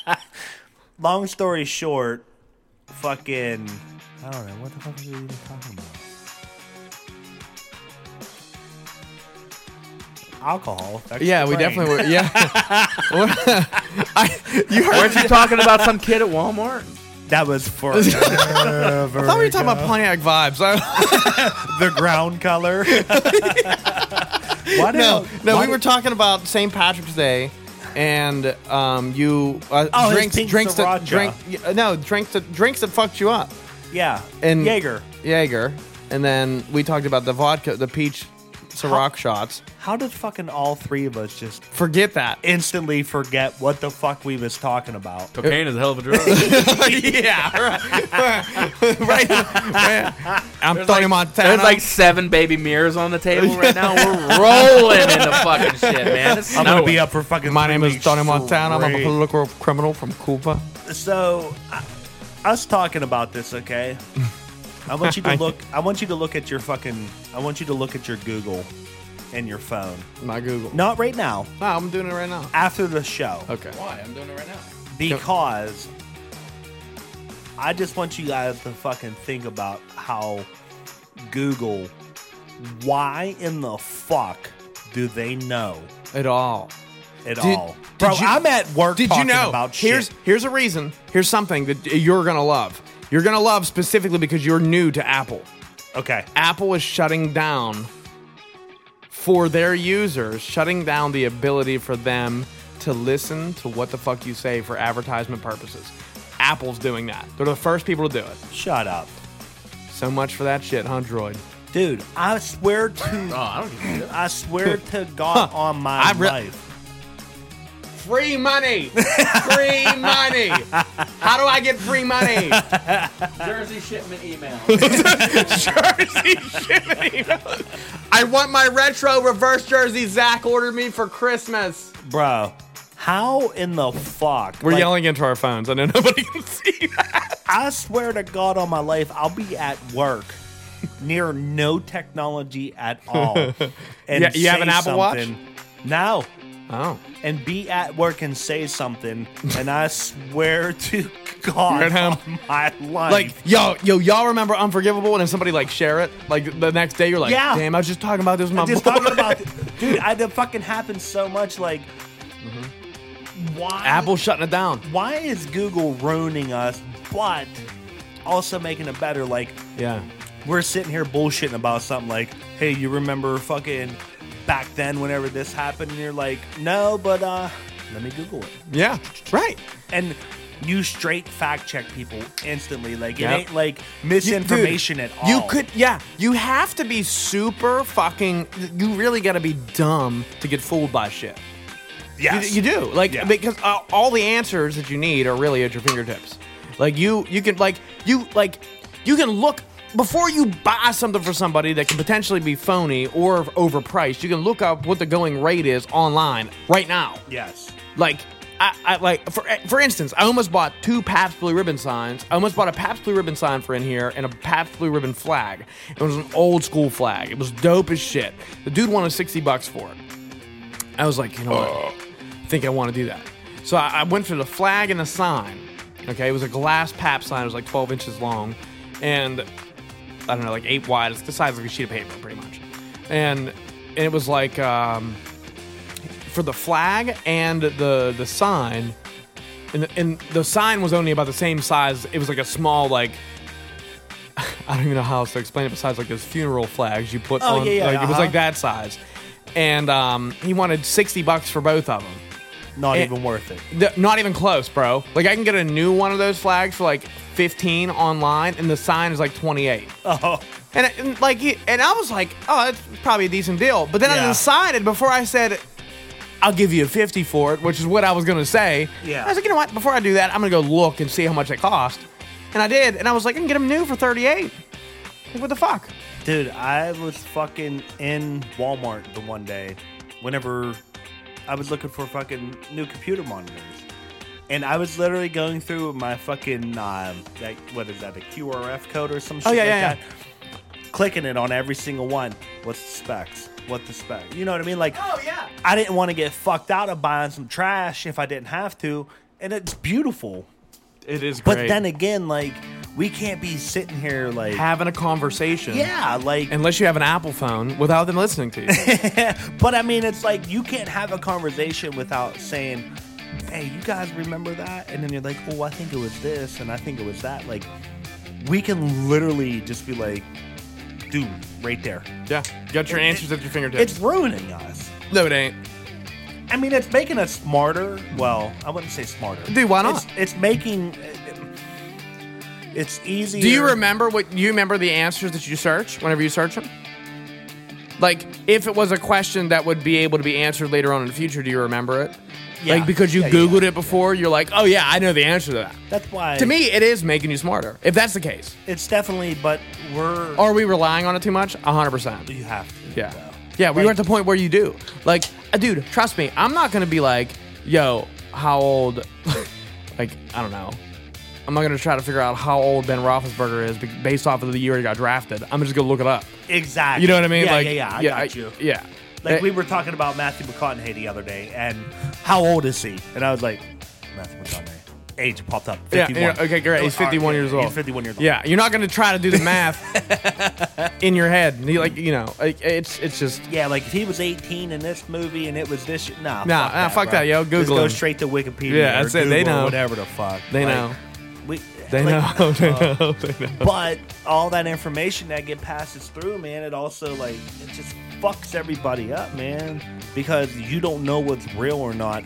Speaker 2: long story short, fucking, I don't know what the fuck are we even talking about. Alcohol. affects
Speaker 1: Yeah,
Speaker 2: the
Speaker 1: we
Speaker 2: brain.
Speaker 1: definitely were. Yeah. I, you heard.
Speaker 3: Weren't you talking about some kid at Walmart?
Speaker 2: That was for I
Speaker 1: I thought we were talking about Pontiac vibes. I,
Speaker 2: the ground color. Why
Speaker 1: no,
Speaker 2: did-
Speaker 1: no,
Speaker 2: why
Speaker 1: we were
Speaker 2: did-
Speaker 1: talking about St. Patrick's Day, and um, you uh,
Speaker 2: Oh, his
Speaker 1: drinks,
Speaker 2: pink
Speaker 1: drinks, that,
Speaker 2: sriracha.
Speaker 1: drink, y- no, drinks, that, drinks that fucked you up,
Speaker 2: yeah,
Speaker 1: and
Speaker 2: Jaeger.
Speaker 1: Jaeger, and then we talked about the vodka, the peach, Ciroc shots.
Speaker 2: How did fucking all three of us just
Speaker 1: Forget that.
Speaker 2: instantly forget what the fuck we was talking about?
Speaker 3: Cocaine is a hell of a drug. There's
Speaker 1: yeah, right. right. right. I'm Tony
Speaker 3: like-
Speaker 1: Montana.
Speaker 3: There's like seven baby mirrors on the table right now. We're rolling in the fucking shit, man. It's
Speaker 2: I'm gonna
Speaker 3: snowing.
Speaker 2: be up for fucking.
Speaker 1: My
Speaker 2: three
Speaker 1: name is
Speaker 2: weeks
Speaker 1: Tony Montana. I'm a
Speaker 2: straight.
Speaker 1: political criminal from Cuba.
Speaker 2: So, I, I was talking about this. Okay, I want you to look. I want you to look at your fucking. I want you to look at your Google and your phone.
Speaker 1: My Google. No,
Speaker 2: Not right now.
Speaker 1: I'm doing it right now.
Speaker 2: After the show.
Speaker 1: Okay.
Speaker 3: Why? I'm doing it right now.
Speaker 2: because I just want you guys to fucking think about how Google, why in the fuck do they know
Speaker 1: at all.
Speaker 2: at
Speaker 1: Did-
Speaker 2: all?
Speaker 1: did
Speaker 2: Bro,
Speaker 1: you-
Speaker 2: I'm at work
Speaker 1: Did you
Speaker 2: talking
Speaker 1: know?
Speaker 2: about shit.
Speaker 1: here's here's a reason. Here's something that you're gonna love. You're gonna love specifically because you're new to Apple.
Speaker 2: okay.
Speaker 1: Apple is shutting down for their users, shutting down the ability for them to listen to what the fuck you say for advertisement purposes. Apple's doing that. They're the first people to do it.
Speaker 2: Shut up.
Speaker 1: So much for that shit, huh, Droid?
Speaker 2: Dude, I swear
Speaker 3: Oh,
Speaker 2: to
Speaker 3: I don't give a shit.
Speaker 2: I swear to God on my
Speaker 1: I re-
Speaker 2: life.
Speaker 1: Free money! Free money! How do I get free money?
Speaker 3: Jersey shipment email.
Speaker 1: Jersey shimmy. I want my retro reverse jersey Zach ordered me for Christmas.
Speaker 2: Bro, how in the fuck?
Speaker 1: We're
Speaker 2: Like,
Speaker 1: yelling into our phones. I know nobody can see that.
Speaker 2: I swear to God on my life, I'll be at work near no technology at all. And
Speaker 1: Yeah, you have an
Speaker 2: say
Speaker 1: Apple Watch?
Speaker 2: something- No.
Speaker 1: Oh.
Speaker 2: And be at work and say something, and I swear to God
Speaker 1: Right home.
Speaker 2: on my life.
Speaker 1: Like, yo, yo, y'all remember Unforgivable? And if somebody like share it, like the next day you're like,
Speaker 2: Yeah.
Speaker 1: damn, I was just talking about this with my
Speaker 2: just
Speaker 1: boy.
Speaker 2: talking about, dude, I, that fucking happens so much. Like, why
Speaker 1: Mm-hmm. Apple shutting it down.
Speaker 2: why is Google ruining us, but also making it better? Like,
Speaker 1: Yeah.
Speaker 2: we're sitting here bullshitting about something like, hey, you remember fucking back then whenever this happened? And you're like, no, but uh, let me Google it.
Speaker 1: Yeah. Right.
Speaker 2: And you straight fact check people instantly. Like,
Speaker 1: Yep.
Speaker 2: it ain't like
Speaker 1: You- dude,
Speaker 2: misinformation at all.
Speaker 1: You could, yeah. You have to be super fucking. You really got to be dumb to get fooled by shit.
Speaker 2: Yes.
Speaker 1: You, you do like
Speaker 2: Yeah.
Speaker 1: because uh, all the answers that you need are really at your fingertips. Like you, you can like you like you can look before you buy something for somebody that can potentially be phony or overpriced. You can look up what the going rate is online right now.
Speaker 2: Yes.
Speaker 1: Like I, I like for for instance, I almost bought two Pabst Blue Ribbon signs. I almost bought a Pabst Blue Ribbon sign for in here and a Pabst Blue Ribbon flag. It was an old school flag. It was dope as shit. The dude wanted sixty bucks for it. I was like, you know
Speaker 2: Oh.
Speaker 1: what? I think I want to do that. So I, I went for the flag and the sign. Okay, it was a glass Pabst sign. It was like twelve inches long, and I don't know, like eight wide. It's the size of a sheet of paper, pretty much. And and it was like um, for the flag and the the sign, and the, and the sign was only about the same size. It was like a small like. I don't even know how else to explain it besides like those funeral flags you put
Speaker 2: Oh,
Speaker 1: on.
Speaker 2: yeah, yeah,
Speaker 1: like, It was
Speaker 2: uh-huh.
Speaker 1: like that size, and um, he wanted sixty bucks for both of them.
Speaker 2: Not
Speaker 1: Eh.
Speaker 2: even worth it.
Speaker 1: Th- not even close, bro. Like I can get a new one of those flags for like 15 online, and the sign is like 28.
Speaker 2: Oh,
Speaker 1: And, uh, and like, he- and I was like, oh, that's probably a decent deal. But then I
Speaker 2: Yeah.
Speaker 1: decided before I said, I'll give you a 50 for it, which is what I was gonna say.
Speaker 2: Yeah.
Speaker 1: I was like, you know what? Before I do that, I'm gonna go look and see how much it cost. And I did, and I was like, I can get them new for 38. Like, what the fuck?
Speaker 2: Dude, I was fucking in Walmart the one day whenever I was looking for fucking new computer monitors. And I was literally going through my fucking, uh, like, what is that, a QRF code or some shit
Speaker 1: Oh, yeah,
Speaker 2: like
Speaker 1: yeah,
Speaker 2: that? Clicking it on every single one. What's the specs? What the spec? You know what I mean? Like, oh, yeah. I didn't want to get fucked out of buying some trash if I didn't have to. And it's beautiful.
Speaker 1: It is
Speaker 2: But then again, like, we can't be sitting here, like,
Speaker 1: having a conversation.
Speaker 2: yeah, like,
Speaker 1: Unless you have an Apple phone without them listening to you.
Speaker 2: But I mean, it's like you can't have a conversation without saying, "Hey, you guys remember that?" And then you're like, "Oh, I think it was this, and I think it was that." Like, we can literally just be like, "Dude, right there."
Speaker 1: yeah. Got your answers at your fingertips.
Speaker 2: It's ruining us.
Speaker 1: No, it ain't.
Speaker 2: I mean, it's making us smarter. Well, I wouldn't say smarter.
Speaker 1: Dude, why not?
Speaker 2: It's, it's making. It's easy.
Speaker 1: Do you remember what you remember the answers that you search whenever you search them? Like, if it was a question that would be able to be answered later on in the future, do you remember it?
Speaker 2: Yeah.
Speaker 1: Like, because you
Speaker 2: Yeah, yeah,
Speaker 1: Googled
Speaker 2: yeah.
Speaker 1: it before, you're like, oh, yeah, I know the answer to that.
Speaker 2: That's why.
Speaker 1: to me, it is making you smarter, if that's the case.
Speaker 2: it's definitely. But we're.
Speaker 1: Are we relying on it too much? 100%.
Speaker 2: you have to.
Speaker 1: Yeah.
Speaker 2: though.
Speaker 1: Yeah, we
Speaker 2: Like-
Speaker 1: were at the point where you do. Like, uh, dude, trust me, I'm not gonna be like, yo, how old? like, I don't know. I'm not gonna try to figure out how old Ben Roethlisberger is be- based off of the year he got drafted. I'm just gonna look it up.
Speaker 2: Exactly.
Speaker 1: You know what I mean?
Speaker 2: Yeah,
Speaker 1: like,
Speaker 2: yeah, yeah. I got you.
Speaker 1: Yeah.
Speaker 2: Like
Speaker 1: Uh,
Speaker 2: we were talking about Matthew McConaughey the other day, and how old is he? And I was like, Matthew McConaughey. age popped up.
Speaker 1: Yeah,
Speaker 2: 51.
Speaker 1: yeah, okay, great. He's
Speaker 2: All right,
Speaker 1: 51
Speaker 2: yeah,
Speaker 1: years
Speaker 2: yeah,
Speaker 1: old.
Speaker 2: He's 51 years old.
Speaker 1: Yeah, you're not gonna try to do the math in your head. You Like you know, like, it's it's just
Speaker 2: Yeah, like if he was 18 in this movie and it was this,
Speaker 1: Nah,
Speaker 2: nah, fuck
Speaker 1: nah,
Speaker 2: that,
Speaker 1: fuck
Speaker 2: bro.
Speaker 1: that, yo.
Speaker 2: Just
Speaker 1: Google
Speaker 2: go
Speaker 1: him.
Speaker 2: straight to Wikipedia.
Speaker 1: Yeah,
Speaker 2: or
Speaker 1: that's it, they
Speaker 2: Google or
Speaker 1: know.
Speaker 2: whatever the fuck.
Speaker 1: they
Speaker 2: Like,
Speaker 1: know,
Speaker 2: We,
Speaker 1: they
Speaker 2: like, uh,
Speaker 1: know, they know, they know.
Speaker 2: But all that information that get passes through, man, it also like it just fucks everybody up, man, because you don't know what's real or not,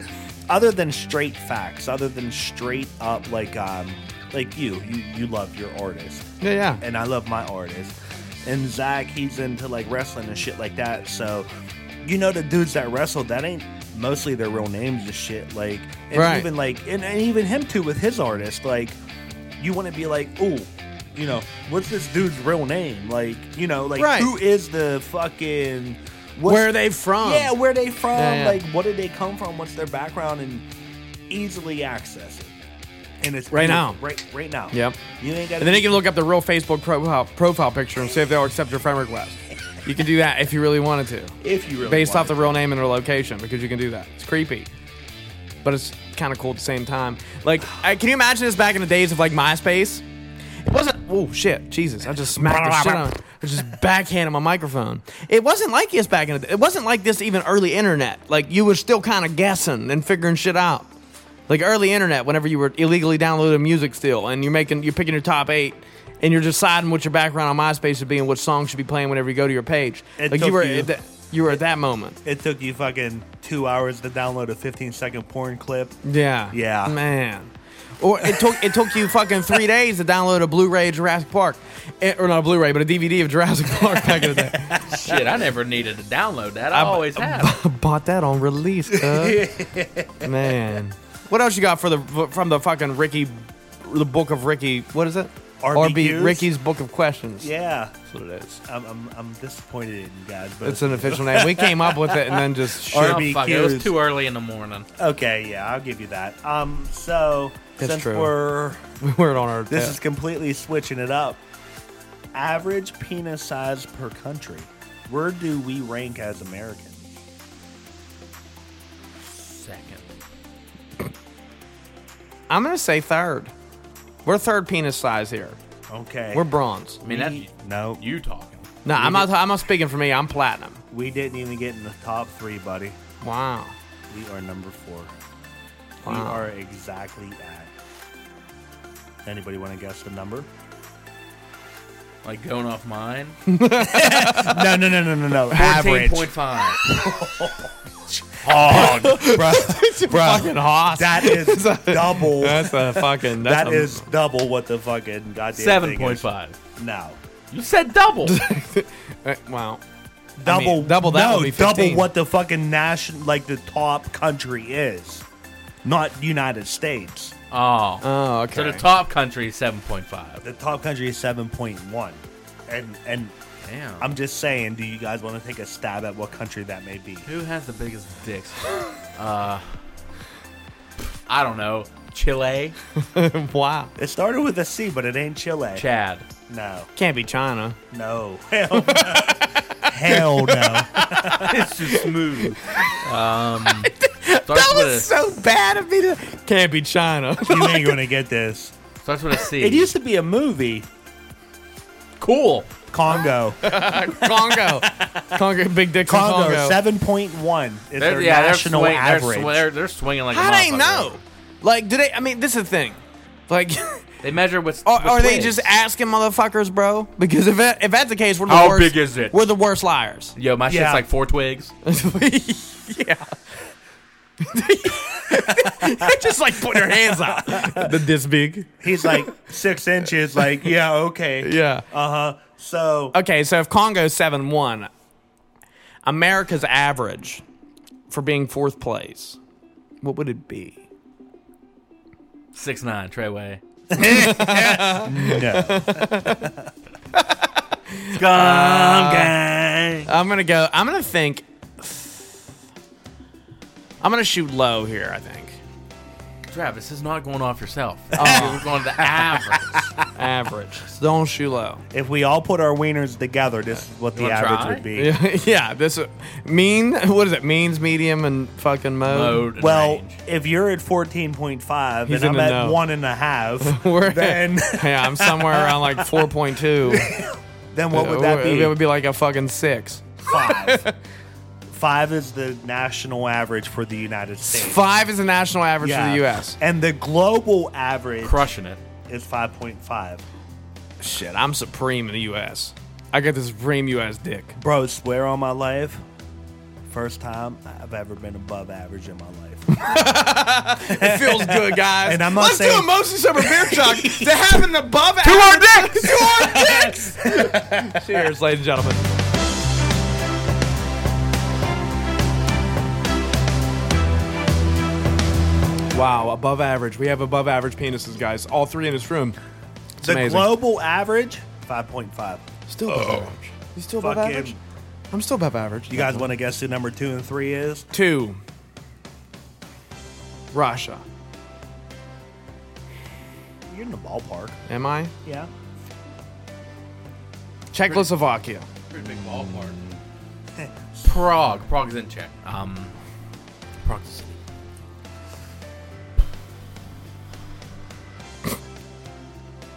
Speaker 2: other than straight facts, other than straight up like um like you, you you love your artist
Speaker 1: Yeah, yeah.
Speaker 2: and I love my artist. And Zach, he's into like wrestling and shit like that. So, you know, the dudes that wrestle, that ain't mostly their real names and shit. Like, and
Speaker 1: Right.
Speaker 2: even like, and, and even him too with his artist. Like, you want to be like, oh, you know, what's this dude's real name? Like, you know, like
Speaker 1: Right.
Speaker 2: who is the fucking what's-
Speaker 1: Where are they from?
Speaker 2: Yeah, where they from?
Speaker 1: Yeah, yeah.
Speaker 2: Like, what did they come from? What's their background? And easily access it. And it's
Speaker 1: Right now.
Speaker 2: right, right now.
Speaker 1: Yep.
Speaker 2: You ain't got.
Speaker 1: And then you can look up the real Facebook profile profile picture and see if they'll accept your friend request. You can do that if you really wanted to.
Speaker 2: if you really
Speaker 1: based off
Speaker 2: wanted
Speaker 1: the real name and their location because you can do that. It's creepy, but it's kind of cool at the same time. Like, I, can you imagine this back in the days of like MySpace? It wasn't. Oh shit, Jesus! I just smacked the shit on. I just backhanded my microphone. It wasn't like this back in the. It wasn't like this even early internet. Like you were still kind of guessing and figuring shit out. Like early internet, whenever you were illegally downloading music still, and you're making you're picking your top eight. And you're deciding what your background on MySpace should be and what song should be playing whenever you go to your page.
Speaker 2: It
Speaker 1: like you
Speaker 2: took
Speaker 1: were,
Speaker 2: you-
Speaker 1: at that- you were at that moment.
Speaker 2: It took you fucking two hours to download a 15 second porn clip.
Speaker 1: Yeah.
Speaker 2: Yeah.
Speaker 1: Man. Or it took it took you fucking three days to download a Blu-ray of Jurassic Park, Eh, or not a Blu-ray, but a DVD of Jurassic Park back in the day.
Speaker 3: Shit, I never needed to download that. I always have.
Speaker 1: I bought that on release, cuz. man. What else you got for the from the fucking Ricky, the book of Ricky? What is it?
Speaker 2: RBQs?
Speaker 1: Ricky's book of questions.
Speaker 2: Yeah.
Speaker 1: That's what it is.
Speaker 2: I'm, I'm, I'm disappointed in you guys, but
Speaker 1: It's an official name. We came up with it and then just
Speaker 2: Or-
Speaker 1: shit.
Speaker 3: Oh, fuck, it was
Speaker 2: RBQs.
Speaker 3: too early in the morning.
Speaker 2: okay, yeah, I'll give you that. Um, so
Speaker 1: That's
Speaker 2: since
Speaker 1: true.
Speaker 2: we're
Speaker 1: we weren't on our.
Speaker 2: this is completely switching it up, average penis size per country. Where do we rank as Americans?
Speaker 3: Second.
Speaker 1: I'm gonna say third. We're third penis size here.
Speaker 2: Okay,
Speaker 1: We're bronze.
Speaker 3: I mean,
Speaker 2: we,
Speaker 3: that's
Speaker 2: no,
Speaker 3: you talking.
Speaker 1: No, I'm not. I'm not speaking for me. I'm platinum.
Speaker 2: we didn't even get in the top three, buddy.
Speaker 1: Wow.
Speaker 2: We are number four. We
Speaker 1: Wow.
Speaker 2: are exactly at. Anybody want to guess the number?
Speaker 3: Like going off mine.
Speaker 2: No, no, no, no, no, no. Average.
Speaker 3: 14.5.
Speaker 2: Hog.
Speaker 1: Fucking hoss.
Speaker 2: That is double.
Speaker 1: that's a fucking. That's
Speaker 2: That
Speaker 1: a-
Speaker 2: is double what the fucking goddamn
Speaker 3: Seven
Speaker 2: thing
Speaker 3: point
Speaker 2: is.
Speaker 3: five.
Speaker 2: No.
Speaker 3: You said double.
Speaker 1: uh, wow.
Speaker 2: Double.
Speaker 1: double that
Speaker 2: No,
Speaker 1: would be
Speaker 2: double
Speaker 1: 15.
Speaker 2: what the fucking national, like the top country is, not United States.
Speaker 3: Oh.
Speaker 1: Oh, okay.
Speaker 3: So the top country is seven point five.
Speaker 2: The top country is seven point one, and and
Speaker 3: Damn.
Speaker 2: I'm just saying, do you guys want to take a stab at what country that may be?
Speaker 3: Who has the biggest dicks? Uh, I don't know. Chile,
Speaker 1: wow.
Speaker 2: It started with a C, but it ain't Chile.
Speaker 3: Chad.
Speaker 2: no,
Speaker 1: Can't be China.
Speaker 2: no, hell, no. hell no.
Speaker 3: It's too smooth. Um,
Speaker 1: That
Speaker 3: starts, with
Speaker 1: was
Speaker 3: a,
Speaker 1: so bad of me. To, can't be China.
Speaker 2: You ain't gonna get this.
Speaker 3: starts with a C.
Speaker 2: It used to be a movie,
Speaker 3: cool.
Speaker 2: Congo.
Speaker 1: Congo. Congo. Big dick from
Speaker 2: Congo,
Speaker 1: Congo.
Speaker 2: seven point one is
Speaker 3: They're,
Speaker 2: their
Speaker 3: yeah, they're,
Speaker 2: national
Speaker 3: swing, they're,
Speaker 2: average.
Speaker 3: sw- they're, they're swinging like. a
Speaker 1: How do they
Speaker 3: motherfucker.
Speaker 1: know? Like, do they? I mean, this is the thing. Like,
Speaker 3: They measure with.
Speaker 1: are,
Speaker 3: with
Speaker 1: are they
Speaker 3: twigs.
Speaker 1: just asking motherfuckers, bro? Because if that, if that's the case, we're the
Speaker 3: How
Speaker 1: worst.
Speaker 3: big is it?
Speaker 1: We're the worst liars.
Speaker 3: Yo, my shit's
Speaker 2: Yeah.
Speaker 3: like four twigs.
Speaker 1: yeah. just like put your hands out. The this big.
Speaker 2: He's like six inches. Like, yeah, okay.
Speaker 1: Yeah.
Speaker 2: Uh huh. So
Speaker 1: Okay, so if Congo's seven one, America's average for being fourth place, what would it be?
Speaker 3: Six nine. Treyway.
Speaker 2: no.
Speaker 3: Uh,
Speaker 1: I'm gonna go. I'm gonna think. I'm gonna shoot low here. I think.
Speaker 3: Trav, this is not going off yourself. Oh. We're going to the average.
Speaker 1: Average. Don't shoot low.
Speaker 2: If we all put our wieners together, this is what the
Speaker 3: You wanna
Speaker 2: average
Speaker 3: try?
Speaker 2: would be.
Speaker 1: yeah, this uh, mean. What is it? Means, medium, and fucking mode.
Speaker 3: Mode and
Speaker 2: Well,
Speaker 3: range.
Speaker 2: if you're at fourteen point five
Speaker 1: He's
Speaker 2: and I'm
Speaker 1: in the
Speaker 2: at
Speaker 1: know.
Speaker 2: one and a half,
Speaker 1: We're-
Speaker 2: then
Speaker 1: yeah, I'm somewhere around like four point two.
Speaker 2: then what would that be?
Speaker 1: It would be like a fucking six.
Speaker 2: five. five is the national average for the United States.
Speaker 1: Five is the national average
Speaker 2: Yeah.
Speaker 1: for the U.S.
Speaker 2: And the global average
Speaker 3: crushing it.
Speaker 2: is five point five.
Speaker 1: Shit, I'm supreme in the U.S. I got the supreme U.S. dick.
Speaker 2: Bro, swear on my life. First time I've ever been above average in my life.
Speaker 1: It feels good, guys.
Speaker 2: And I'm not
Speaker 1: Let's do a
Speaker 2: saying-
Speaker 1: mostly sober beer chuck to have an above average. to our dicks. Cheers, ladies and gentlemen. Wow, above average. We have above average penises, guys. All three in this room. It's
Speaker 2: the
Speaker 1: amazing.
Speaker 2: global average, five point five.
Speaker 1: Still above average. You still above
Speaker 2: Fucking-
Speaker 1: average? I'm still above average.
Speaker 2: You guys want to guess who number two and three is?
Speaker 1: two? Russia.
Speaker 2: You're in the ballpark.
Speaker 1: Am I?
Speaker 2: Yeah.
Speaker 1: Czechoslovakia.
Speaker 3: Pretty big ballpark. Prague. Prague's in check. Um, Prague's a city.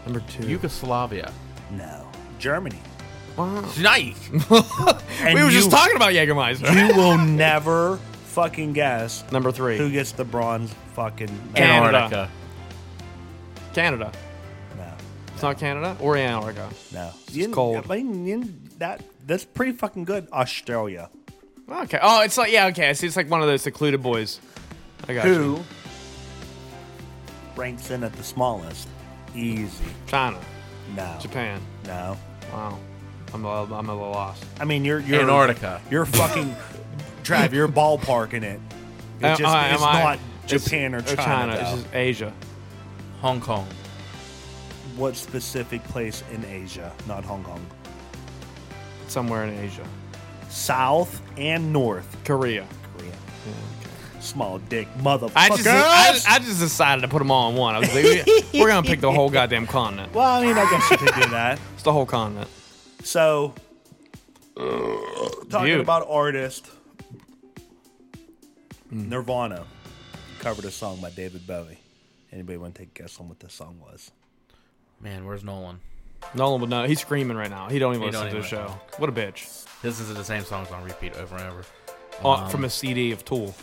Speaker 1: Number two.
Speaker 3: Yugoslavia.
Speaker 2: No. Germany.
Speaker 3: Nice.
Speaker 2: And
Speaker 1: we were
Speaker 2: you-
Speaker 1: just talking about Jägermeister.
Speaker 2: You will never fucking guess
Speaker 1: Number three.
Speaker 2: who gets the bronze fucking medal.
Speaker 1: Canada.
Speaker 3: Antarctica.
Speaker 1: Canada.
Speaker 2: No.
Speaker 1: It's not Canada or Antarctica.
Speaker 2: No. You-
Speaker 1: cold.
Speaker 2: I mean, you- that, that's pretty fucking good. Australia.
Speaker 1: Okay. Oh, it's like yeah. Okay, I see. It's like one of those secluded boys. I got you.
Speaker 2: Who ranks in at the smallest? Easy.
Speaker 1: China,
Speaker 2: No.
Speaker 1: Japan.
Speaker 2: No.
Speaker 1: Wow. I'm a, I'm a little lost.
Speaker 2: I mean, you're you're
Speaker 3: Antarctica.
Speaker 2: You're fucking Trav. You're ballparking it. It
Speaker 1: Am-
Speaker 2: just,
Speaker 1: I- am
Speaker 2: it's
Speaker 1: I-
Speaker 2: not
Speaker 1: it's-
Speaker 2: Japan or
Speaker 1: or
Speaker 2: China.
Speaker 1: It's
Speaker 2: though.
Speaker 1: just Asia.
Speaker 3: Hong Kong.
Speaker 2: what specific place in Asia? Not Hong Kong.
Speaker 1: Somewhere in Asia.
Speaker 2: South and North
Speaker 1: Korea.
Speaker 2: Korea. Small dick motherfuckers.
Speaker 1: I just I, I just decided to put them all in one. I was like, we- we're gonna pick the whole goddamn continent.
Speaker 2: well, I mean, I guess you could do that.
Speaker 1: It's the whole continent.
Speaker 2: So, talking
Speaker 1: Dude.
Speaker 2: about artist, Nirvana covered a song by David Bowie. Anybody want to take a guess on what this song was?
Speaker 3: Man, where's Nolan?
Speaker 1: Nolan would know. He's screaming right now. He don't even
Speaker 3: He
Speaker 1: listen
Speaker 3: don't
Speaker 1: to the
Speaker 3: even
Speaker 1: show. What a bitch.
Speaker 3: This is the same songs on repeat over and over. Um,
Speaker 1: Oh, from a CD of Tool.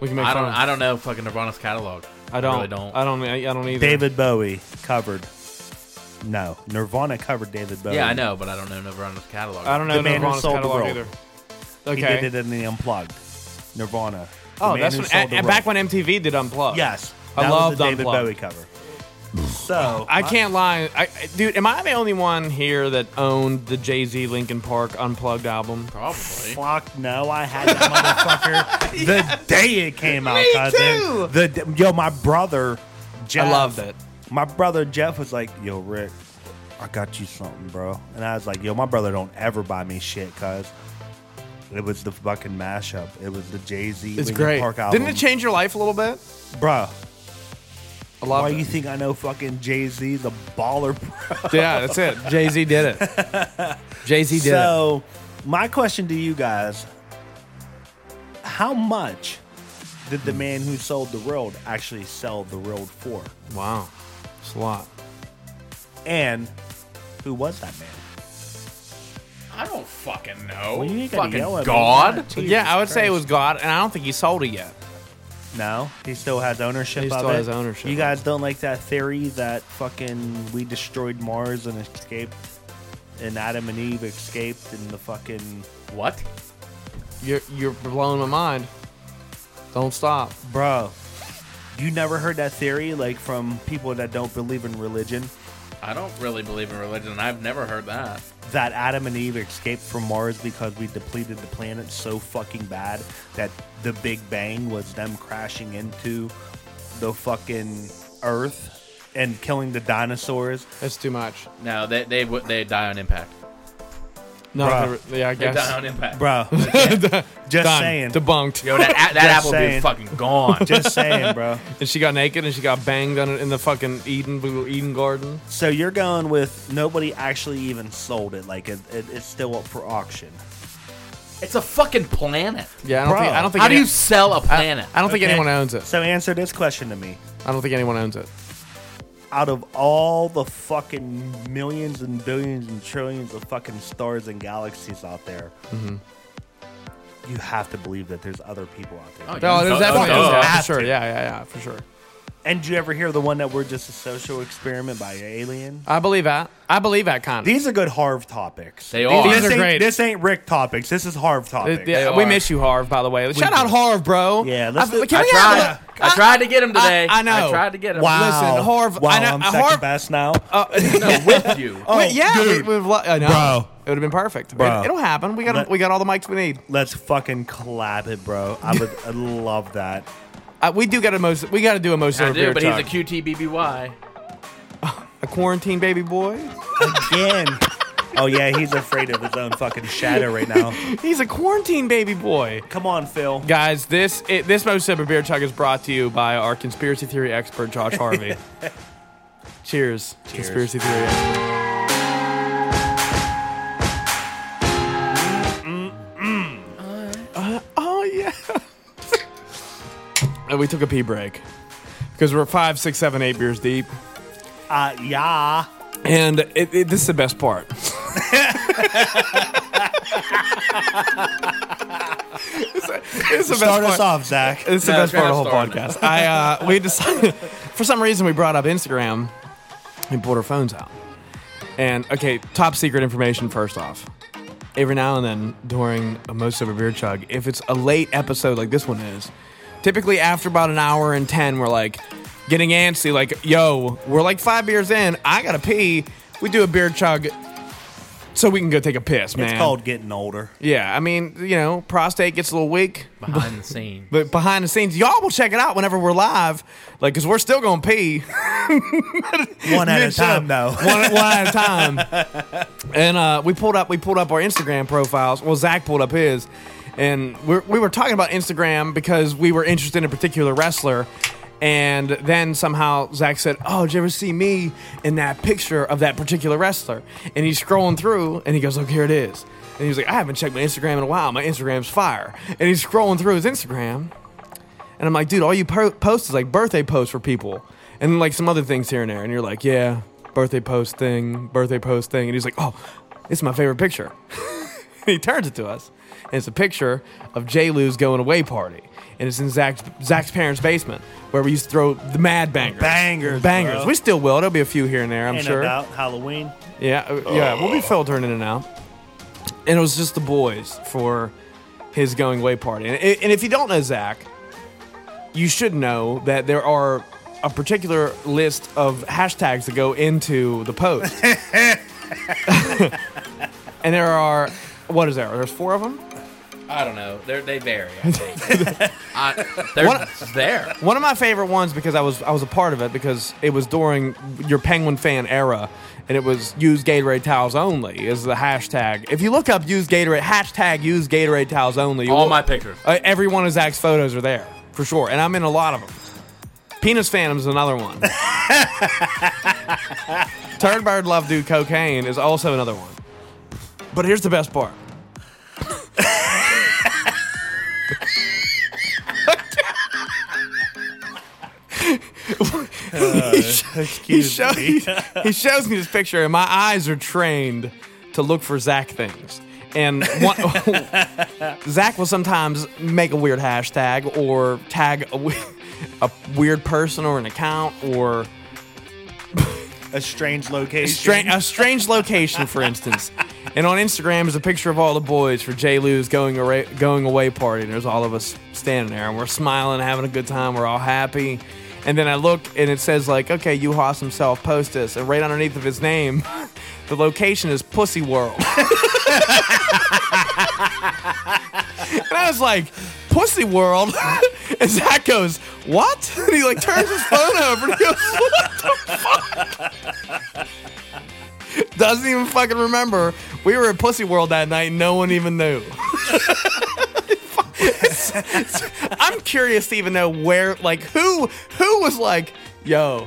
Speaker 1: we can make
Speaker 3: I
Speaker 1: fun
Speaker 3: don't.
Speaker 1: of-
Speaker 3: I don't know fucking Nirvana's catalog.
Speaker 1: I don't.
Speaker 3: really don't.
Speaker 1: I don't. I don't either.
Speaker 2: David Bowie covered. No, Nirvana covered David Bowie.
Speaker 3: yeah, I know, but I don't know Nirvana's catalog.
Speaker 1: I don't know
Speaker 2: The man who
Speaker 1: Nirvana's
Speaker 2: sold the
Speaker 1: catalog
Speaker 2: world.
Speaker 1: either.
Speaker 2: He
Speaker 1: Okay.
Speaker 2: did it in the Unplugged. Nirvana. The
Speaker 1: oh,
Speaker 2: man
Speaker 1: that's
Speaker 2: who
Speaker 1: when,
Speaker 2: sold
Speaker 1: and-
Speaker 2: the
Speaker 1: and
Speaker 2: world.
Speaker 1: back when MTV did unplug.
Speaker 2: Yes,
Speaker 1: I
Speaker 2: that
Speaker 1: loved
Speaker 2: was the David
Speaker 1: Unplugged.
Speaker 2: Bowie cover. So
Speaker 1: I can't lie, I, I- dude. Am I the only one here that owned the Jay Z Linkin Park unplugged album?
Speaker 3: Probably.
Speaker 2: Fuck no, I had that motherfucker the day it came out, cousin.
Speaker 1: too.
Speaker 2: The d- yo, my brother Jeff.
Speaker 1: I loved it.
Speaker 2: My brother Jeff was like, "Yo, Rick, I got you something, bro," and I was like, "Yo, my brother don't ever buy me shit, cuz." It was the fucking mashup. It was the Jay Z
Speaker 1: It's
Speaker 2: Linkin
Speaker 1: great.
Speaker 2: Park album.
Speaker 1: Didn't it change your life a little bit?
Speaker 2: bro?
Speaker 1: I love
Speaker 2: Why
Speaker 1: it.
Speaker 2: you think I know fucking Jay Z, the baller? Bro?
Speaker 1: yeah, that's it. Jay Z did it. Jay Z did it.
Speaker 2: so, my question to you guys: How much did
Speaker 1: Hmm.
Speaker 2: the man who sold the world actually sell the world for?
Speaker 1: Wow, it's a lot.
Speaker 2: And who was that man?
Speaker 3: I don't fucking know.
Speaker 2: Well, you ain't gotta yell at
Speaker 3: fucking
Speaker 2: me.
Speaker 3: God.
Speaker 2: Jesus
Speaker 1: yeah, I would say it was
Speaker 2: Christ.
Speaker 1: God, and I don't think he sold it yet.
Speaker 2: No, he still has ownership.
Speaker 1: He
Speaker 2: of
Speaker 1: still
Speaker 2: it.
Speaker 1: has ownership
Speaker 2: You
Speaker 1: of
Speaker 2: guys don't like that theory that fucking we destroyed Mars and escaped, and Adam and Eve escaped, and the fucking
Speaker 3: What?
Speaker 1: You're you're blowing my mind. Don't stop.
Speaker 2: bro. You never heard that theory, like from people that don't believe in religion,
Speaker 3: I don't really believe in religion. I've never heard that.
Speaker 2: that Adam and Eve escaped from Mars because we depleted the planet so fucking bad that the Big Bang was them crashing into the fucking Earth and killing the dinosaurs.
Speaker 1: That's too much.
Speaker 3: No, they they would they die on impact.
Speaker 1: Not
Speaker 2: Bruh.
Speaker 1: the- yeah, I
Speaker 3: They're done
Speaker 1: guess.
Speaker 3: on impact.
Speaker 2: bro. just
Speaker 1: Done.
Speaker 2: saying,
Speaker 1: Debunked.
Speaker 3: Yo, that, that
Speaker 2: Just
Speaker 3: apple
Speaker 2: saying.
Speaker 3: dude fucking gone.
Speaker 2: just saying, bro.
Speaker 1: And she got naked and she got banged on it in the fucking Eden Eden Garden.
Speaker 2: So you're going with nobody actually even sold it. Like it, it, it's still up for auction.
Speaker 3: it's a fucking planet.
Speaker 1: Yeah, I don't
Speaker 2: Bro.
Speaker 1: think. I don't think.
Speaker 3: How do
Speaker 1: any-
Speaker 3: you sell a
Speaker 1: I,
Speaker 3: planet?
Speaker 1: I don't think
Speaker 2: Okay.
Speaker 1: anyone owns it.
Speaker 2: So answer this question to me.
Speaker 1: I don't think anyone owns it.
Speaker 2: Out of all the fucking millions and billions and trillions of fucking stars and galaxies out there, you have to believe that there's other people out there.
Speaker 3: Oh, yeah.
Speaker 1: No, there's
Speaker 3: Oh,
Speaker 1: definitely
Speaker 3: oh,
Speaker 1: yeah,
Speaker 2: have
Speaker 1: for sure.
Speaker 2: to.
Speaker 1: Yeah, yeah, yeah, for sure.
Speaker 2: And do you ever hear the one that we're just a social experiment by an alien?
Speaker 1: I believe that. I believe that kind.
Speaker 2: These are good Harv topics.
Speaker 3: They are.
Speaker 1: These
Speaker 2: This
Speaker 1: are
Speaker 2: ain't,
Speaker 1: great.
Speaker 2: this ain't Rick topics. This is Harv topics.
Speaker 1: Yeah,
Speaker 3: They
Speaker 1: we
Speaker 3: are.
Speaker 1: miss you, Harv. By the way, shout
Speaker 2: do.
Speaker 1: out Harv, bro.
Speaker 2: Yeah,
Speaker 1: I,
Speaker 2: let's do-
Speaker 1: can
Speaker 3: I
Speaker 1: we have
Speaker 3: tried.
Speaker 1: a-
Speaker 3: I tried to get him
Speaker 1: I-
Speaker 3: today.
Speaker 1: I know.
Speaker 3: I tried to get him.
Speaker 2: Wow.
Speaker 1: Listen, Harv-
Speaker 2: Wow,
Speaker 1: I know-
Speaker 2: am second
Speaker 1: Harv- Uh,
Speaker 2: best now.
Speaker 3: No, with you.
Speaker 1: Wait, yeah, we, we've. Lo- I know.
Speaker 2: Bro.
Speaker 1: It would have been perfect.
Speaker 2: Bro.
Speaker 1: It, it'll happen. We got
Speaker 2: Let-
Speaker 1: we got all the mics we need.
Speaker 2: Let's fucking collab it, bro. I would I love that.
Speaker 1: Uh, we do got to most. We got to do a most
Speaker 3: I
Speaker 1: over beer
Speaker 3: do, but he's a
Speaker 1: chug.
Speaker 3: QTBBY.
Speaker 1: a quarantine baby boy.
Speaker 2: Again. oh yeah, he's afraid of his own fucking shadow right now.
Speaker 1: He's a quarantine baby boy.
Speaker 2: Come on, Phil.
Speaker 1: Guys, this it, this most sober beer chug is brought to you by our conspiracy theory expert Josh Harvey. Cheers, conspiracy theory. Expert. Uh, oh yeah. and we took a pee break because we're five, six, seven, eight beers deep,
Speaker 2: Uh yeah.
Speaker 1: and it, it, this is the best part. It's the best
Speaker 2: Start
Speaker 1: part.
Speaker 2: us off, Zach.
Speaker 1: It's the
Speaker 3: No,
Speaker 1: best
Speaker 3: try
Speaker 1: part of the whole
Speaker 3: not starting
Speaker 1: podcast. I uh, we decided for some reason we brought up Instagram and pulled our phones out. And okay, top secret information first off. Every now and then during a most of a beer chug, if it's a late episode like this one is, typically after about an hour and ten, we're like getting antsy, like, yo, we're like five beers in, I gotta pee. We do a beer chug so we can go take a piss, man.
Speaker 2: It's called getting older.
Speaker 1: Yeah, I mean, you know, prostate gets a little weak.
Speaker 3: Behind the scene.
Speaker 1: But behind the scenes, y'all will check it out whenever we're live, like, because we're still going to pee
Speaker 2: One at a
Speaker 1: Mid-show.
Speaker 2: time though.
Speaker 1: one, one at a time. And uh, we pulled up, we pulled up our Instagram profiles. Well, Zach pulled up his, and we're, we were talking about Instagram because we were interested in a particular wrestler. And then somehow Zach said, "Oh, did you ever see me in that picture of that particular wrestler?" And he's scrolling through, and he goes, "Oh, here it is." And he's like, "I haven't checked my Instagram in a while. My Instagram's fire." And he's scrolling through his Instagram, and I'm like, dude, all you po- post is like birthday posts for people and like some other things here and there. And you're like, yeah, birthday post thing, birthday post thing. And he's like, oh, this is my favorite picture. and he turns it to us. And it's a picture of J. Lou's going away party. And it's in Zach's, Zach's parents' basement where we used to throw the mad bangers.
Speaker 2: Bangers,
Speaker 1: Bangers.
Speaker 2: bro.
Speaker 1: We still will. There'll be a few here and there, I'm
Speaker 2: Ain't
Speaker 1: sure.
Speaker 2: about Halloween.
Speaker 1: Yeah, uh, yeah, we'll be filtering in and out. And it was just the boys for his going away party. And, i- and if you don't know Zach, you should know that there are a particular list of hashtags that go into the post. and there are, what is there? There's four of them?
Speaker 3: I don't know. They're, they vary. I think. I, they're
Speaker 1: What-
Speaker 3: there.
Speaker 1: One of my favorite ones because I was I was a part of it because it was during your Penguin fan era, and it was use Gatorade towels only is the hashtag. If you look up use Gatorade hashtag use Gatorade towels only, you
Speaker 3: All
Speaker 1: will-
Speaker 3: my pictures.
Speaker 1: uh, every one of Zach's photos are there for sure, and I'm in a lot of them. Penis Phantom's another one. Turd Bird Love Dude Cocaine is also another one. But here's the best part. he,
Speaker 2: Uh, Excuse
Speaker 1: show,
Speaker 2: me.
Speaker 1: he, he shows me this picture, and my eyes are trained to look for Zach things. And one, Zach will sometimes make a weird hashtag or tag a, we- a weird person or an account or
Speaker 2: A strange location.
Speaker 1: stra- a strange location, for instance. And on Instagram is a picture of all the boys for J. Lou's going away, going away party. And there's all of us standing there, and we're smiling, having a good time. We're all happy. And then I look, and it says like, "Okay, you Haas himself post this." And right underneath of his name, the location is Pussy World. and I was like, "Pussy World." and Zach goes, "What?" And he like turns his phone over and he goes, "What the fuck?" Doesn't even fucking remember. We were at Pussy World that night. and No one even knew. I'm curious to even know where, like, who, who was like, yo,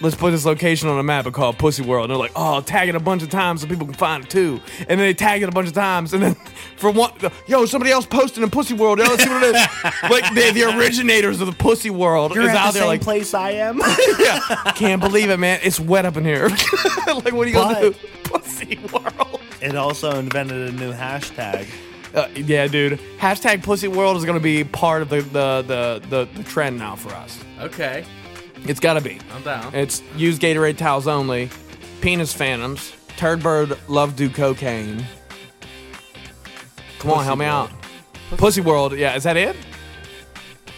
Speaker 1: let's put this location on a map and call it Pussy World. And they're like, oh, tag it a bunch of times so people can find it too. And then they tag it a bunch of times. And then from one, yo, somebody else posted in Pussy World. Yo, let's see what it is. like, the, the originators of the Pussy World
Speaker 2: You're
Speaker 1: is
Speaker 2: at
Speaker 1: out
Speaker 2: the
Speaker 1: there
Speaker 2: same
Speaker 1: like,
Speaker 2: place I am.
Speaker 1: yeah, can't believe it, man. It's wet up in here. like, what are you
Speaker 2: But-
Speaker 1: going to do? Pussy World.
Speaker 2: it also invented a new hashtag.
Speaker 1: Uh, yeah, dude. Hashtag Pussy World is gonna be part of the the, the, the, the trend now for us.
Speaker 3: Okay,
Speaker 1: It's gotta be.
Speaker 3: I'm down.
Speaker 1: It's use Gatorade towels only, penis phantoms, turd bird love do cocaine. Come on, help me out. Pussy World. Yeah, is that it? Uh,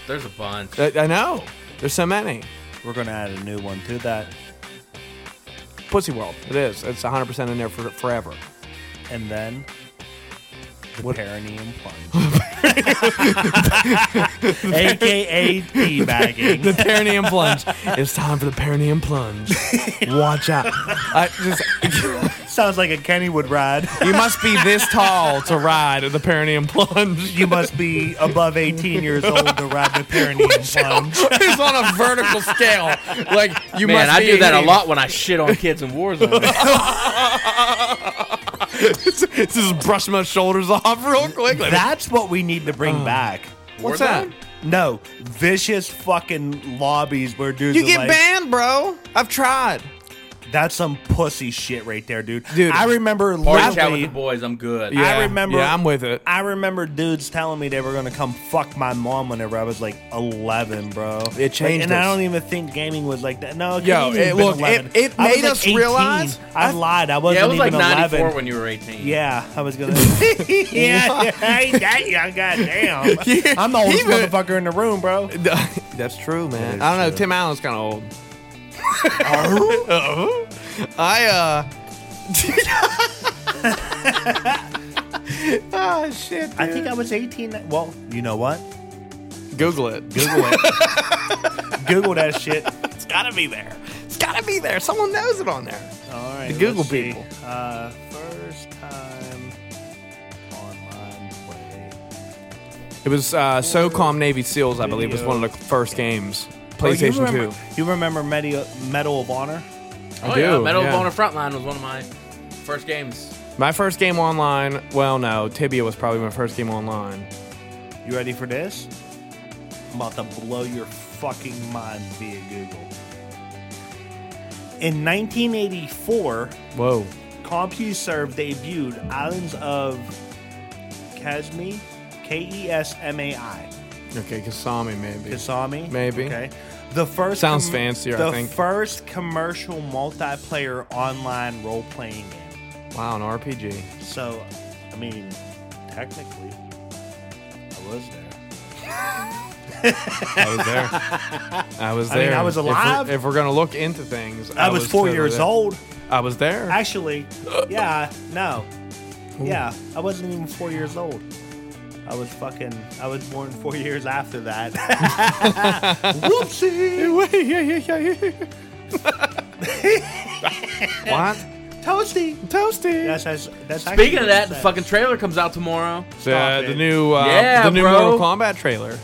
Speaker 3: There's a bunch.
Speaker 1: I, I know. There's so many.
Speaker 2: We're gonna add a new one to that,
Speaker 1: Pussy World. It is. It's 100% in there for forever.
Speaker 2: and then the perineum plunge, aka debagging.
Speaker 1: the perineum plunge. It's time for the perineum plunge. Watch out. I just,
Speaker 2: Sounds like a Kennywood ride.
Speaker 1: you must be this tall to ride the perineum plunge.
Speaker 2: You must be above 18 years old to ride the perineum plunge.
Speaker 1: It's on a vertical scale. Like you
Speaker 3: Man,
Speaker 1: must
Speaker 3: I
Speaker 1: be
Speaker 3: do that a
Speaker 1: hitting-
Speaker 3: lot when I shit on kids in Warzone.
Speaker 1: Just brush my shoulders off real quick. Like,
Speaker 2: That's what we need to
Speaker 1: Uh.
Speaker 2: bring back.
Speaker 1: what's that?
Speaker 2: No, vicious fucking lobbies where dudes
Speaker 1: You
Speaker 2: are
Speaker 1: get
Speaker 2: like,
Speaker 1: banned, bro. I've tried.
Speaker 2: That's some pussy shit right there, dude.
Speaker 1: Dude.
Speaker 2: I remember
Speaker 3: Party chat with
Speaker 2: literally,
Speaker 3: the boys. I'm good.
Speaker 2: Yeah. remember-
Speaker 1: Yeah, I'm with it.
Speaker 2: I remember dudes telling me they were gonna come fuck my mom whenever I was like 11, bro.
Speaker 1: It
Speaker 2: Like,
Speaker 1: changed
Speaker 2: and I
Speaker 1: us.
Speaker 2: don't even think gaming was like that. No, it
Speaker 1: Yo,
Speaker 2: couldn't even
Speaker 1: it-
Speaker 2: have been
Speaker 1: look, it-
Speaker 2: 11.
Speaker 1: it
Speaker 2: I was,
Speaker 1: made
Speaker 2: like,
Speaker 1: us realize-
Speaker 2: 18. I lied. I wasn't
Speaker 3: Yeah, it was like
Speaker 2: even
Speaker 3: 94
Speaker 2: 11.
Speaker 3: when you were 18.
Speaker 2: yeah, I was gonna. yeah, yeah, I ain't that young. Goddamn, I'm the oldest
Speaker 1: Even-
Speaker 2: motherfucker in the room, bro.
Speaker 1: That's true, Uh-huh. man. I don't know. Tim Allen's kind of old. I uh. oh shit!
Speaker 2: I think I was 18. Well, you know what?
Speaker 1: Google it.
Speaker 2: Google it. Google that shit.
Speaker 1: It's gotta be there. It's gotta be there. Someone knows it on there.
Speaker 2: All right.
Speaker 1: The Google
Speaker 2: let's see.
Speaker 1: people.
Speaker 2: Uh, first time online play.
Speaker 1: It was uh, SOCOM Navy SEALs, I believe, was one of the first games. PlayStation
Speaker 2: oh, you remember,
Speaker 1: 2.
Speaker 2: You remember Medi- Medal of Honor?
Speaker 3: Oh,
Speaker 1: I
Speaker 3: yeah.
Speaker 1: do,
Speaker 3: Metal
Speaker 1: yeah.
Speaker 3: Boner Frontline was one of my first games.
Speaker 1: My first game online, well, no, Tibia was probably my first game online.
Speaker 2: You ready for this? I'm about to blow your fucking mind via Google. In 1984,
Speaker 1: Whoa.
Speaker 2: CompuServe debuted Islands of Kesmi, K E S M A I.
Speaker 1: Okay, Kasami, maybe.
Speaker 2: Kasami?
Speaker 1: Maybe.
Speaker 2: Okay. The first
Speaker 1: Sounds fancier, I
Speaker 2: The
Speaker 1: think.
Speaker 2: first commercial multiplayer online role playing game.
Speaker 1: Wow, an RPG.
Speaker 2: So, I mean, technically, I was there.
Speaker 1: I was there. I was
Speaker 2: I mean,
Speaker 1: there.
Speaker 2: I was
Speaker 1: If we're-
Speaker 2: alive.
Speaker 1: If we're, gonna look into things,
Speaker 2: I, was, four
Speaker 1: totally
Speaker 2: years
Speaker 1: there.
Speaker 2: old.
Speaker 1: I was there.
Speaker 2: Actually, yeah, no, yeah, I wasn't even four years old. I was fucking. I was born four years after that. Whoopsie!
Speaker 1: what?
Speaker 2: Toasty.
Speaker 1: Toasty.
Speaker 2: That's, that's, that's
Speaker 3: Speaking of that, the fucking trailer comes out tomorrow.
Speaker 1: Uh,
Speaker 2: Stop
Speaker 1: the
Speaker 2: it.
Speaker 1: new, uh,
Speaker 3: Yeah,
Speaker 1: the new Mortal
Speaker 3: bro.
Speaker 1: Kombat trailer.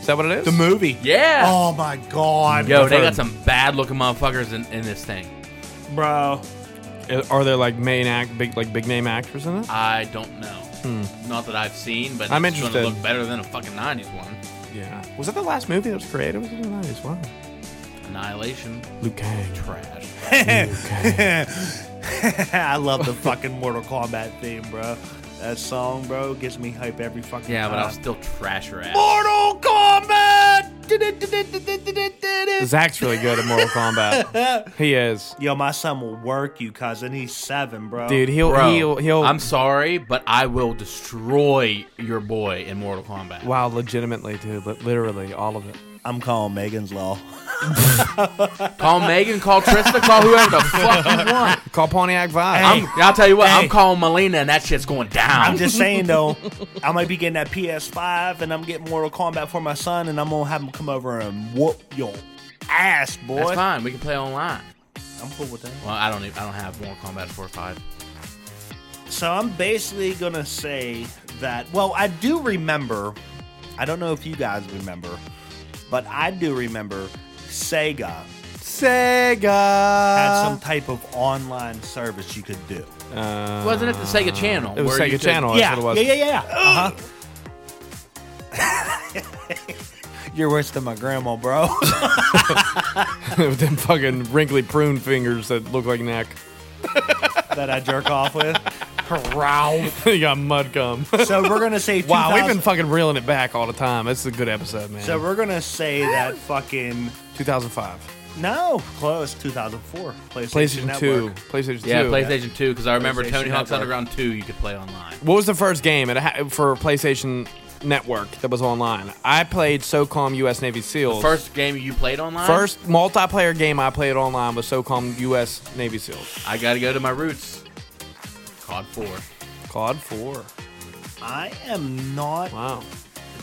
Speaker 1: Is that what it is? The movie.
Speaker 3: Yeah.
Speaker 2: Oh my god,
Speaker 3: Yo, they
Speaker 1: I've heard.
Speaker 3: got some bad looking motherfuckers in, in this thing.
Speaker 2: bro.
Speaker 1: Are there like main act, big like big name actors in it?
Speaker 3: I don't know. Not that I've seen, but
Speaker 1: Hmm. I'm
Speaker 3: it's going to
Speaker 1: interested.
Speaker 3: look better than a fucking 90s one.
Speaker 1: Yeah. Was that the last movie that was created? Was it the nineties? Wow.
Speaker 3: Annihilation.
Speaker 1: Luke Cage.
Speaker 3: Trash.
Speaker 2: I love the fucking Mortal Kombat theme, bro. That song, bro, gets me hype every fucking
Speaker 3: Yeah, but I'll
Speaker 2: time.
Speaker 3: still trash her ass.
Speaker 1: Mortal Kombat. Zach's really good at Mortal Kombat. he is,
Speaker 2: Yo, my son will work you, cousin. He's seven, bro.
Speaker 1: dude. He'll
Speaker 3: Bro,
Speaker 1: he'll he'll.
Speaker 3: I'm sorry, but I will destroy your boy in Mortal Kombat.
Speaker 1: wow, legitimately, dude. Li- Literally, all of it.
Speaker 2: I'm calling Megan's Law.
Speaker 3: Call Megan, call Trista, call whoever the fuck you want.
Speaker 1: Call Pontiac Vibe.
Speaker 3: I'm, I'll tell you what,
Speaker 2: hey.
Speaker 3: I'm calling Melina, and that shit's going down.
Speaker 2: I'm just saying though, I might be getting that PS5, and I'm getting Mortal Kombat for my son, and I'm gonna have him come over and whoop your ass, boy.
Speaker 3: That's fine. We can play online.
Speaker 2: I'm cool with that.
Speaker 3: Well, I don't. Even, I don't have Mortal Kombat four or five.
Speaker 2: So I'm basically gonna say that. Well, I do remember. I don't know if you guys remember, but I do remember Sega
Speaker 1: Sega.
Speaker 2: had some type of online service you could do.
Speaker 3: Wasn't it the Sega Channel?
Speaker 1: uh, Ah. It was
Speaker 3: where
Speaker 1: Sega
Speaker 3: you could-
Speaker 1: Channel. That's
Speaker 2: yeah,
Speaker 1: what it was.
Speaker 2: yeah, yeah, yeah. Uh huh. You're worse than my grandma, bro.
Speaker 1: With them fucking wrinkly prune fingers that look like neck.
Speaker 2: that I jerk off with.
Speaker 1: you got mud gum.
Speaker 2: So we're gonna say
Speaker 1: wow, we've
Speaker 2: 2000
Speaker 1: been fucking reeling it back all the time. This is a good episode, man.
Speaker 2: So we're gonna say that fucking
Speaker 1: 2005.
Speaker 2: no, close 2004 PlayStation,
Speaker 1: PlayStation 2.
Speaker 2: Network.
Speaker 1: PlayStation
Speaker 3: Yeah,
Speaker 1: 2.
Speaker 3: PlayStation two because I remember
Speaker 2: PlayStation
Speaker 3: Tony Hawk's
Speaker 2: Network.
Speaker 3: Underground two. You could play online.
Speaker 1: What was the first game it ha- for PlayStation Network that was online? I played SOCOM U.S. Navy SEALs.
Speaker 3: First game you played online.
Speaker 1: First multiplayer game I played online was SOCOM U.S. Navy SEALs.
Speaker 3: I gotta go to my roots. COD four.
Speaker 1: COD 4.
Speaker 2: I am not.
Speaker 1: Wow.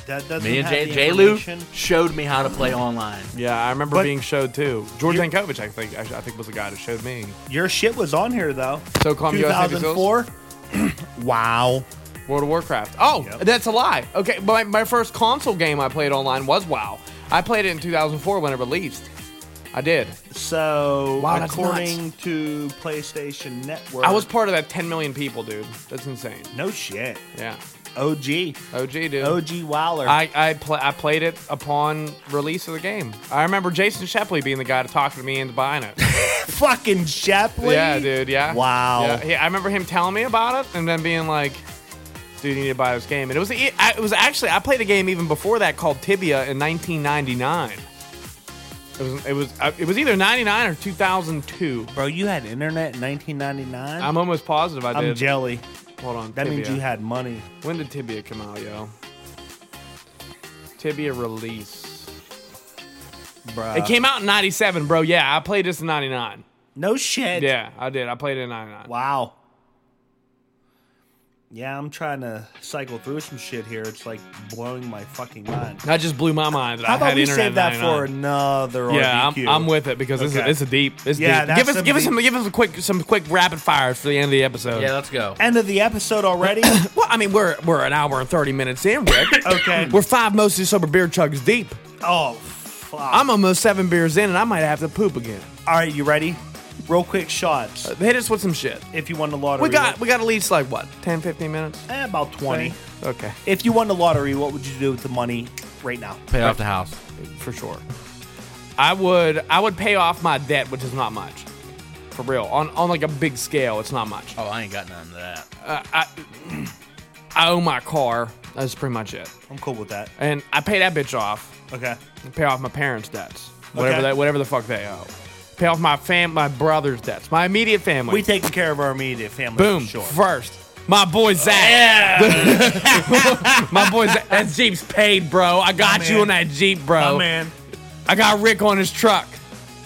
Speaker 2: That doesn't
Speaker 3: Me and
Speaker 2: have
Speaker 3: J
Speaker 2: the
Speaker 3: J Lou
Speaker 2: information.
Speaker 3: showed me how to play online.
Speaker 1: Yeah, I remember
Speaker 2: But-
Speaker 1: being showed too. George
Speaker 2: You-
Speaker 1: Zankovich, I think, I, I think was the guy that showed me.
Speaker 2: Your shit was on here though.
Speaker 1: SOCOM U.S. Navy SEALs.
Speaker 2: 2004. wow.
Speaker 1: World of Warcraft. Oh,
Speaker 2: Yep.
Speaker 1: that's a lie. Okay, my, my first console game I played online was WoW. I played it in 2004 when it released. I did.
Speaker 2: So
Speaker 1: Wow, that's
Speaker 2: according to PlayStation Network,
Speaker 1: I was part of that 10 million people, dude. That's insane.
Speaker 2: no shit.
Speaker 1: Yeah.
Speaker 2: OG,
Speaker 1: OG, dude.
Speaker 2: OG Wilder.
Speaker 1: I I, pl- I played it upon release of the game. I remember Jason Shepley being the guy to talk to me into buying it.
Speaker 2: fucking Shepley.
Speaker 1: yeah, dude. Yeah.
Speaker 2: Wow.
Speaker 1: Yeah, he- I remember him telling me about it and then being like, "Dude, you need to buy this game." And it was e- I- it was actually I played a game even before that called Tibia in 1999. It was it was uh, it was either 99 or 2002.
Speaker 2: Bro, you had internet in 1999.
Speaker 1: I'm almost positive I
Speaker 2: I'm
Speaker 1: did.
Speaker 2: jelly.
Speaker 1: Hold on.
Speaker 2: That
Speaker 1: Tibia.
Speaker 2: means you had money.
Speaker 1: When did Tibia come out, yo? Tibia release.
Speaker 2: Bruh.
Speaker 1: It came out in 97, bro. Yeah, I played this in 99.
Speaker 2: No shit.
Speaker 1: Yeah, I did. I played it in 99.
Speaker 2: Wow. Yeah, I'm trying to cycle through some shit here. It's like blowing my fucking mind.
Speaker 1: That just blew my mind that
Speaker 2: How
Speaker 1: I had
Speaker 2: about we
Speaker 1: internet
Speaker 2: save that
Speaker 1: in
Speaker 2: for
Speaker 1: 99.
Speaker 2: another
Speaker 1: Yeah,
Speaker 2: RBQ?
Speaker 1: I'm, I'm with it because this
Speaker 2: Okay.
Speaker 1: is, it's a deep. It's
Speaker 2: Yeah,
Speaker 1: deep.
Speaker 2: that's
Speaker 1: Give us
Speaker 2: some
Speaker 1: give us some
Speaker 2: deep-
Speaker 1: give us a quick some quick rapid fires for the end of the episode.
Speaker 3: Yeah, let's go.
Speaker 2: End of the episode already?
Speaker 1: Well, I mean, we're we're an hour and thirty minutes in, Rick.
Speaker 2: Okay.
Speaker 1: We're five mostly sober beer chugs deep.
Speaker 2: oh, fuck.
Speaker 1: I'm almost seven beers in, and I might have to poop again.
Speaker 2: All right, you ready? Real quick shots
Speaker 1: Hit us with some shit.
Speaker 2: if you won the lottery.
Speaker 1: We got
Speaker 2: what-
Speaker 1: we got at least like what 10, 15 minutes.
Speaker 2: eh, about 20.
Speaker 1: Okay,
Speaker 2: If you won the lottery, what would you do with the money right now?
Speaker 3: Pay off the house.
Speaker 1: for sure. I would I would pay off my debt, which is not much, for real. On on like a big scale, it's not much.
Speaker 3: Oh, I ain't got none of that.
Speaker 1: I owe my car. That's pretty much it.
Speaker 2: I'm cool with that.
Speaker 1: And I pay that bitch off.
Speaker 2: Okay.
Speaker 1: pay off my parents' debts, whatever
Speaker 2: Okay.
Speaker 1: that, whatever the fuck they owe. Pay off my fam, my brother's debts, my immediate family.
Speaker 2: We taking care of our immediate family.
Speaker 1: Boom,
Speaker 2: For sure.
Speaker 1: first. My boy Zach. my boy Zach. That Jeep's paid, bro. I got
Speaker 2: My
Speaker 1: you
Speaker 2: man.
Speaker 1: on that Jeep, bro.
Speaker 2: Oh, man.
Speaker 1: I got Rick on his truck.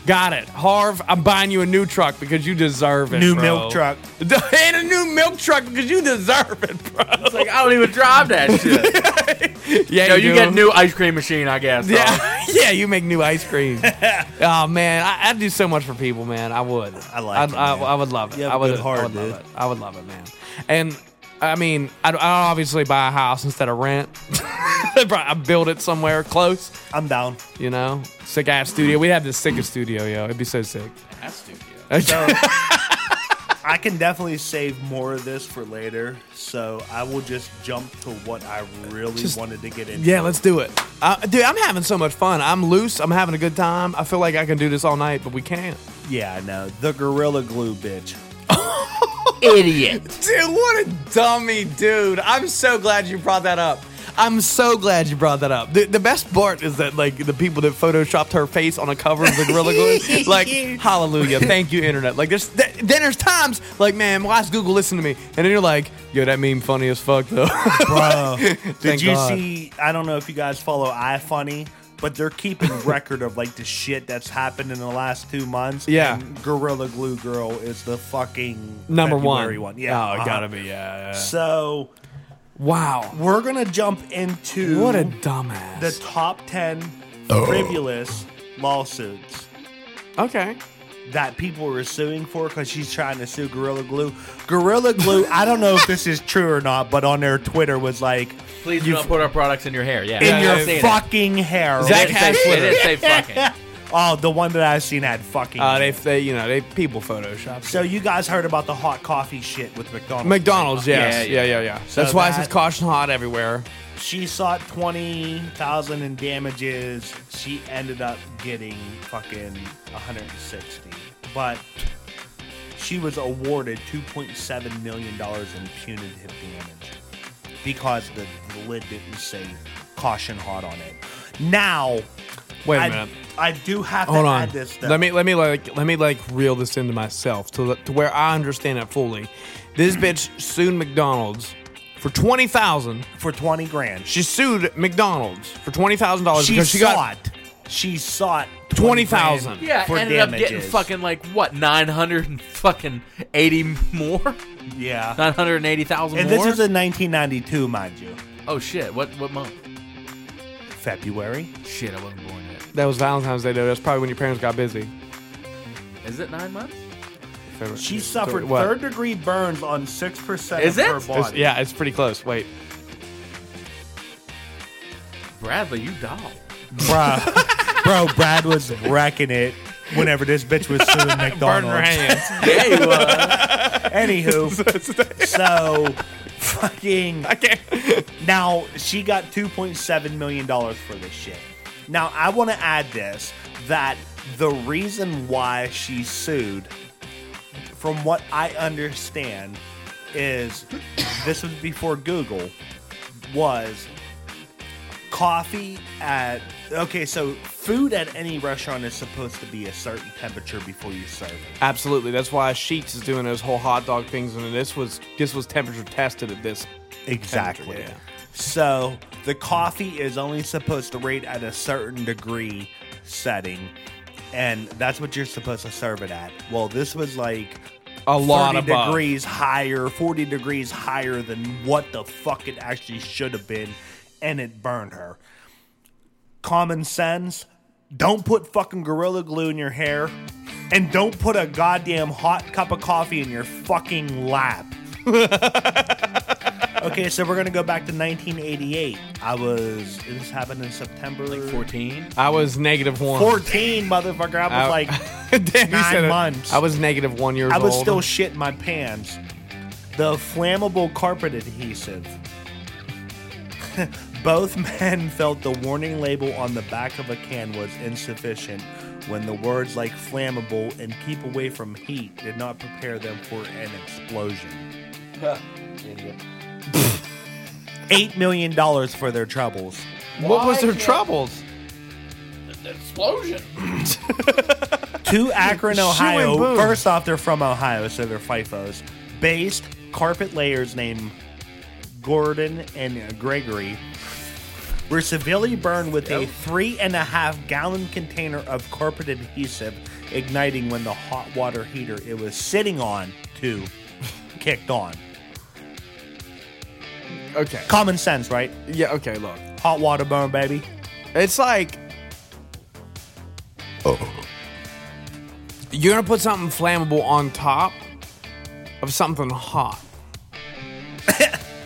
Speaker 1: Got it. Harv, I'm buying you a new truck because you deserve it.
Speaker 2: New
Speaker 1: bro.
Speaker 2: milk truck.
Speaker 1: And a new milk truck because you deserve it, bro.
Speaker 3: Like I don't even drive that shit.
Speaker 1: Yeah,
Speaker 3: Yo, you
Speaker 1: do.
Speaker 3: get new ice cream machine, I guess. dog.
Speaker 1: Yeah, yeah, you make new ice cream. oh man, I, I'd do so much for people, man. I would.
Speaker 2: I like
Speaker 1: I'd-
Speaker 2: it,
Speaker 1: I,
Speaker 2: man.
Speaker 1: I, would love it.
Speaker 2: You have
Speaker 1: I
Speaker 2: a
Speaker 1: would.
Speaker 2: good heart,
Speaker 1: I would
Speaker 2: dude.
Speaker 1: love it. I would love it, man. And I mean, I would obviously buy a house instead of rent. I build it somewhere close,
Speaker 2: I'm down.
Speaker 1: you know. Sick ass studio. We'd have the sickest studio, yo. It'd be so sick.
Speaker 3: That studio.
Speaker 2: So I can definitely save more of this for later. So I will just jump to what I really
Speaker 1: Just-
Speaker 2: wanted to get into.
Speaker 1: Yeah, let's do it, uh, dude. I'm having so much fun. I'm loose. I'm having a good time. I feel like I can do this all night, but we can't.
Speaker 2: Yeah, I know. The Gorilla Glue bitch.
Speaker 3: Idiot.
Speaker 1: Dude, what a dummy, dude. I'm so glad you brought that up. I'm so glad you brought that up. The, the best part is that, like, the people that photoshopped her face on a cover of the Gorilla Glue, like, hallelujah, thank you, internet. Like, there's th- then there's times, like, man, why is Google listening to me? And then you're like, yo, that meme funny as fuck, though.
Speaker 2: Bro, did
Speaker 1: Thank
Speaker 2: you
Speaker 1: God.
Speaker 2: see? I don't know if you guys follow iFunny, but they're keeping record of like the shit that's happened in the last two months.
Speaker 1: Yeah.
Speaker 2: and Gorilla Glue Girl is the fucking
Speaker 1: Number
Speaker 2: February
Speaker 1: one.
Speaker 2: Yeah,
Speaker 1: oh, it
Speaker 2: uh-huh.
Speaker 1: gotta be, yeah. yeah.
Speaker 2: So
Speaker 1: Wow.
Speaker 2: we're gonna jump into
Speaker 1: What a dumbass.
Speaker 2: the top 10 frivolous lawsuits.
Speaker 1: okay.
Speaker 2: that people were suing for because she's trying to sue Gorilla Glue. Gorilla Glue, I don't know if this is true or not, but on their Twitter was like,
Speaker 3: Please do not put our products in your hair. Yeah.
Speaker 2: in
Speaker 3: yeah,
Speaker 2: your
Speaker 3: I've seen it.
Speaker 2: fucking hair.
Speaker 3: It
Speaker 1: Zach
Speaker 3: did say-
Speaker 1: has
Speaker 3: It
Speaker 1: Twitter.
Speaker 3: did say fucking.
Speaker 2: oh, the one that I've seen had fucking.
Speaker 1: Uh, they, they, you know, they people Photoshop.
Speaker 2: so you guys heard about the hot coffee shit with McDonald's?
Speaker 1: McDonald's, yes, yeah,
Speaker 3: Yeah, yeah.
Speaker 1: yeah, yeah.
Speaker 2: So
Speaker 1: That's why it says
Speaker 2: that-
Speaker 1: caution hot everywhere.
Speaker 2: She sought twenty thousand in damages. She ended up getting fucking one hundred and sixty, but she was awarded two point seven million dollars in punitive damage because the, the lid didn't say caution hot on it. Now,
Speaker 1: Wait a
Speaker 2: I,
Speaker 1: minute.
Speaker 2: I do have to
Speaker 1: Hold on.
Speaker 2: add this. Though.
Speaker 1: Let me let me like let me like reel this into myself to, the- to where I understand it fully.
Speaker 2: Mm.
Speaker 1: This bitch sued McDonald's for twenty thousand.
Speaker 2: for twenty grand.
Speaker 1: She sued McDonald's for twenty thousand dollars
Speaker 2: she
Speaker 1: Oh, because she got
Speaker 2: sought. she sought
Speaker 1: 20,000.
Speaker 2: grand
Speaker 3: Yeah,
Speaker 2: for
Speaker 3: ended up getting
Speaker 2: damages.
Speaker 3: fucking like what nine hundred and fucking eighty more,
Speaker 2: yeah.
Speaker 3: nine hundred and eighty thousand more.
Speaker 2: And this is in 1992, mind you.
Speaker 3: oh shit! What what month?
Speaker 2: February.
Speaker 3: Shit, I wasn't born yet.
Speaker 1: that was Valentine's Day though. That's probably when your parents got busy.
Speaker 3: Is it nine months?
Speaker 1: February-
Speaker 2: She suffered
Speaker 1: what?
Speaker 2: third degree burns on six percent
Speaker 3: Is
Speaker 2: of
Speaker 3: it?
Speaker 2: her
Speaker 3: Is-
Speaker 1: It's-
Speaker 2: body.
Speaker 1: yeah, it's pretty close. Wait,
Speaker 3: Bradley, you doll.
Speaker 2: bro, bro, Brad was wrecking it whenever this bitch was suing
Speaker 1: burn her
Speaker 2: McDonald's.
Speaker 1: hands.
Speaker 3: Yeah, you are.
Speaker 2: Anywho, so fucking
Speaker 1: I can't.
Speaker 2: now she got two point seven million dollars for this shit. Now I want to add this that the reason why she sued, from what I understand, is this was before Google was coffee at okay so food at any restaurant is supposed to be a certain temperature before you serve it
Speaker 1: Absolutely. That's why Sheets is doing those whole hot dog things, and this was this was temperature tested at this.
Speaker 2: Exactly.
Speaker 1: Temperature,
Speaker 2: So the coffee is only supposed to rate at a certain degree setting, and that's what you're supposed to serve it at. Well, this was like
Speaker 1: A lot
Speaker 2: 30
Speaker 1: of bugs.
Speaker 2: degrees higher, 40 degrees higher than what the fuck it actually should have been, and it burned her. Common sense don't put fucking Gorilla Glue in your hair, and don't put a goddamn hot cup of coffee in your fucking lap. okay, so we're gonna go back to 1988. I was, this happened in September like
Speaker 3: Fourteen.
Speaker 1: I was negative one.
Speaker 2: 14, motherfucker. I was
Speaker 1: I-
Speaker 2: like,
Speaker 1: Damn, you
Speaker 2: nine
Speaker 1: said it.
Speaker 2: months.
Speaker 1: I was negative one years
Speaker 2: I
Speaker 1: old.
Speaker 2: was still shit my pants. The flammable carpet adhesive. Both men felt the warning label on the back of a can was insufficient when the words like flammable and keep away from heat did not prepare them for an explosion. Eight million dollars for their troubles.
Speaker 1: what was their troubles?
Speaker 2: Two Akron,
Speaker 1: and
Speaker 2: Ohio.
Speaker 1: boom.
Speaker 2: First off, they're from Ohio, so they're FIFOs. Based carpet layers named Gordon and Gregory were severely burned with a three and a half gallon container of carpet adhesive igniting when the hot water heater it was sitting on to kicked on.
Speaker 1: Okay.
Speaker 2: Common sense, right?
Speaker 1: Yeah. Okay. Look,
Speaker 2: Hot water burn, baby.
Speaker 1: it's like. You're gonna put something flammable on top of something hot.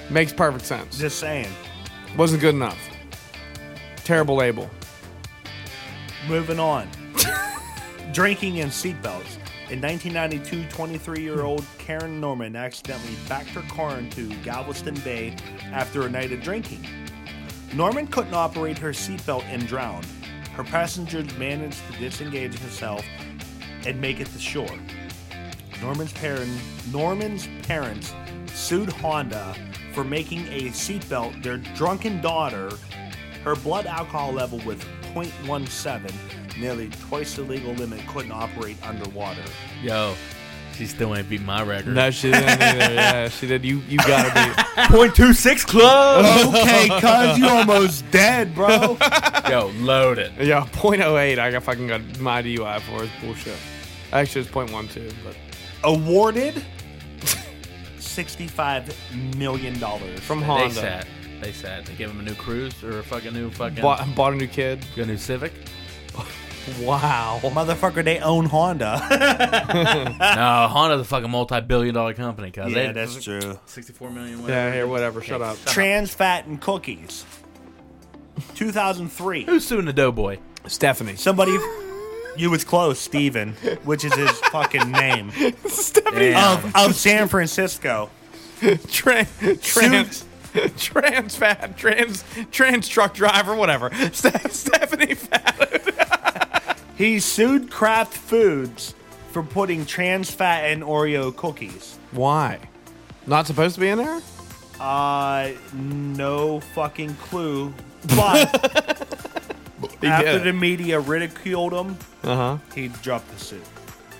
Speaker 1: Makes perfect sense.
Speaker 2: Just saying.
Speaker 1: Wasn't good enough. Terrible label.
Speaker 2: Moving on. Drinking and seatbelts. In 1992, 23 year old Karen Norman accidentally backed her car into Galveston Bay after a night of drinking. Norman couldn't operate her seatbelt and drowned. Her passenger managed to disengage herself and make it to shore. Norman's, parent, Norman's parents sued Honda for making a seatbelt their drunken daughter. Her blood alcohol level was 0.17, nearly twice the legal limit, couldn't operate underwater.
Speaker 3: Yo, she still ain't beat my record.
Speaker 1: No, she didn't either. Yeah, she did. You you gotta be.
Speaker 3: point two six club.
Speaker 2: Okay, cuz you almost dead, bro.
Speaker 3: Yo, load it.
Speaker 1: Yeah, 0.08. I got fucking got my DUI for it's bullshit. Actually, it's 0.12, but
Speaker 2: Awarded $65 million.
Speaker 1: from
Speaker 3: They
Speaker 1: Honda.
Speaker 3: sat. They sat. They gave him a new cruise or a fucking new fucking.
Speaker 1: Bought, bought a new kid.
Speaker 3: Got a new Civic.
Speaker 1: Wow.
Speaker 2: Motherfucker, they own Honda.
Speaker 3: No, Honda's a fucking multi-billion dollar company, cuz. They-
Speaker 2: true.
Speaker 3: 64 million. Whatever.
Speaker 1: Yeah, here, whatever. Shut up.
Speaker 2: Trans fat and cookies. 2003.
Speaker 3: Who's suing the Doughboy?
Speaker 1: Stephanie.
Speaker 2: Somebody. You was close, Steven, which is his fucking name.
Speaker 1: Stephanie.
Speaker 2: Of, of San Francisco.
Speaker 1: Tran, trans, trans fat, trans, trans truck driver, whatever. Ste- Stephanie Fat.
Speaker 2: He sued Kraft Foods for putting trans fat in Oreo cookies.
Speaker 1: Why? Not supposed to be in there?
Speaker 2: Uh, no fucking clue. But after
Speaker 1: did.
Speaker 2: the media ridiculed him, he dropped the suit.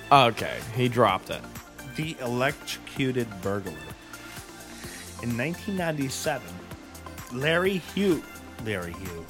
Speaker 1: Okay, he dropped it.
Speaker 2: The electrocuted burglar. In 1997, Larry Hugh. Larry Hugh.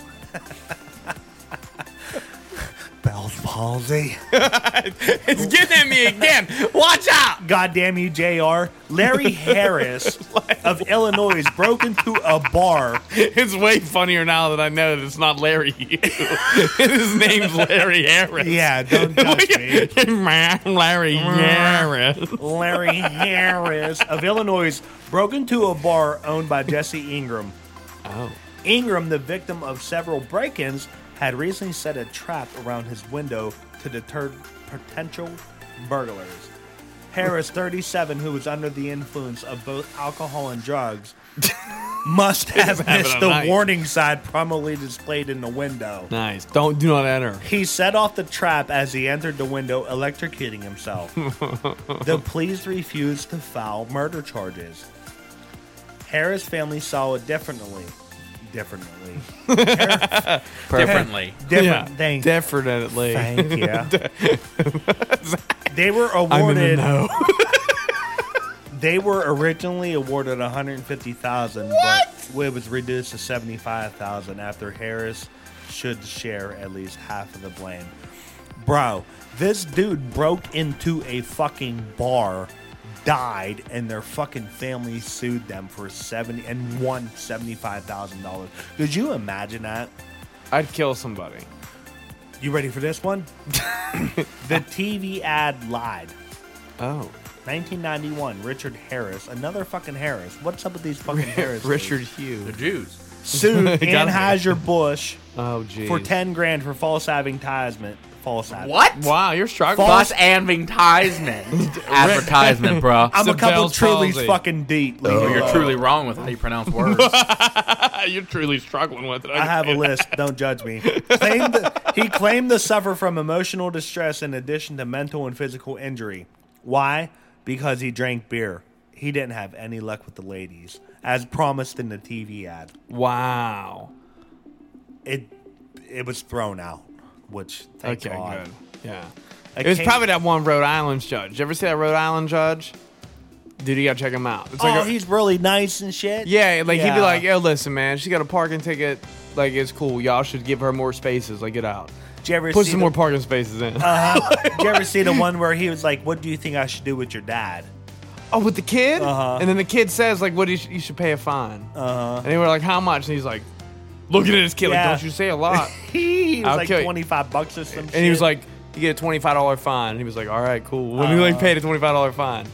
Speaker 2: Bell's palsy.
Speaker 1: It's getting at me again. Watch out.
Speaker 2: Goddamn you, JR. Larry Harris of Illinois broke into a bar
Speaker 1: It's way funnier now that I know that it's not Larry Hugh. His name's Larry Harris.
Speaker 2: Yeah, don't touch me.
Speaker 1: I'm Larry Harris.
Speaker 2: Larry Harris of Illinois broke into a bar owned by Jesse Ingram.
Speaker 1: Oh.
Speaker 2: Ingram, the victim of several break ins, had recently set a trap around his window to deter potential burglars. Harris, 37, who was under the influence of both alcohol and drugs, must have
Speaker 1: having
Speaker 2: missed
Speaker 1: a
Speaker 2: the
Speaker 1: night.
Speaker 2: warning sign prominently displayed in the window.
Speaker 1: Nice. Don't do not enter.
Speaker 2: He set off the trap as he entered the window, electrocuting himself. the police refused to file murder charges. Harris' family saw it differently. Differently.
Speaker 3: Differently.
Speaker 2: Different
Speaker 1: yeah,
Speaker 2: thing.
Speaker 1: Definitely.
Speaker 2: Thank you. they were awarded. they were originally awarded 150,000, but it was reduced to 75,000 after Harris should share at least half of the blame. Bro, this dude broke into a fucking bar, died, and their fucking family sued them for 70 and won $75,000. Could you imagine that?
Speaker 1: I'd kill somebody.
Speaker 2: You ready for this one? the TV ad lied.
Speaker 1: Oh.
Speaker 2: 1991, Richard Harris, another fucking Harris. What's up with these fucking Harris?
Speaker 1: Richard Hugh.
Speaker 3: They're Jews.
Speaker 2: sued
Speaker 1: Gotta-
Speaker 2: Anheuser Busch
Speaker 1: Oh, geez.
Speaker 2: for ten grand for false advertisement. False ad.
Speaker 3: What?
Speaker 1: Wow, you're struggling.
Speaker 3: False advertisement. advertisement, bro.
Speaker 2: I'm
Speaker 1: It's
Speaker 2: a
Speaker 1: a
Speaker 2: couple
Speaker 1: Bell's
Speaker 2: truly
Speaker 1: palsy. Oh.
Speaker 2: fucking deep. Leave me
Speaker 3: You're
Speaker 2: alone.
Speaker 3: truly wrong with how you pronounce words.
Speaker 1: you're truly struggling with it.
Speaker 2: I have a list. Don't judge me. Claimed he claimed to suffer from emotional distress in addition to mental and physical injury. Why? Because he drank beer. He didn't have any luck with the ladies, as promised in the TV ad.
Speaker 1: Wow.
Speaker 2: It it was thrown out, which thank
Speaker 1: Okay,
Speaker 2: God.
Speaker 1: good. Yeah.
Speaker 2: I
Speaker 1: It was
Speaker 2: can't-
Speaker 1: probably that one Rhode Island judge. You ever see that Rhode Island judge? Dude, you gotta check him out. It's like
Speaker 2: oh,
Speaker 1: a-
Speaker 2: he's really nice and shit.
Speaker 1: yeah, like he'd be
Speaker 2: Yeah.
Speaker 1: like, "Yo, listen, man, she got a parking ticket. Like, it's cool. Y'all should give her more spaces. Like, get out.
Speaker 2: Did you ever
Speaker 1: Put
Speaker 2: see
Speaker 1: some
Speaker 2: the-
Speaker 1: more parking spaces in."
Speaker 2: Did you ever see the one where he was like, "What do you think I should do with your dad?"
Speaker 1: oh, with the kid.
Speaker 2: Uh-huh.
Speaker 1: And then the kid says, "Like, what? do You, sh- you should pay a fine." Uh-huh. And they were like, "How much?" And he's like, "Looking at his kid,
Speaker 2: Yeah.
Speaker 1: like, don't you say a lot."
Speaker 2: He was
Speaker 1: I'll
Speaker 2: like
Speaker 1: kill you.
Speaker 2: twenty five bucks or some shit.
Speaker 1: And he was like, "You get a twenty-five dollar fine." And he was like, "All right, cool." When he
Speaker 2: Uh-huh.
Speaker 1: like paid a twenty-five dollar fine,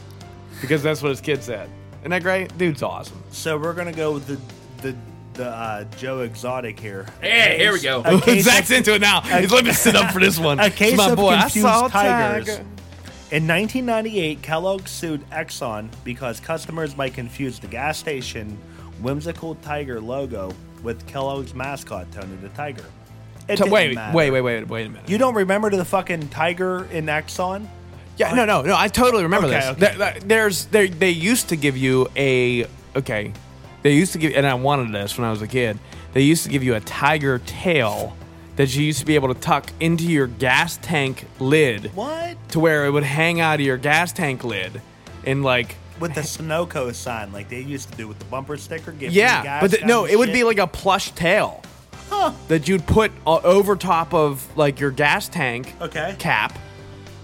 Speaker 1: because that's what his kid said. Isn't that great? Dude's awesome.
Speaker 2: So we're gonna go with the the the uh, Joe Exotic here.
Speaker 3: hey, here we go.
Speaker 2: A case
Speaker 1: Zach's
Speaker 2: of,
Speaker 1: into it now. He's let me sit up for this one.
Speaker 2: a case
Speaker 1: It's my
Speaker 2: of
Speaker 1: boy. I
Speaker 2: confused
Speaker 1: saw a
Speaker 2: tigers.
Speaker 1: tiger.
Speaker 2: In 1998, Kellogg sued Exxon because customers might confuse the gas station whimsical tiger logo with Kellogg's mascot Tony the Tiger. It
Speaker 1: T-
Speaker 2: didn't
Speaker 1: Wait,
Speaker 2: matter.
Speaker 1: wait, wait, wait, wait a minute.
Speaker 2: You don't remember the fucking tiger in Exxon?
Speaker 1: yeah, no, no, no. I totally remember
Speaker 2: Okay,
Speaker 1: this.
Speaker 2: okay.
Speaker 1: There- there- there's there, they used to give you a okay. They used to give, and I wanted this when I was a kid. They used to give you a tiger tail that you used to be able to tuck into your gas tank lid.
Speaker 2: What?
Speaker 1: to where it would hang out of your gas tank lid and like
Speaker 2: With the Sunoco sign, like they used to do with the bumper sticker. Give free
Speaker 1: yeah
Speaker 2: gas
Speaker 1: but th-
Speaker 2: kind
Speaker 1: no
Speaker 2: of
Speaker 1: it would
Speaker 2: shit.
Speaker 1: be like a plush tail that you'd put o- over top of like your gas tank
Speaker 2: Okay.
Speaker 1: cap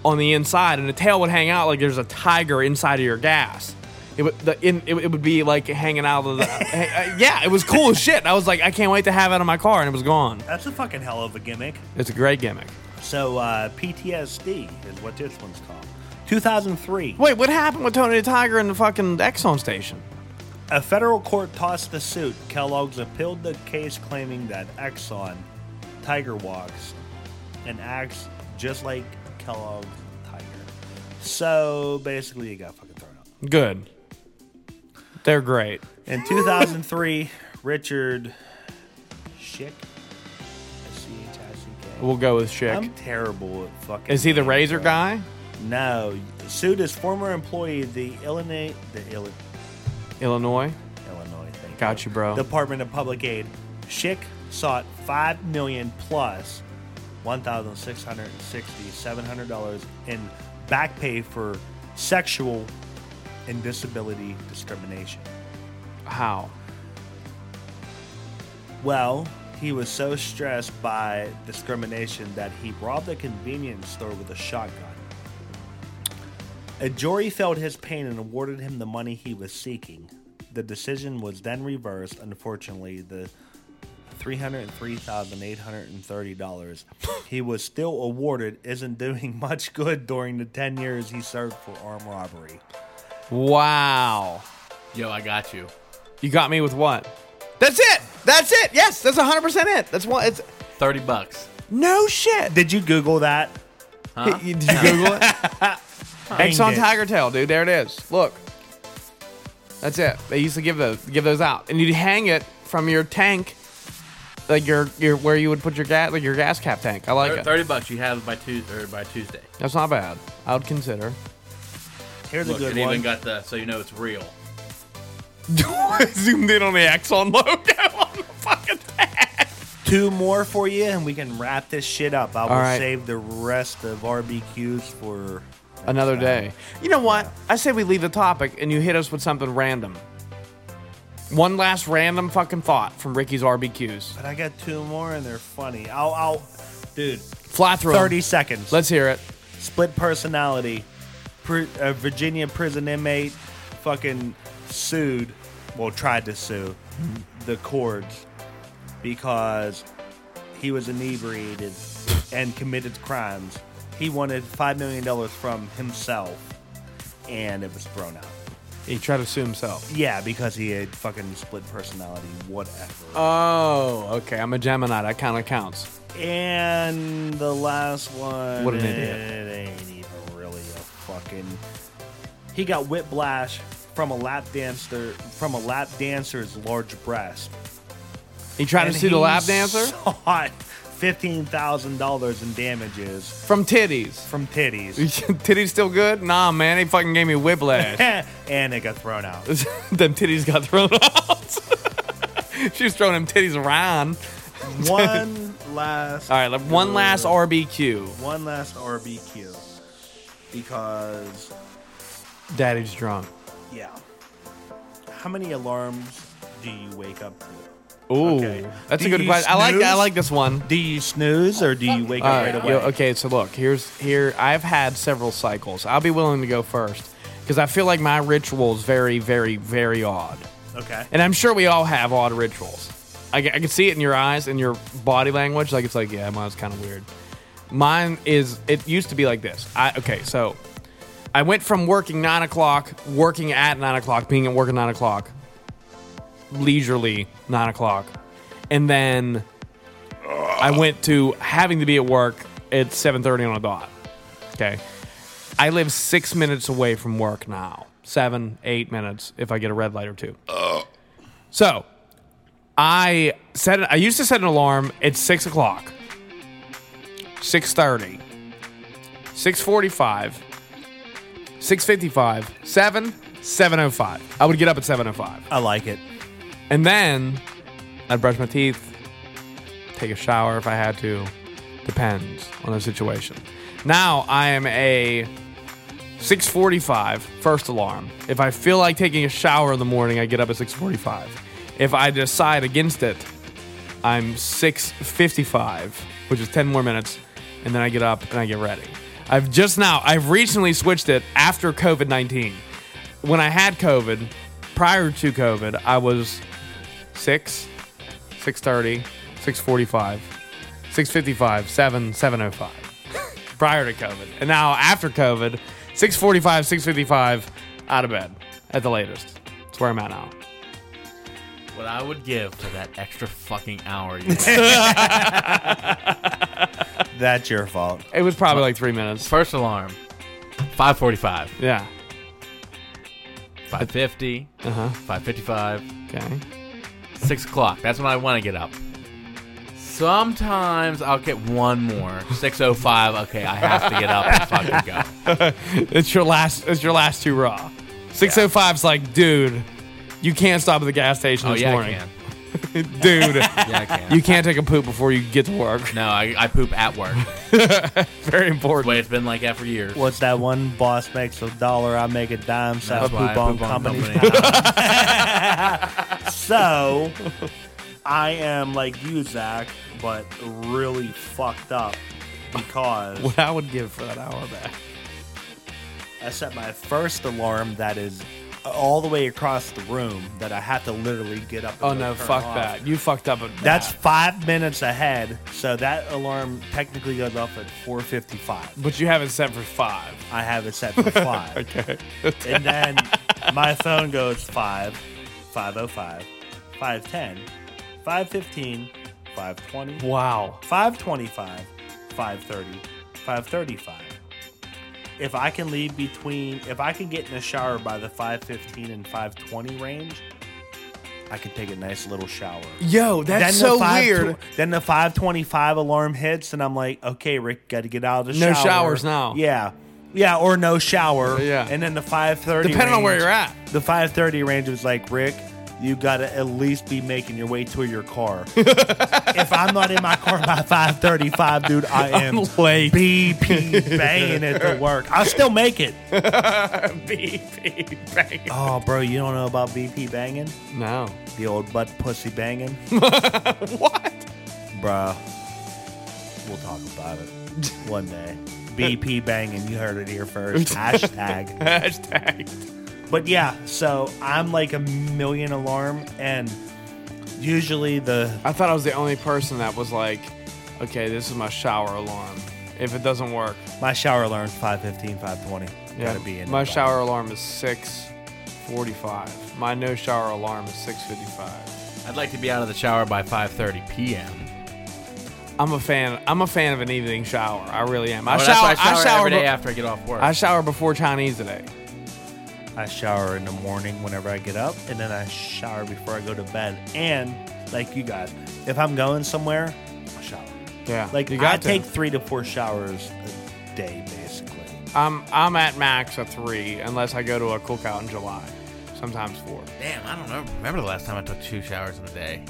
Speaker 1: on the inside and the tail would hang out like there's a tiger inside of your gas it would the, in, it, would- it would be like hanging out of the hang- uh, yeah it was cool as shit I was like I can't wait to have it on my car and it was gone
Speaker 2: That's a fucking hell of a gimmick.
Speaker 1: it's a great gimmick
Speaker 2: So uh, PTSD is what this one's called. 2003.
Speaker 1: Wait, what happened with Tony the Tiger and the fucking Exxon station?
Speaker 2: A federal court tossed the suit. Kellogg's appealed the case, claiming that Exxon Tiger walks and acts just like Kellogg's Tiger. So basically, it got fucking thrown out.
Speaker 1: Good. They're great.
Speaker 2: In 2003, Richard Schick. S-C-H-I-C-K.
Speaker 1: We'll go with Schick.
Speaker 2: I'm terrible at fucking.
Speaker 1: Is he the
Speaker 2: names,
Speaker 1: razor
Speaker 2: bro.
Speaker 1: guy?
Speaker 2: No, sued his former employee, the Illinois, the Illinois,
Speaker 1: Illinois?
Speaker 2: Illinois. Thank
Speaker 1: Got you, bro.
Speaker 2: Department of Public Aid. Schick sought five million plus one thousand six hundred sixty seven hundred dollars in back pay for sexual and disability discrimination.
Speaker 1: How?
Speaker 2: Well, he was so stressed by discrimination that he robbed a convenience store with a shotgun. A jury felt his pain and awarded him the money he was seeking. The decision was then reversed. Unfortunately, the $303,830 he was still awarded isn't doing much good during the 10 years he served for armed robbery.
Speaker 1: Wow.
Speaker 3: Yo, I got you.
Speaker 1: You got me with what? That's it. That's it. Yes, that's 100% it. That's one. It's
Speaker 3: Thirty bucks.
Speaker 1: no shit.
Speaker 2: Did you Google that?
Speaker 1: Did you Google it? Exxon
Speaker 2: Dang it.
Speaker 1: Tiger Tail, dude. There it is. Look. That's it. They used to give those give those out, and you'd hang it from your tank, like your your where you would put your gas like your gas cap tank. I like
Speaker 3: Thir-
Speaker 1: it.
Speaker 3: Thirty bucks you have by Tuesday. Or by Tuesday.
Speaker 1: That's not bad. I would consider.
Speaker 2: Here's
Speaker 3: Look,
Speaker 2: a good
Speaker 3: it
Speaker 2: one.
Speaker 3: even got the so you know it's real.
Speaker 1: Zoomed in on the Exxon logo on the fucking tank.
Speaker 2: two more for you, and we can wrap this shit up. I will
Speaker 1: right.
Speaker 2: save the rest of RBQs for next
Speaker 1: Another
Speaker 2: time.
Speaker 1: day. You know what? I say we leave the topic and you hit us with something random. One last random fucking thought from Ricky's RBQs.
Speaker 2: But I got two more, and they're funny. I'll, I'll dude,
Speaker 1: Fly through. 'em.
Speaker 2: thirty seconds.
Speaker 1: Let's hear it.
Speaker 2: split personality. Pri- a Virginia prison inmate, fucking sued, well tried to sue the courts because he was inebriated and committed crimes. He wanted five million dollars from himself, and it was thrown out.
Speaker 1: He tried to sue himself.
Speaker 2: Yeah, because he had fucking split personality, whatever.
Speaker 1: Oh, okay. I'm a Gemini. That kind of counts.
Speaker 2: and the last one.
Speaker 1: What an idiot.
Speaker 2: It ain't even really a fucking. He got whiplash from a lap dancer from a lap dancer's large breast.
Speaker 1: He tried
Speaker 2: And
Speaker 1: to sue the
Speaker 2: he
Speaker 1: lap dancer
Speaker 2: Sought fifteen thousand dollars in damages
Speaker 1: from titties.
Speaker 2: from titties,
Speaker 1: titties still good? Nah, man. He fucking gave me whiplash.
Speaker 2: and it got thrown out.
Speaker 1: them titties got thrown out. she was throwing them titties around.
Speaker 2: One last.
Speaker 1: All right, like one last RBQ.
Speaker 2: One last RBQ because
Speaker 1: Daddy's drunk.
Speaker 2: yeah. How many alarms do you wake up to?
Speaker 1: Ooh,
Speaker 2: Okay.
Speaker 1: that's
Speaker 2: Do
Speaker 1: a good
Speaker 2: you
Speaker 1: question. I like I
Speaker 2: snooze?
Speaker 1: like this one.
Speaker 2: Do you snooze or do you wake
Speaker 1: All
Speaker 2: up
Speaker 1: right,
Speaker 2: right away?
Speaker 1: Uh, yo, okay, so look, here's here. I've had several cycles. I'll be willing to go first because I feel like my ritual is very, very, very odd,
Speaker 2: Okay.
Speaker 1: and I'm sure we all have odd rituals. I, ca- I can see it in your eyes and your body language. Like it's like, yeah, mine's kind of weird. Mine is. It used to be like this. I okay, so I went from working nine o'clock, working at nine o'clock, being at work at nine o'clock, leisurely nine o'clock, and then I went to having to be at work at seven thirty on a dot. Okay, I live six minutes away from work now, seven, eight minutes if I get a red light or two. So I set. I used to set an alarm at six o'clock, six thirty, six forty-five. 655, 7, 705. I would get up at 705.
Speaker 2: I like it.
Speaker 1: And then I'd brush my teeth, take a shower if I had to. Depends on the situation. Now I am a 645 first alarm. If I feel like taking a shower in the morning, I get up at 645. If I decide against it, I'm 655, which is 10 more minutes, and then I get up and I get ready. I've just now, I've recently switched it after COVID 19. When I had COVID, prior to COVID, I was 6, 630, 645, 655, 7, 705. prior to COVID, and now after COVID, six forty-five, six fifty-five, out of bed at the latest. That's where I'm at now.
Speaker 3: What I would give for that extra fucking hour. You know?
Speaker 2: That's your fault.
Speaker 1: It was probably like three minutes.
Speaker 3: First alarm, 545,
Speaker 1: Yeah.
Speaker 3: 550,
Speaker 1: Uh huh.
Speaker 3: 555,
Speaker 1: Okay.
Speaker 3: 6 o'clock. That's when I want to get up. Sometimes I'll get one more. 605, okay, I have to get up and fucking go.
Speaker 1: It's your last. It's your last two raw. Six oh five's like, dude, you can't stop at the gas station
Speaker 3: Oh,
Speaker 1: this
Speaker 3: yeah,
Speaker 1: morning,
Speaker 3: I can.
Speaker 1: dude.
Speaker 3: Yeah, I can.
Speaker 1: You can't take a poop before you get to work.
Speaker 3: no, I, I poop at work.
Speaker 1: Very important.
Speaker 3: The way it's been like that for years.
Speaker 2: What's that one boss makes a dollar, I make a dime, so I
Speaker 3: That's why
Speaker 2: poop on company. So I am like you, Zach, but really fucked up because
Speaker 1: What I would give for that hour back.
Speaker 2: I set my first alarm that is all the way across the room that I have to literally get up. And
Speaker 1: Oh
Speaker 2: go
Speaker 1: no,
Speaker 2: turn
Speaker 1: fuck
Speaker 2: off.
Speaker 1: that. You fucked up. at
Speaker 2: That's
Speaker 1: that.
Speaker 2: five minutes ahead, so that alarm technically goes off at 4:55.
Speaker 1: But you have it set for five.
Speaker 2: I have it set for five, okay. and then my phone goes five, 5:05, 5:10, 5:15, 5:20,
Speaker 1: Wow.
Speaker 2: 525, 530, 535. If I can leave between, if I can get in the shower by the 515 and 520 range, I could take a nice little shower.
Speaker 1: Yo, that's
Speaker 2: Then the
Speaker 1: so
Speaker 2: 5
Speaker 1: weird.
Speaker 2: then the 525 alarm hits, and I'm like, okay, Rick, got to get out of the
Speaker 1: No
Speaker 2: shower.
Speaker 1: showers now.
Speaker 2: Yeah. Yeah, or no shower.
Speaker 1: Yeah.
Speaker 2: And then the 530
Speaker 1: Depending on where
Speaker 2: range-
Speaker 1: you're at.
Speaker 2: The 530 range was like, Rick, you got to at least be making your way to your car. if I'm not in my car by 535, dude, I am
Speaker 1: I'm late.
Speaker 2: BP banging at the work. I'll still make it.
Speaker 1: BP bang.
Speaker 2: Oh, bro, you don't know about BP banging?
Speaker 1: No.
Speaker 2: The old butt pussy banging?
Speaker 1: What?
Speaker 2: Bruh. We'll talk about it one day. BP banging, you heard it here first. Hashtag.
Speaker 1: Hashtag.
Speaker 2: But yeah, so I'm like a million alarm, and usually the
Speaker 1: I thought I was the only person that was like, okay, this is my shower alarm. If it doesn't work,
Speaker 2: my shower alarm's 515, 520. Gotta be in
Speaker 1: my
Speaker 2: there by-
Speaker 1: shower alarm is 6:45. My no shower alarm is 6:55.
Speaker 3: I'd like to be out of the shower by 5:30 p.m.
Speaker 1: I'm a fan. I'm a fan of an evening shower. I really am. I
Speaker 3: Oh, that's
Speaker 1: shower.
Speaker 3: why I shower, every
Speaker 1: be-
Speaker 3: day after I get off work.
Speaker 1: I shower before Chinese today.
Speaker 2: I shower in the morning whenever I get up, and then I shower before I go to bed. And like you guys, if I'm going somewhere, I shower.
Speaker 1: Yeah,
Speaker 2: Like
Speaker 1: you got
Speaker 2: I
Speaker 1: to.
Speaker 2: take three to four showers a day, basically.
Speaker 1: I'm I'm at max a three unless I go to a cookout in July. Sometimes four.
Speaker 3: Damn, I don't know. Remember the last time I took two showers in a day?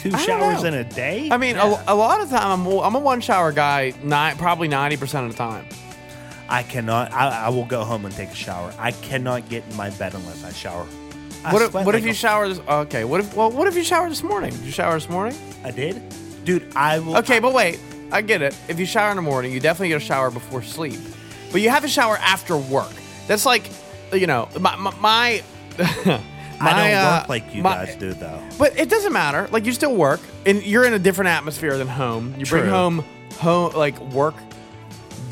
Speaker 2: Two
Speaker 1: don't
Speaker 2: showers
Speaker 1: know.
Speaker 2: in a day?
Speaker 1: I mean, a, a lot of time I'm more- I'm a one shower guy. Nine, probably ninety percent of the time.
Speaker 2: I cannot. I, I will go home and take a shower. I cannot get in my bed unless I shower. I
Speaker 1: What if,
Speaker 2: sweat
Speaker 1: what
Speaker 2: like
Speaker 1: if you
Speaker 2: a-
Speaker 1: shower this? Okay. What if well? What if you shower this morning? Did you shower this morning?
Speaker 2: I did, dude. I will.
Speaker 1: Okay, but wait. I get it. If you shower in the morning, you definitely get a shower before sleep. But you have a shower after work. That's like, you know, my my. my
Speaker 2: I
Speaker 1: my,
Speaker 2: don't
Speaker 1: uh,
Speaker 2: work like you
Speaker 1: my-
Speaker 2: guys do, though.
Speaker 1: But it doesn't matter. Like you still work, and you're in a different atmosphere than home. You bring
Speaker 2: True.
Speaker 1: home home like work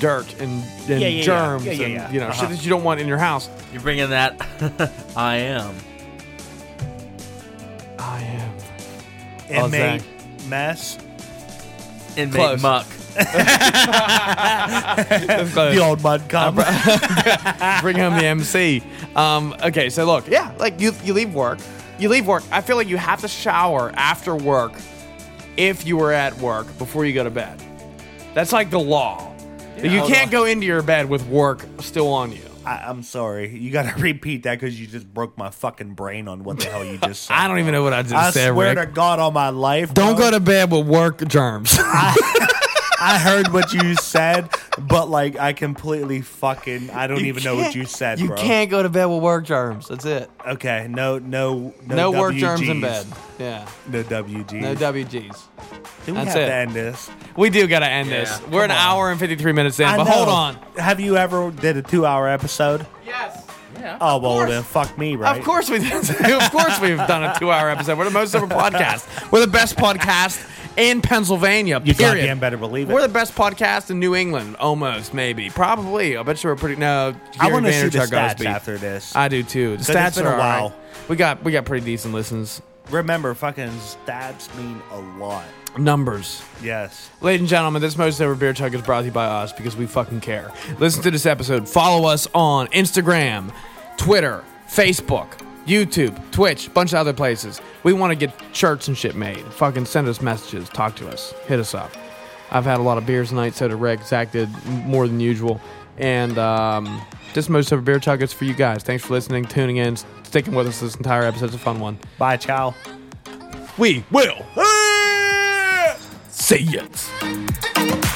Speaker 1: dirt and, and
Speaker 2: Yeah, yeah, yeah.
Speaker 1: germs
Speaker 2: Yeah, yeah,
Speaker 1: and
Speaker 2: yeah.
Speaker 1: you know
Speaker 2: Uh-huh.
Speaker 1: shit that you don't want in your house.
Speaker 3: You're bringing that. I am.
Speaker 1: I am. Oh,
Speaker 2: Inmate mess.
Speaker 3: Inmate
Speaker 1: Close.
Speaker 3: muck.
Speaker 2: The old mud cup.
Speaker 1: bring home the MC. Um, okay, so look, yeah, like you, you leave work, you leave work. I feel like you have to shower after work if you were at work before you go to bed. That's like the law. you
Speaker 2: hold
Speaker 1: can't
Speaker 2: on.
Speaker 1: go into your bed with work still on you.
Speaker 2: I, I'm sorry. You got to repeat that because you just broke my fucking brain on what the hell you just said.
Speaker 1: I don't even know what I just
Speaker 2: I
Speaker 1: said.
Speaker 2: swear
Speaker 1: Rick.
Speaker 2: to God on my life.
Speaker 1: Don't go
Speaker 2: bro,
Speaker 1: to bed with work germs.
Speaker 2: I heard what you said, but like I completely fucking. I don't
Speaker 1: You
Speaker 2: even know what
Speaker 1: can't-
Speaker 2: you said,
Speaker 1: You
Speaker 2: bro.
Speaker 1: can't go to bed with work germs. That's it.
Speaker 2: Okay. No. No. No,
Speaker 1: No, work germs in
Speaker 2: WGs.
Speaker 1: bed. Yeah.
Speaker 2: No WGs.
Speaker 1: No WGs.
Speaker 2: Do we
Speaker 1: That's
Speaker 2: have
Speaker 1: it.
Speaker 2: to end this?
Speaker 1: We do got to end this.
Speaker 3: Yeah.
Speaker 1: We're an hour and 53 minutes in,
Speaker 2: I
Speaker 1: but
Speaker 2: know.
Speaker 1: hold on.
Speaker 2: Have you ever did a two-hour episode?
Speaker 1: Yes.
Speaker 2: Oh well,
Speaker 1: course.
Speaker 2: then fuck me, right?
Speaker 1: Of course we did. of course we've done a two-hour episode. We're the most ever podcast. We're the best podcast in Pennsylvania.
Speaker 2: You
Speaker 1: period.
Speaker 2: goddamn better believe it.
Speaker 1: We're the best podcast in New England, almost, maybe, probably. I bet you we're pretty. No,
Speaker 2: I
Speaker 1: Gary
Speaker 2: wanna see the
Speaker 1: Vaynerchuk got us
Speaker 2: stats
Speaker 1: beat.
Speaker 2: after this.
Speaker 1: I do too. The
Speaker 2: 'Cause it's
Speaker 1: stats
Speaker 2: been
Speaker 1: are
Speaker 2: a
Speaker 1: all right.
Speaker 2: while.
Speaker 1: We got we got pretty decent listens
Speaker 2: Remember, fucking stats mean a lot.
Speaker 1: numbers.
Speaker 2: Yes.
Speaker 1: Ladies and gentlemen, this most ever beer chug is brought to you by us because we fucking care. Listen to this episode. Follow us on Instagram, Twitter, Facebook, YouTube, Twitch, bunch of other places. We want to get shirts and shit made. Fucking send us messages, talk to us, hit us up. I've had a lot of beers tonight, so did Rick. Zach did m- more than usual. And um, this most ever beer chug is for you guys. Thanks for listening, tuning in, sticking with us this entire episode. It's a fun one.
Speaker 2: Bye, ciao.
Speaker 1: We will see it.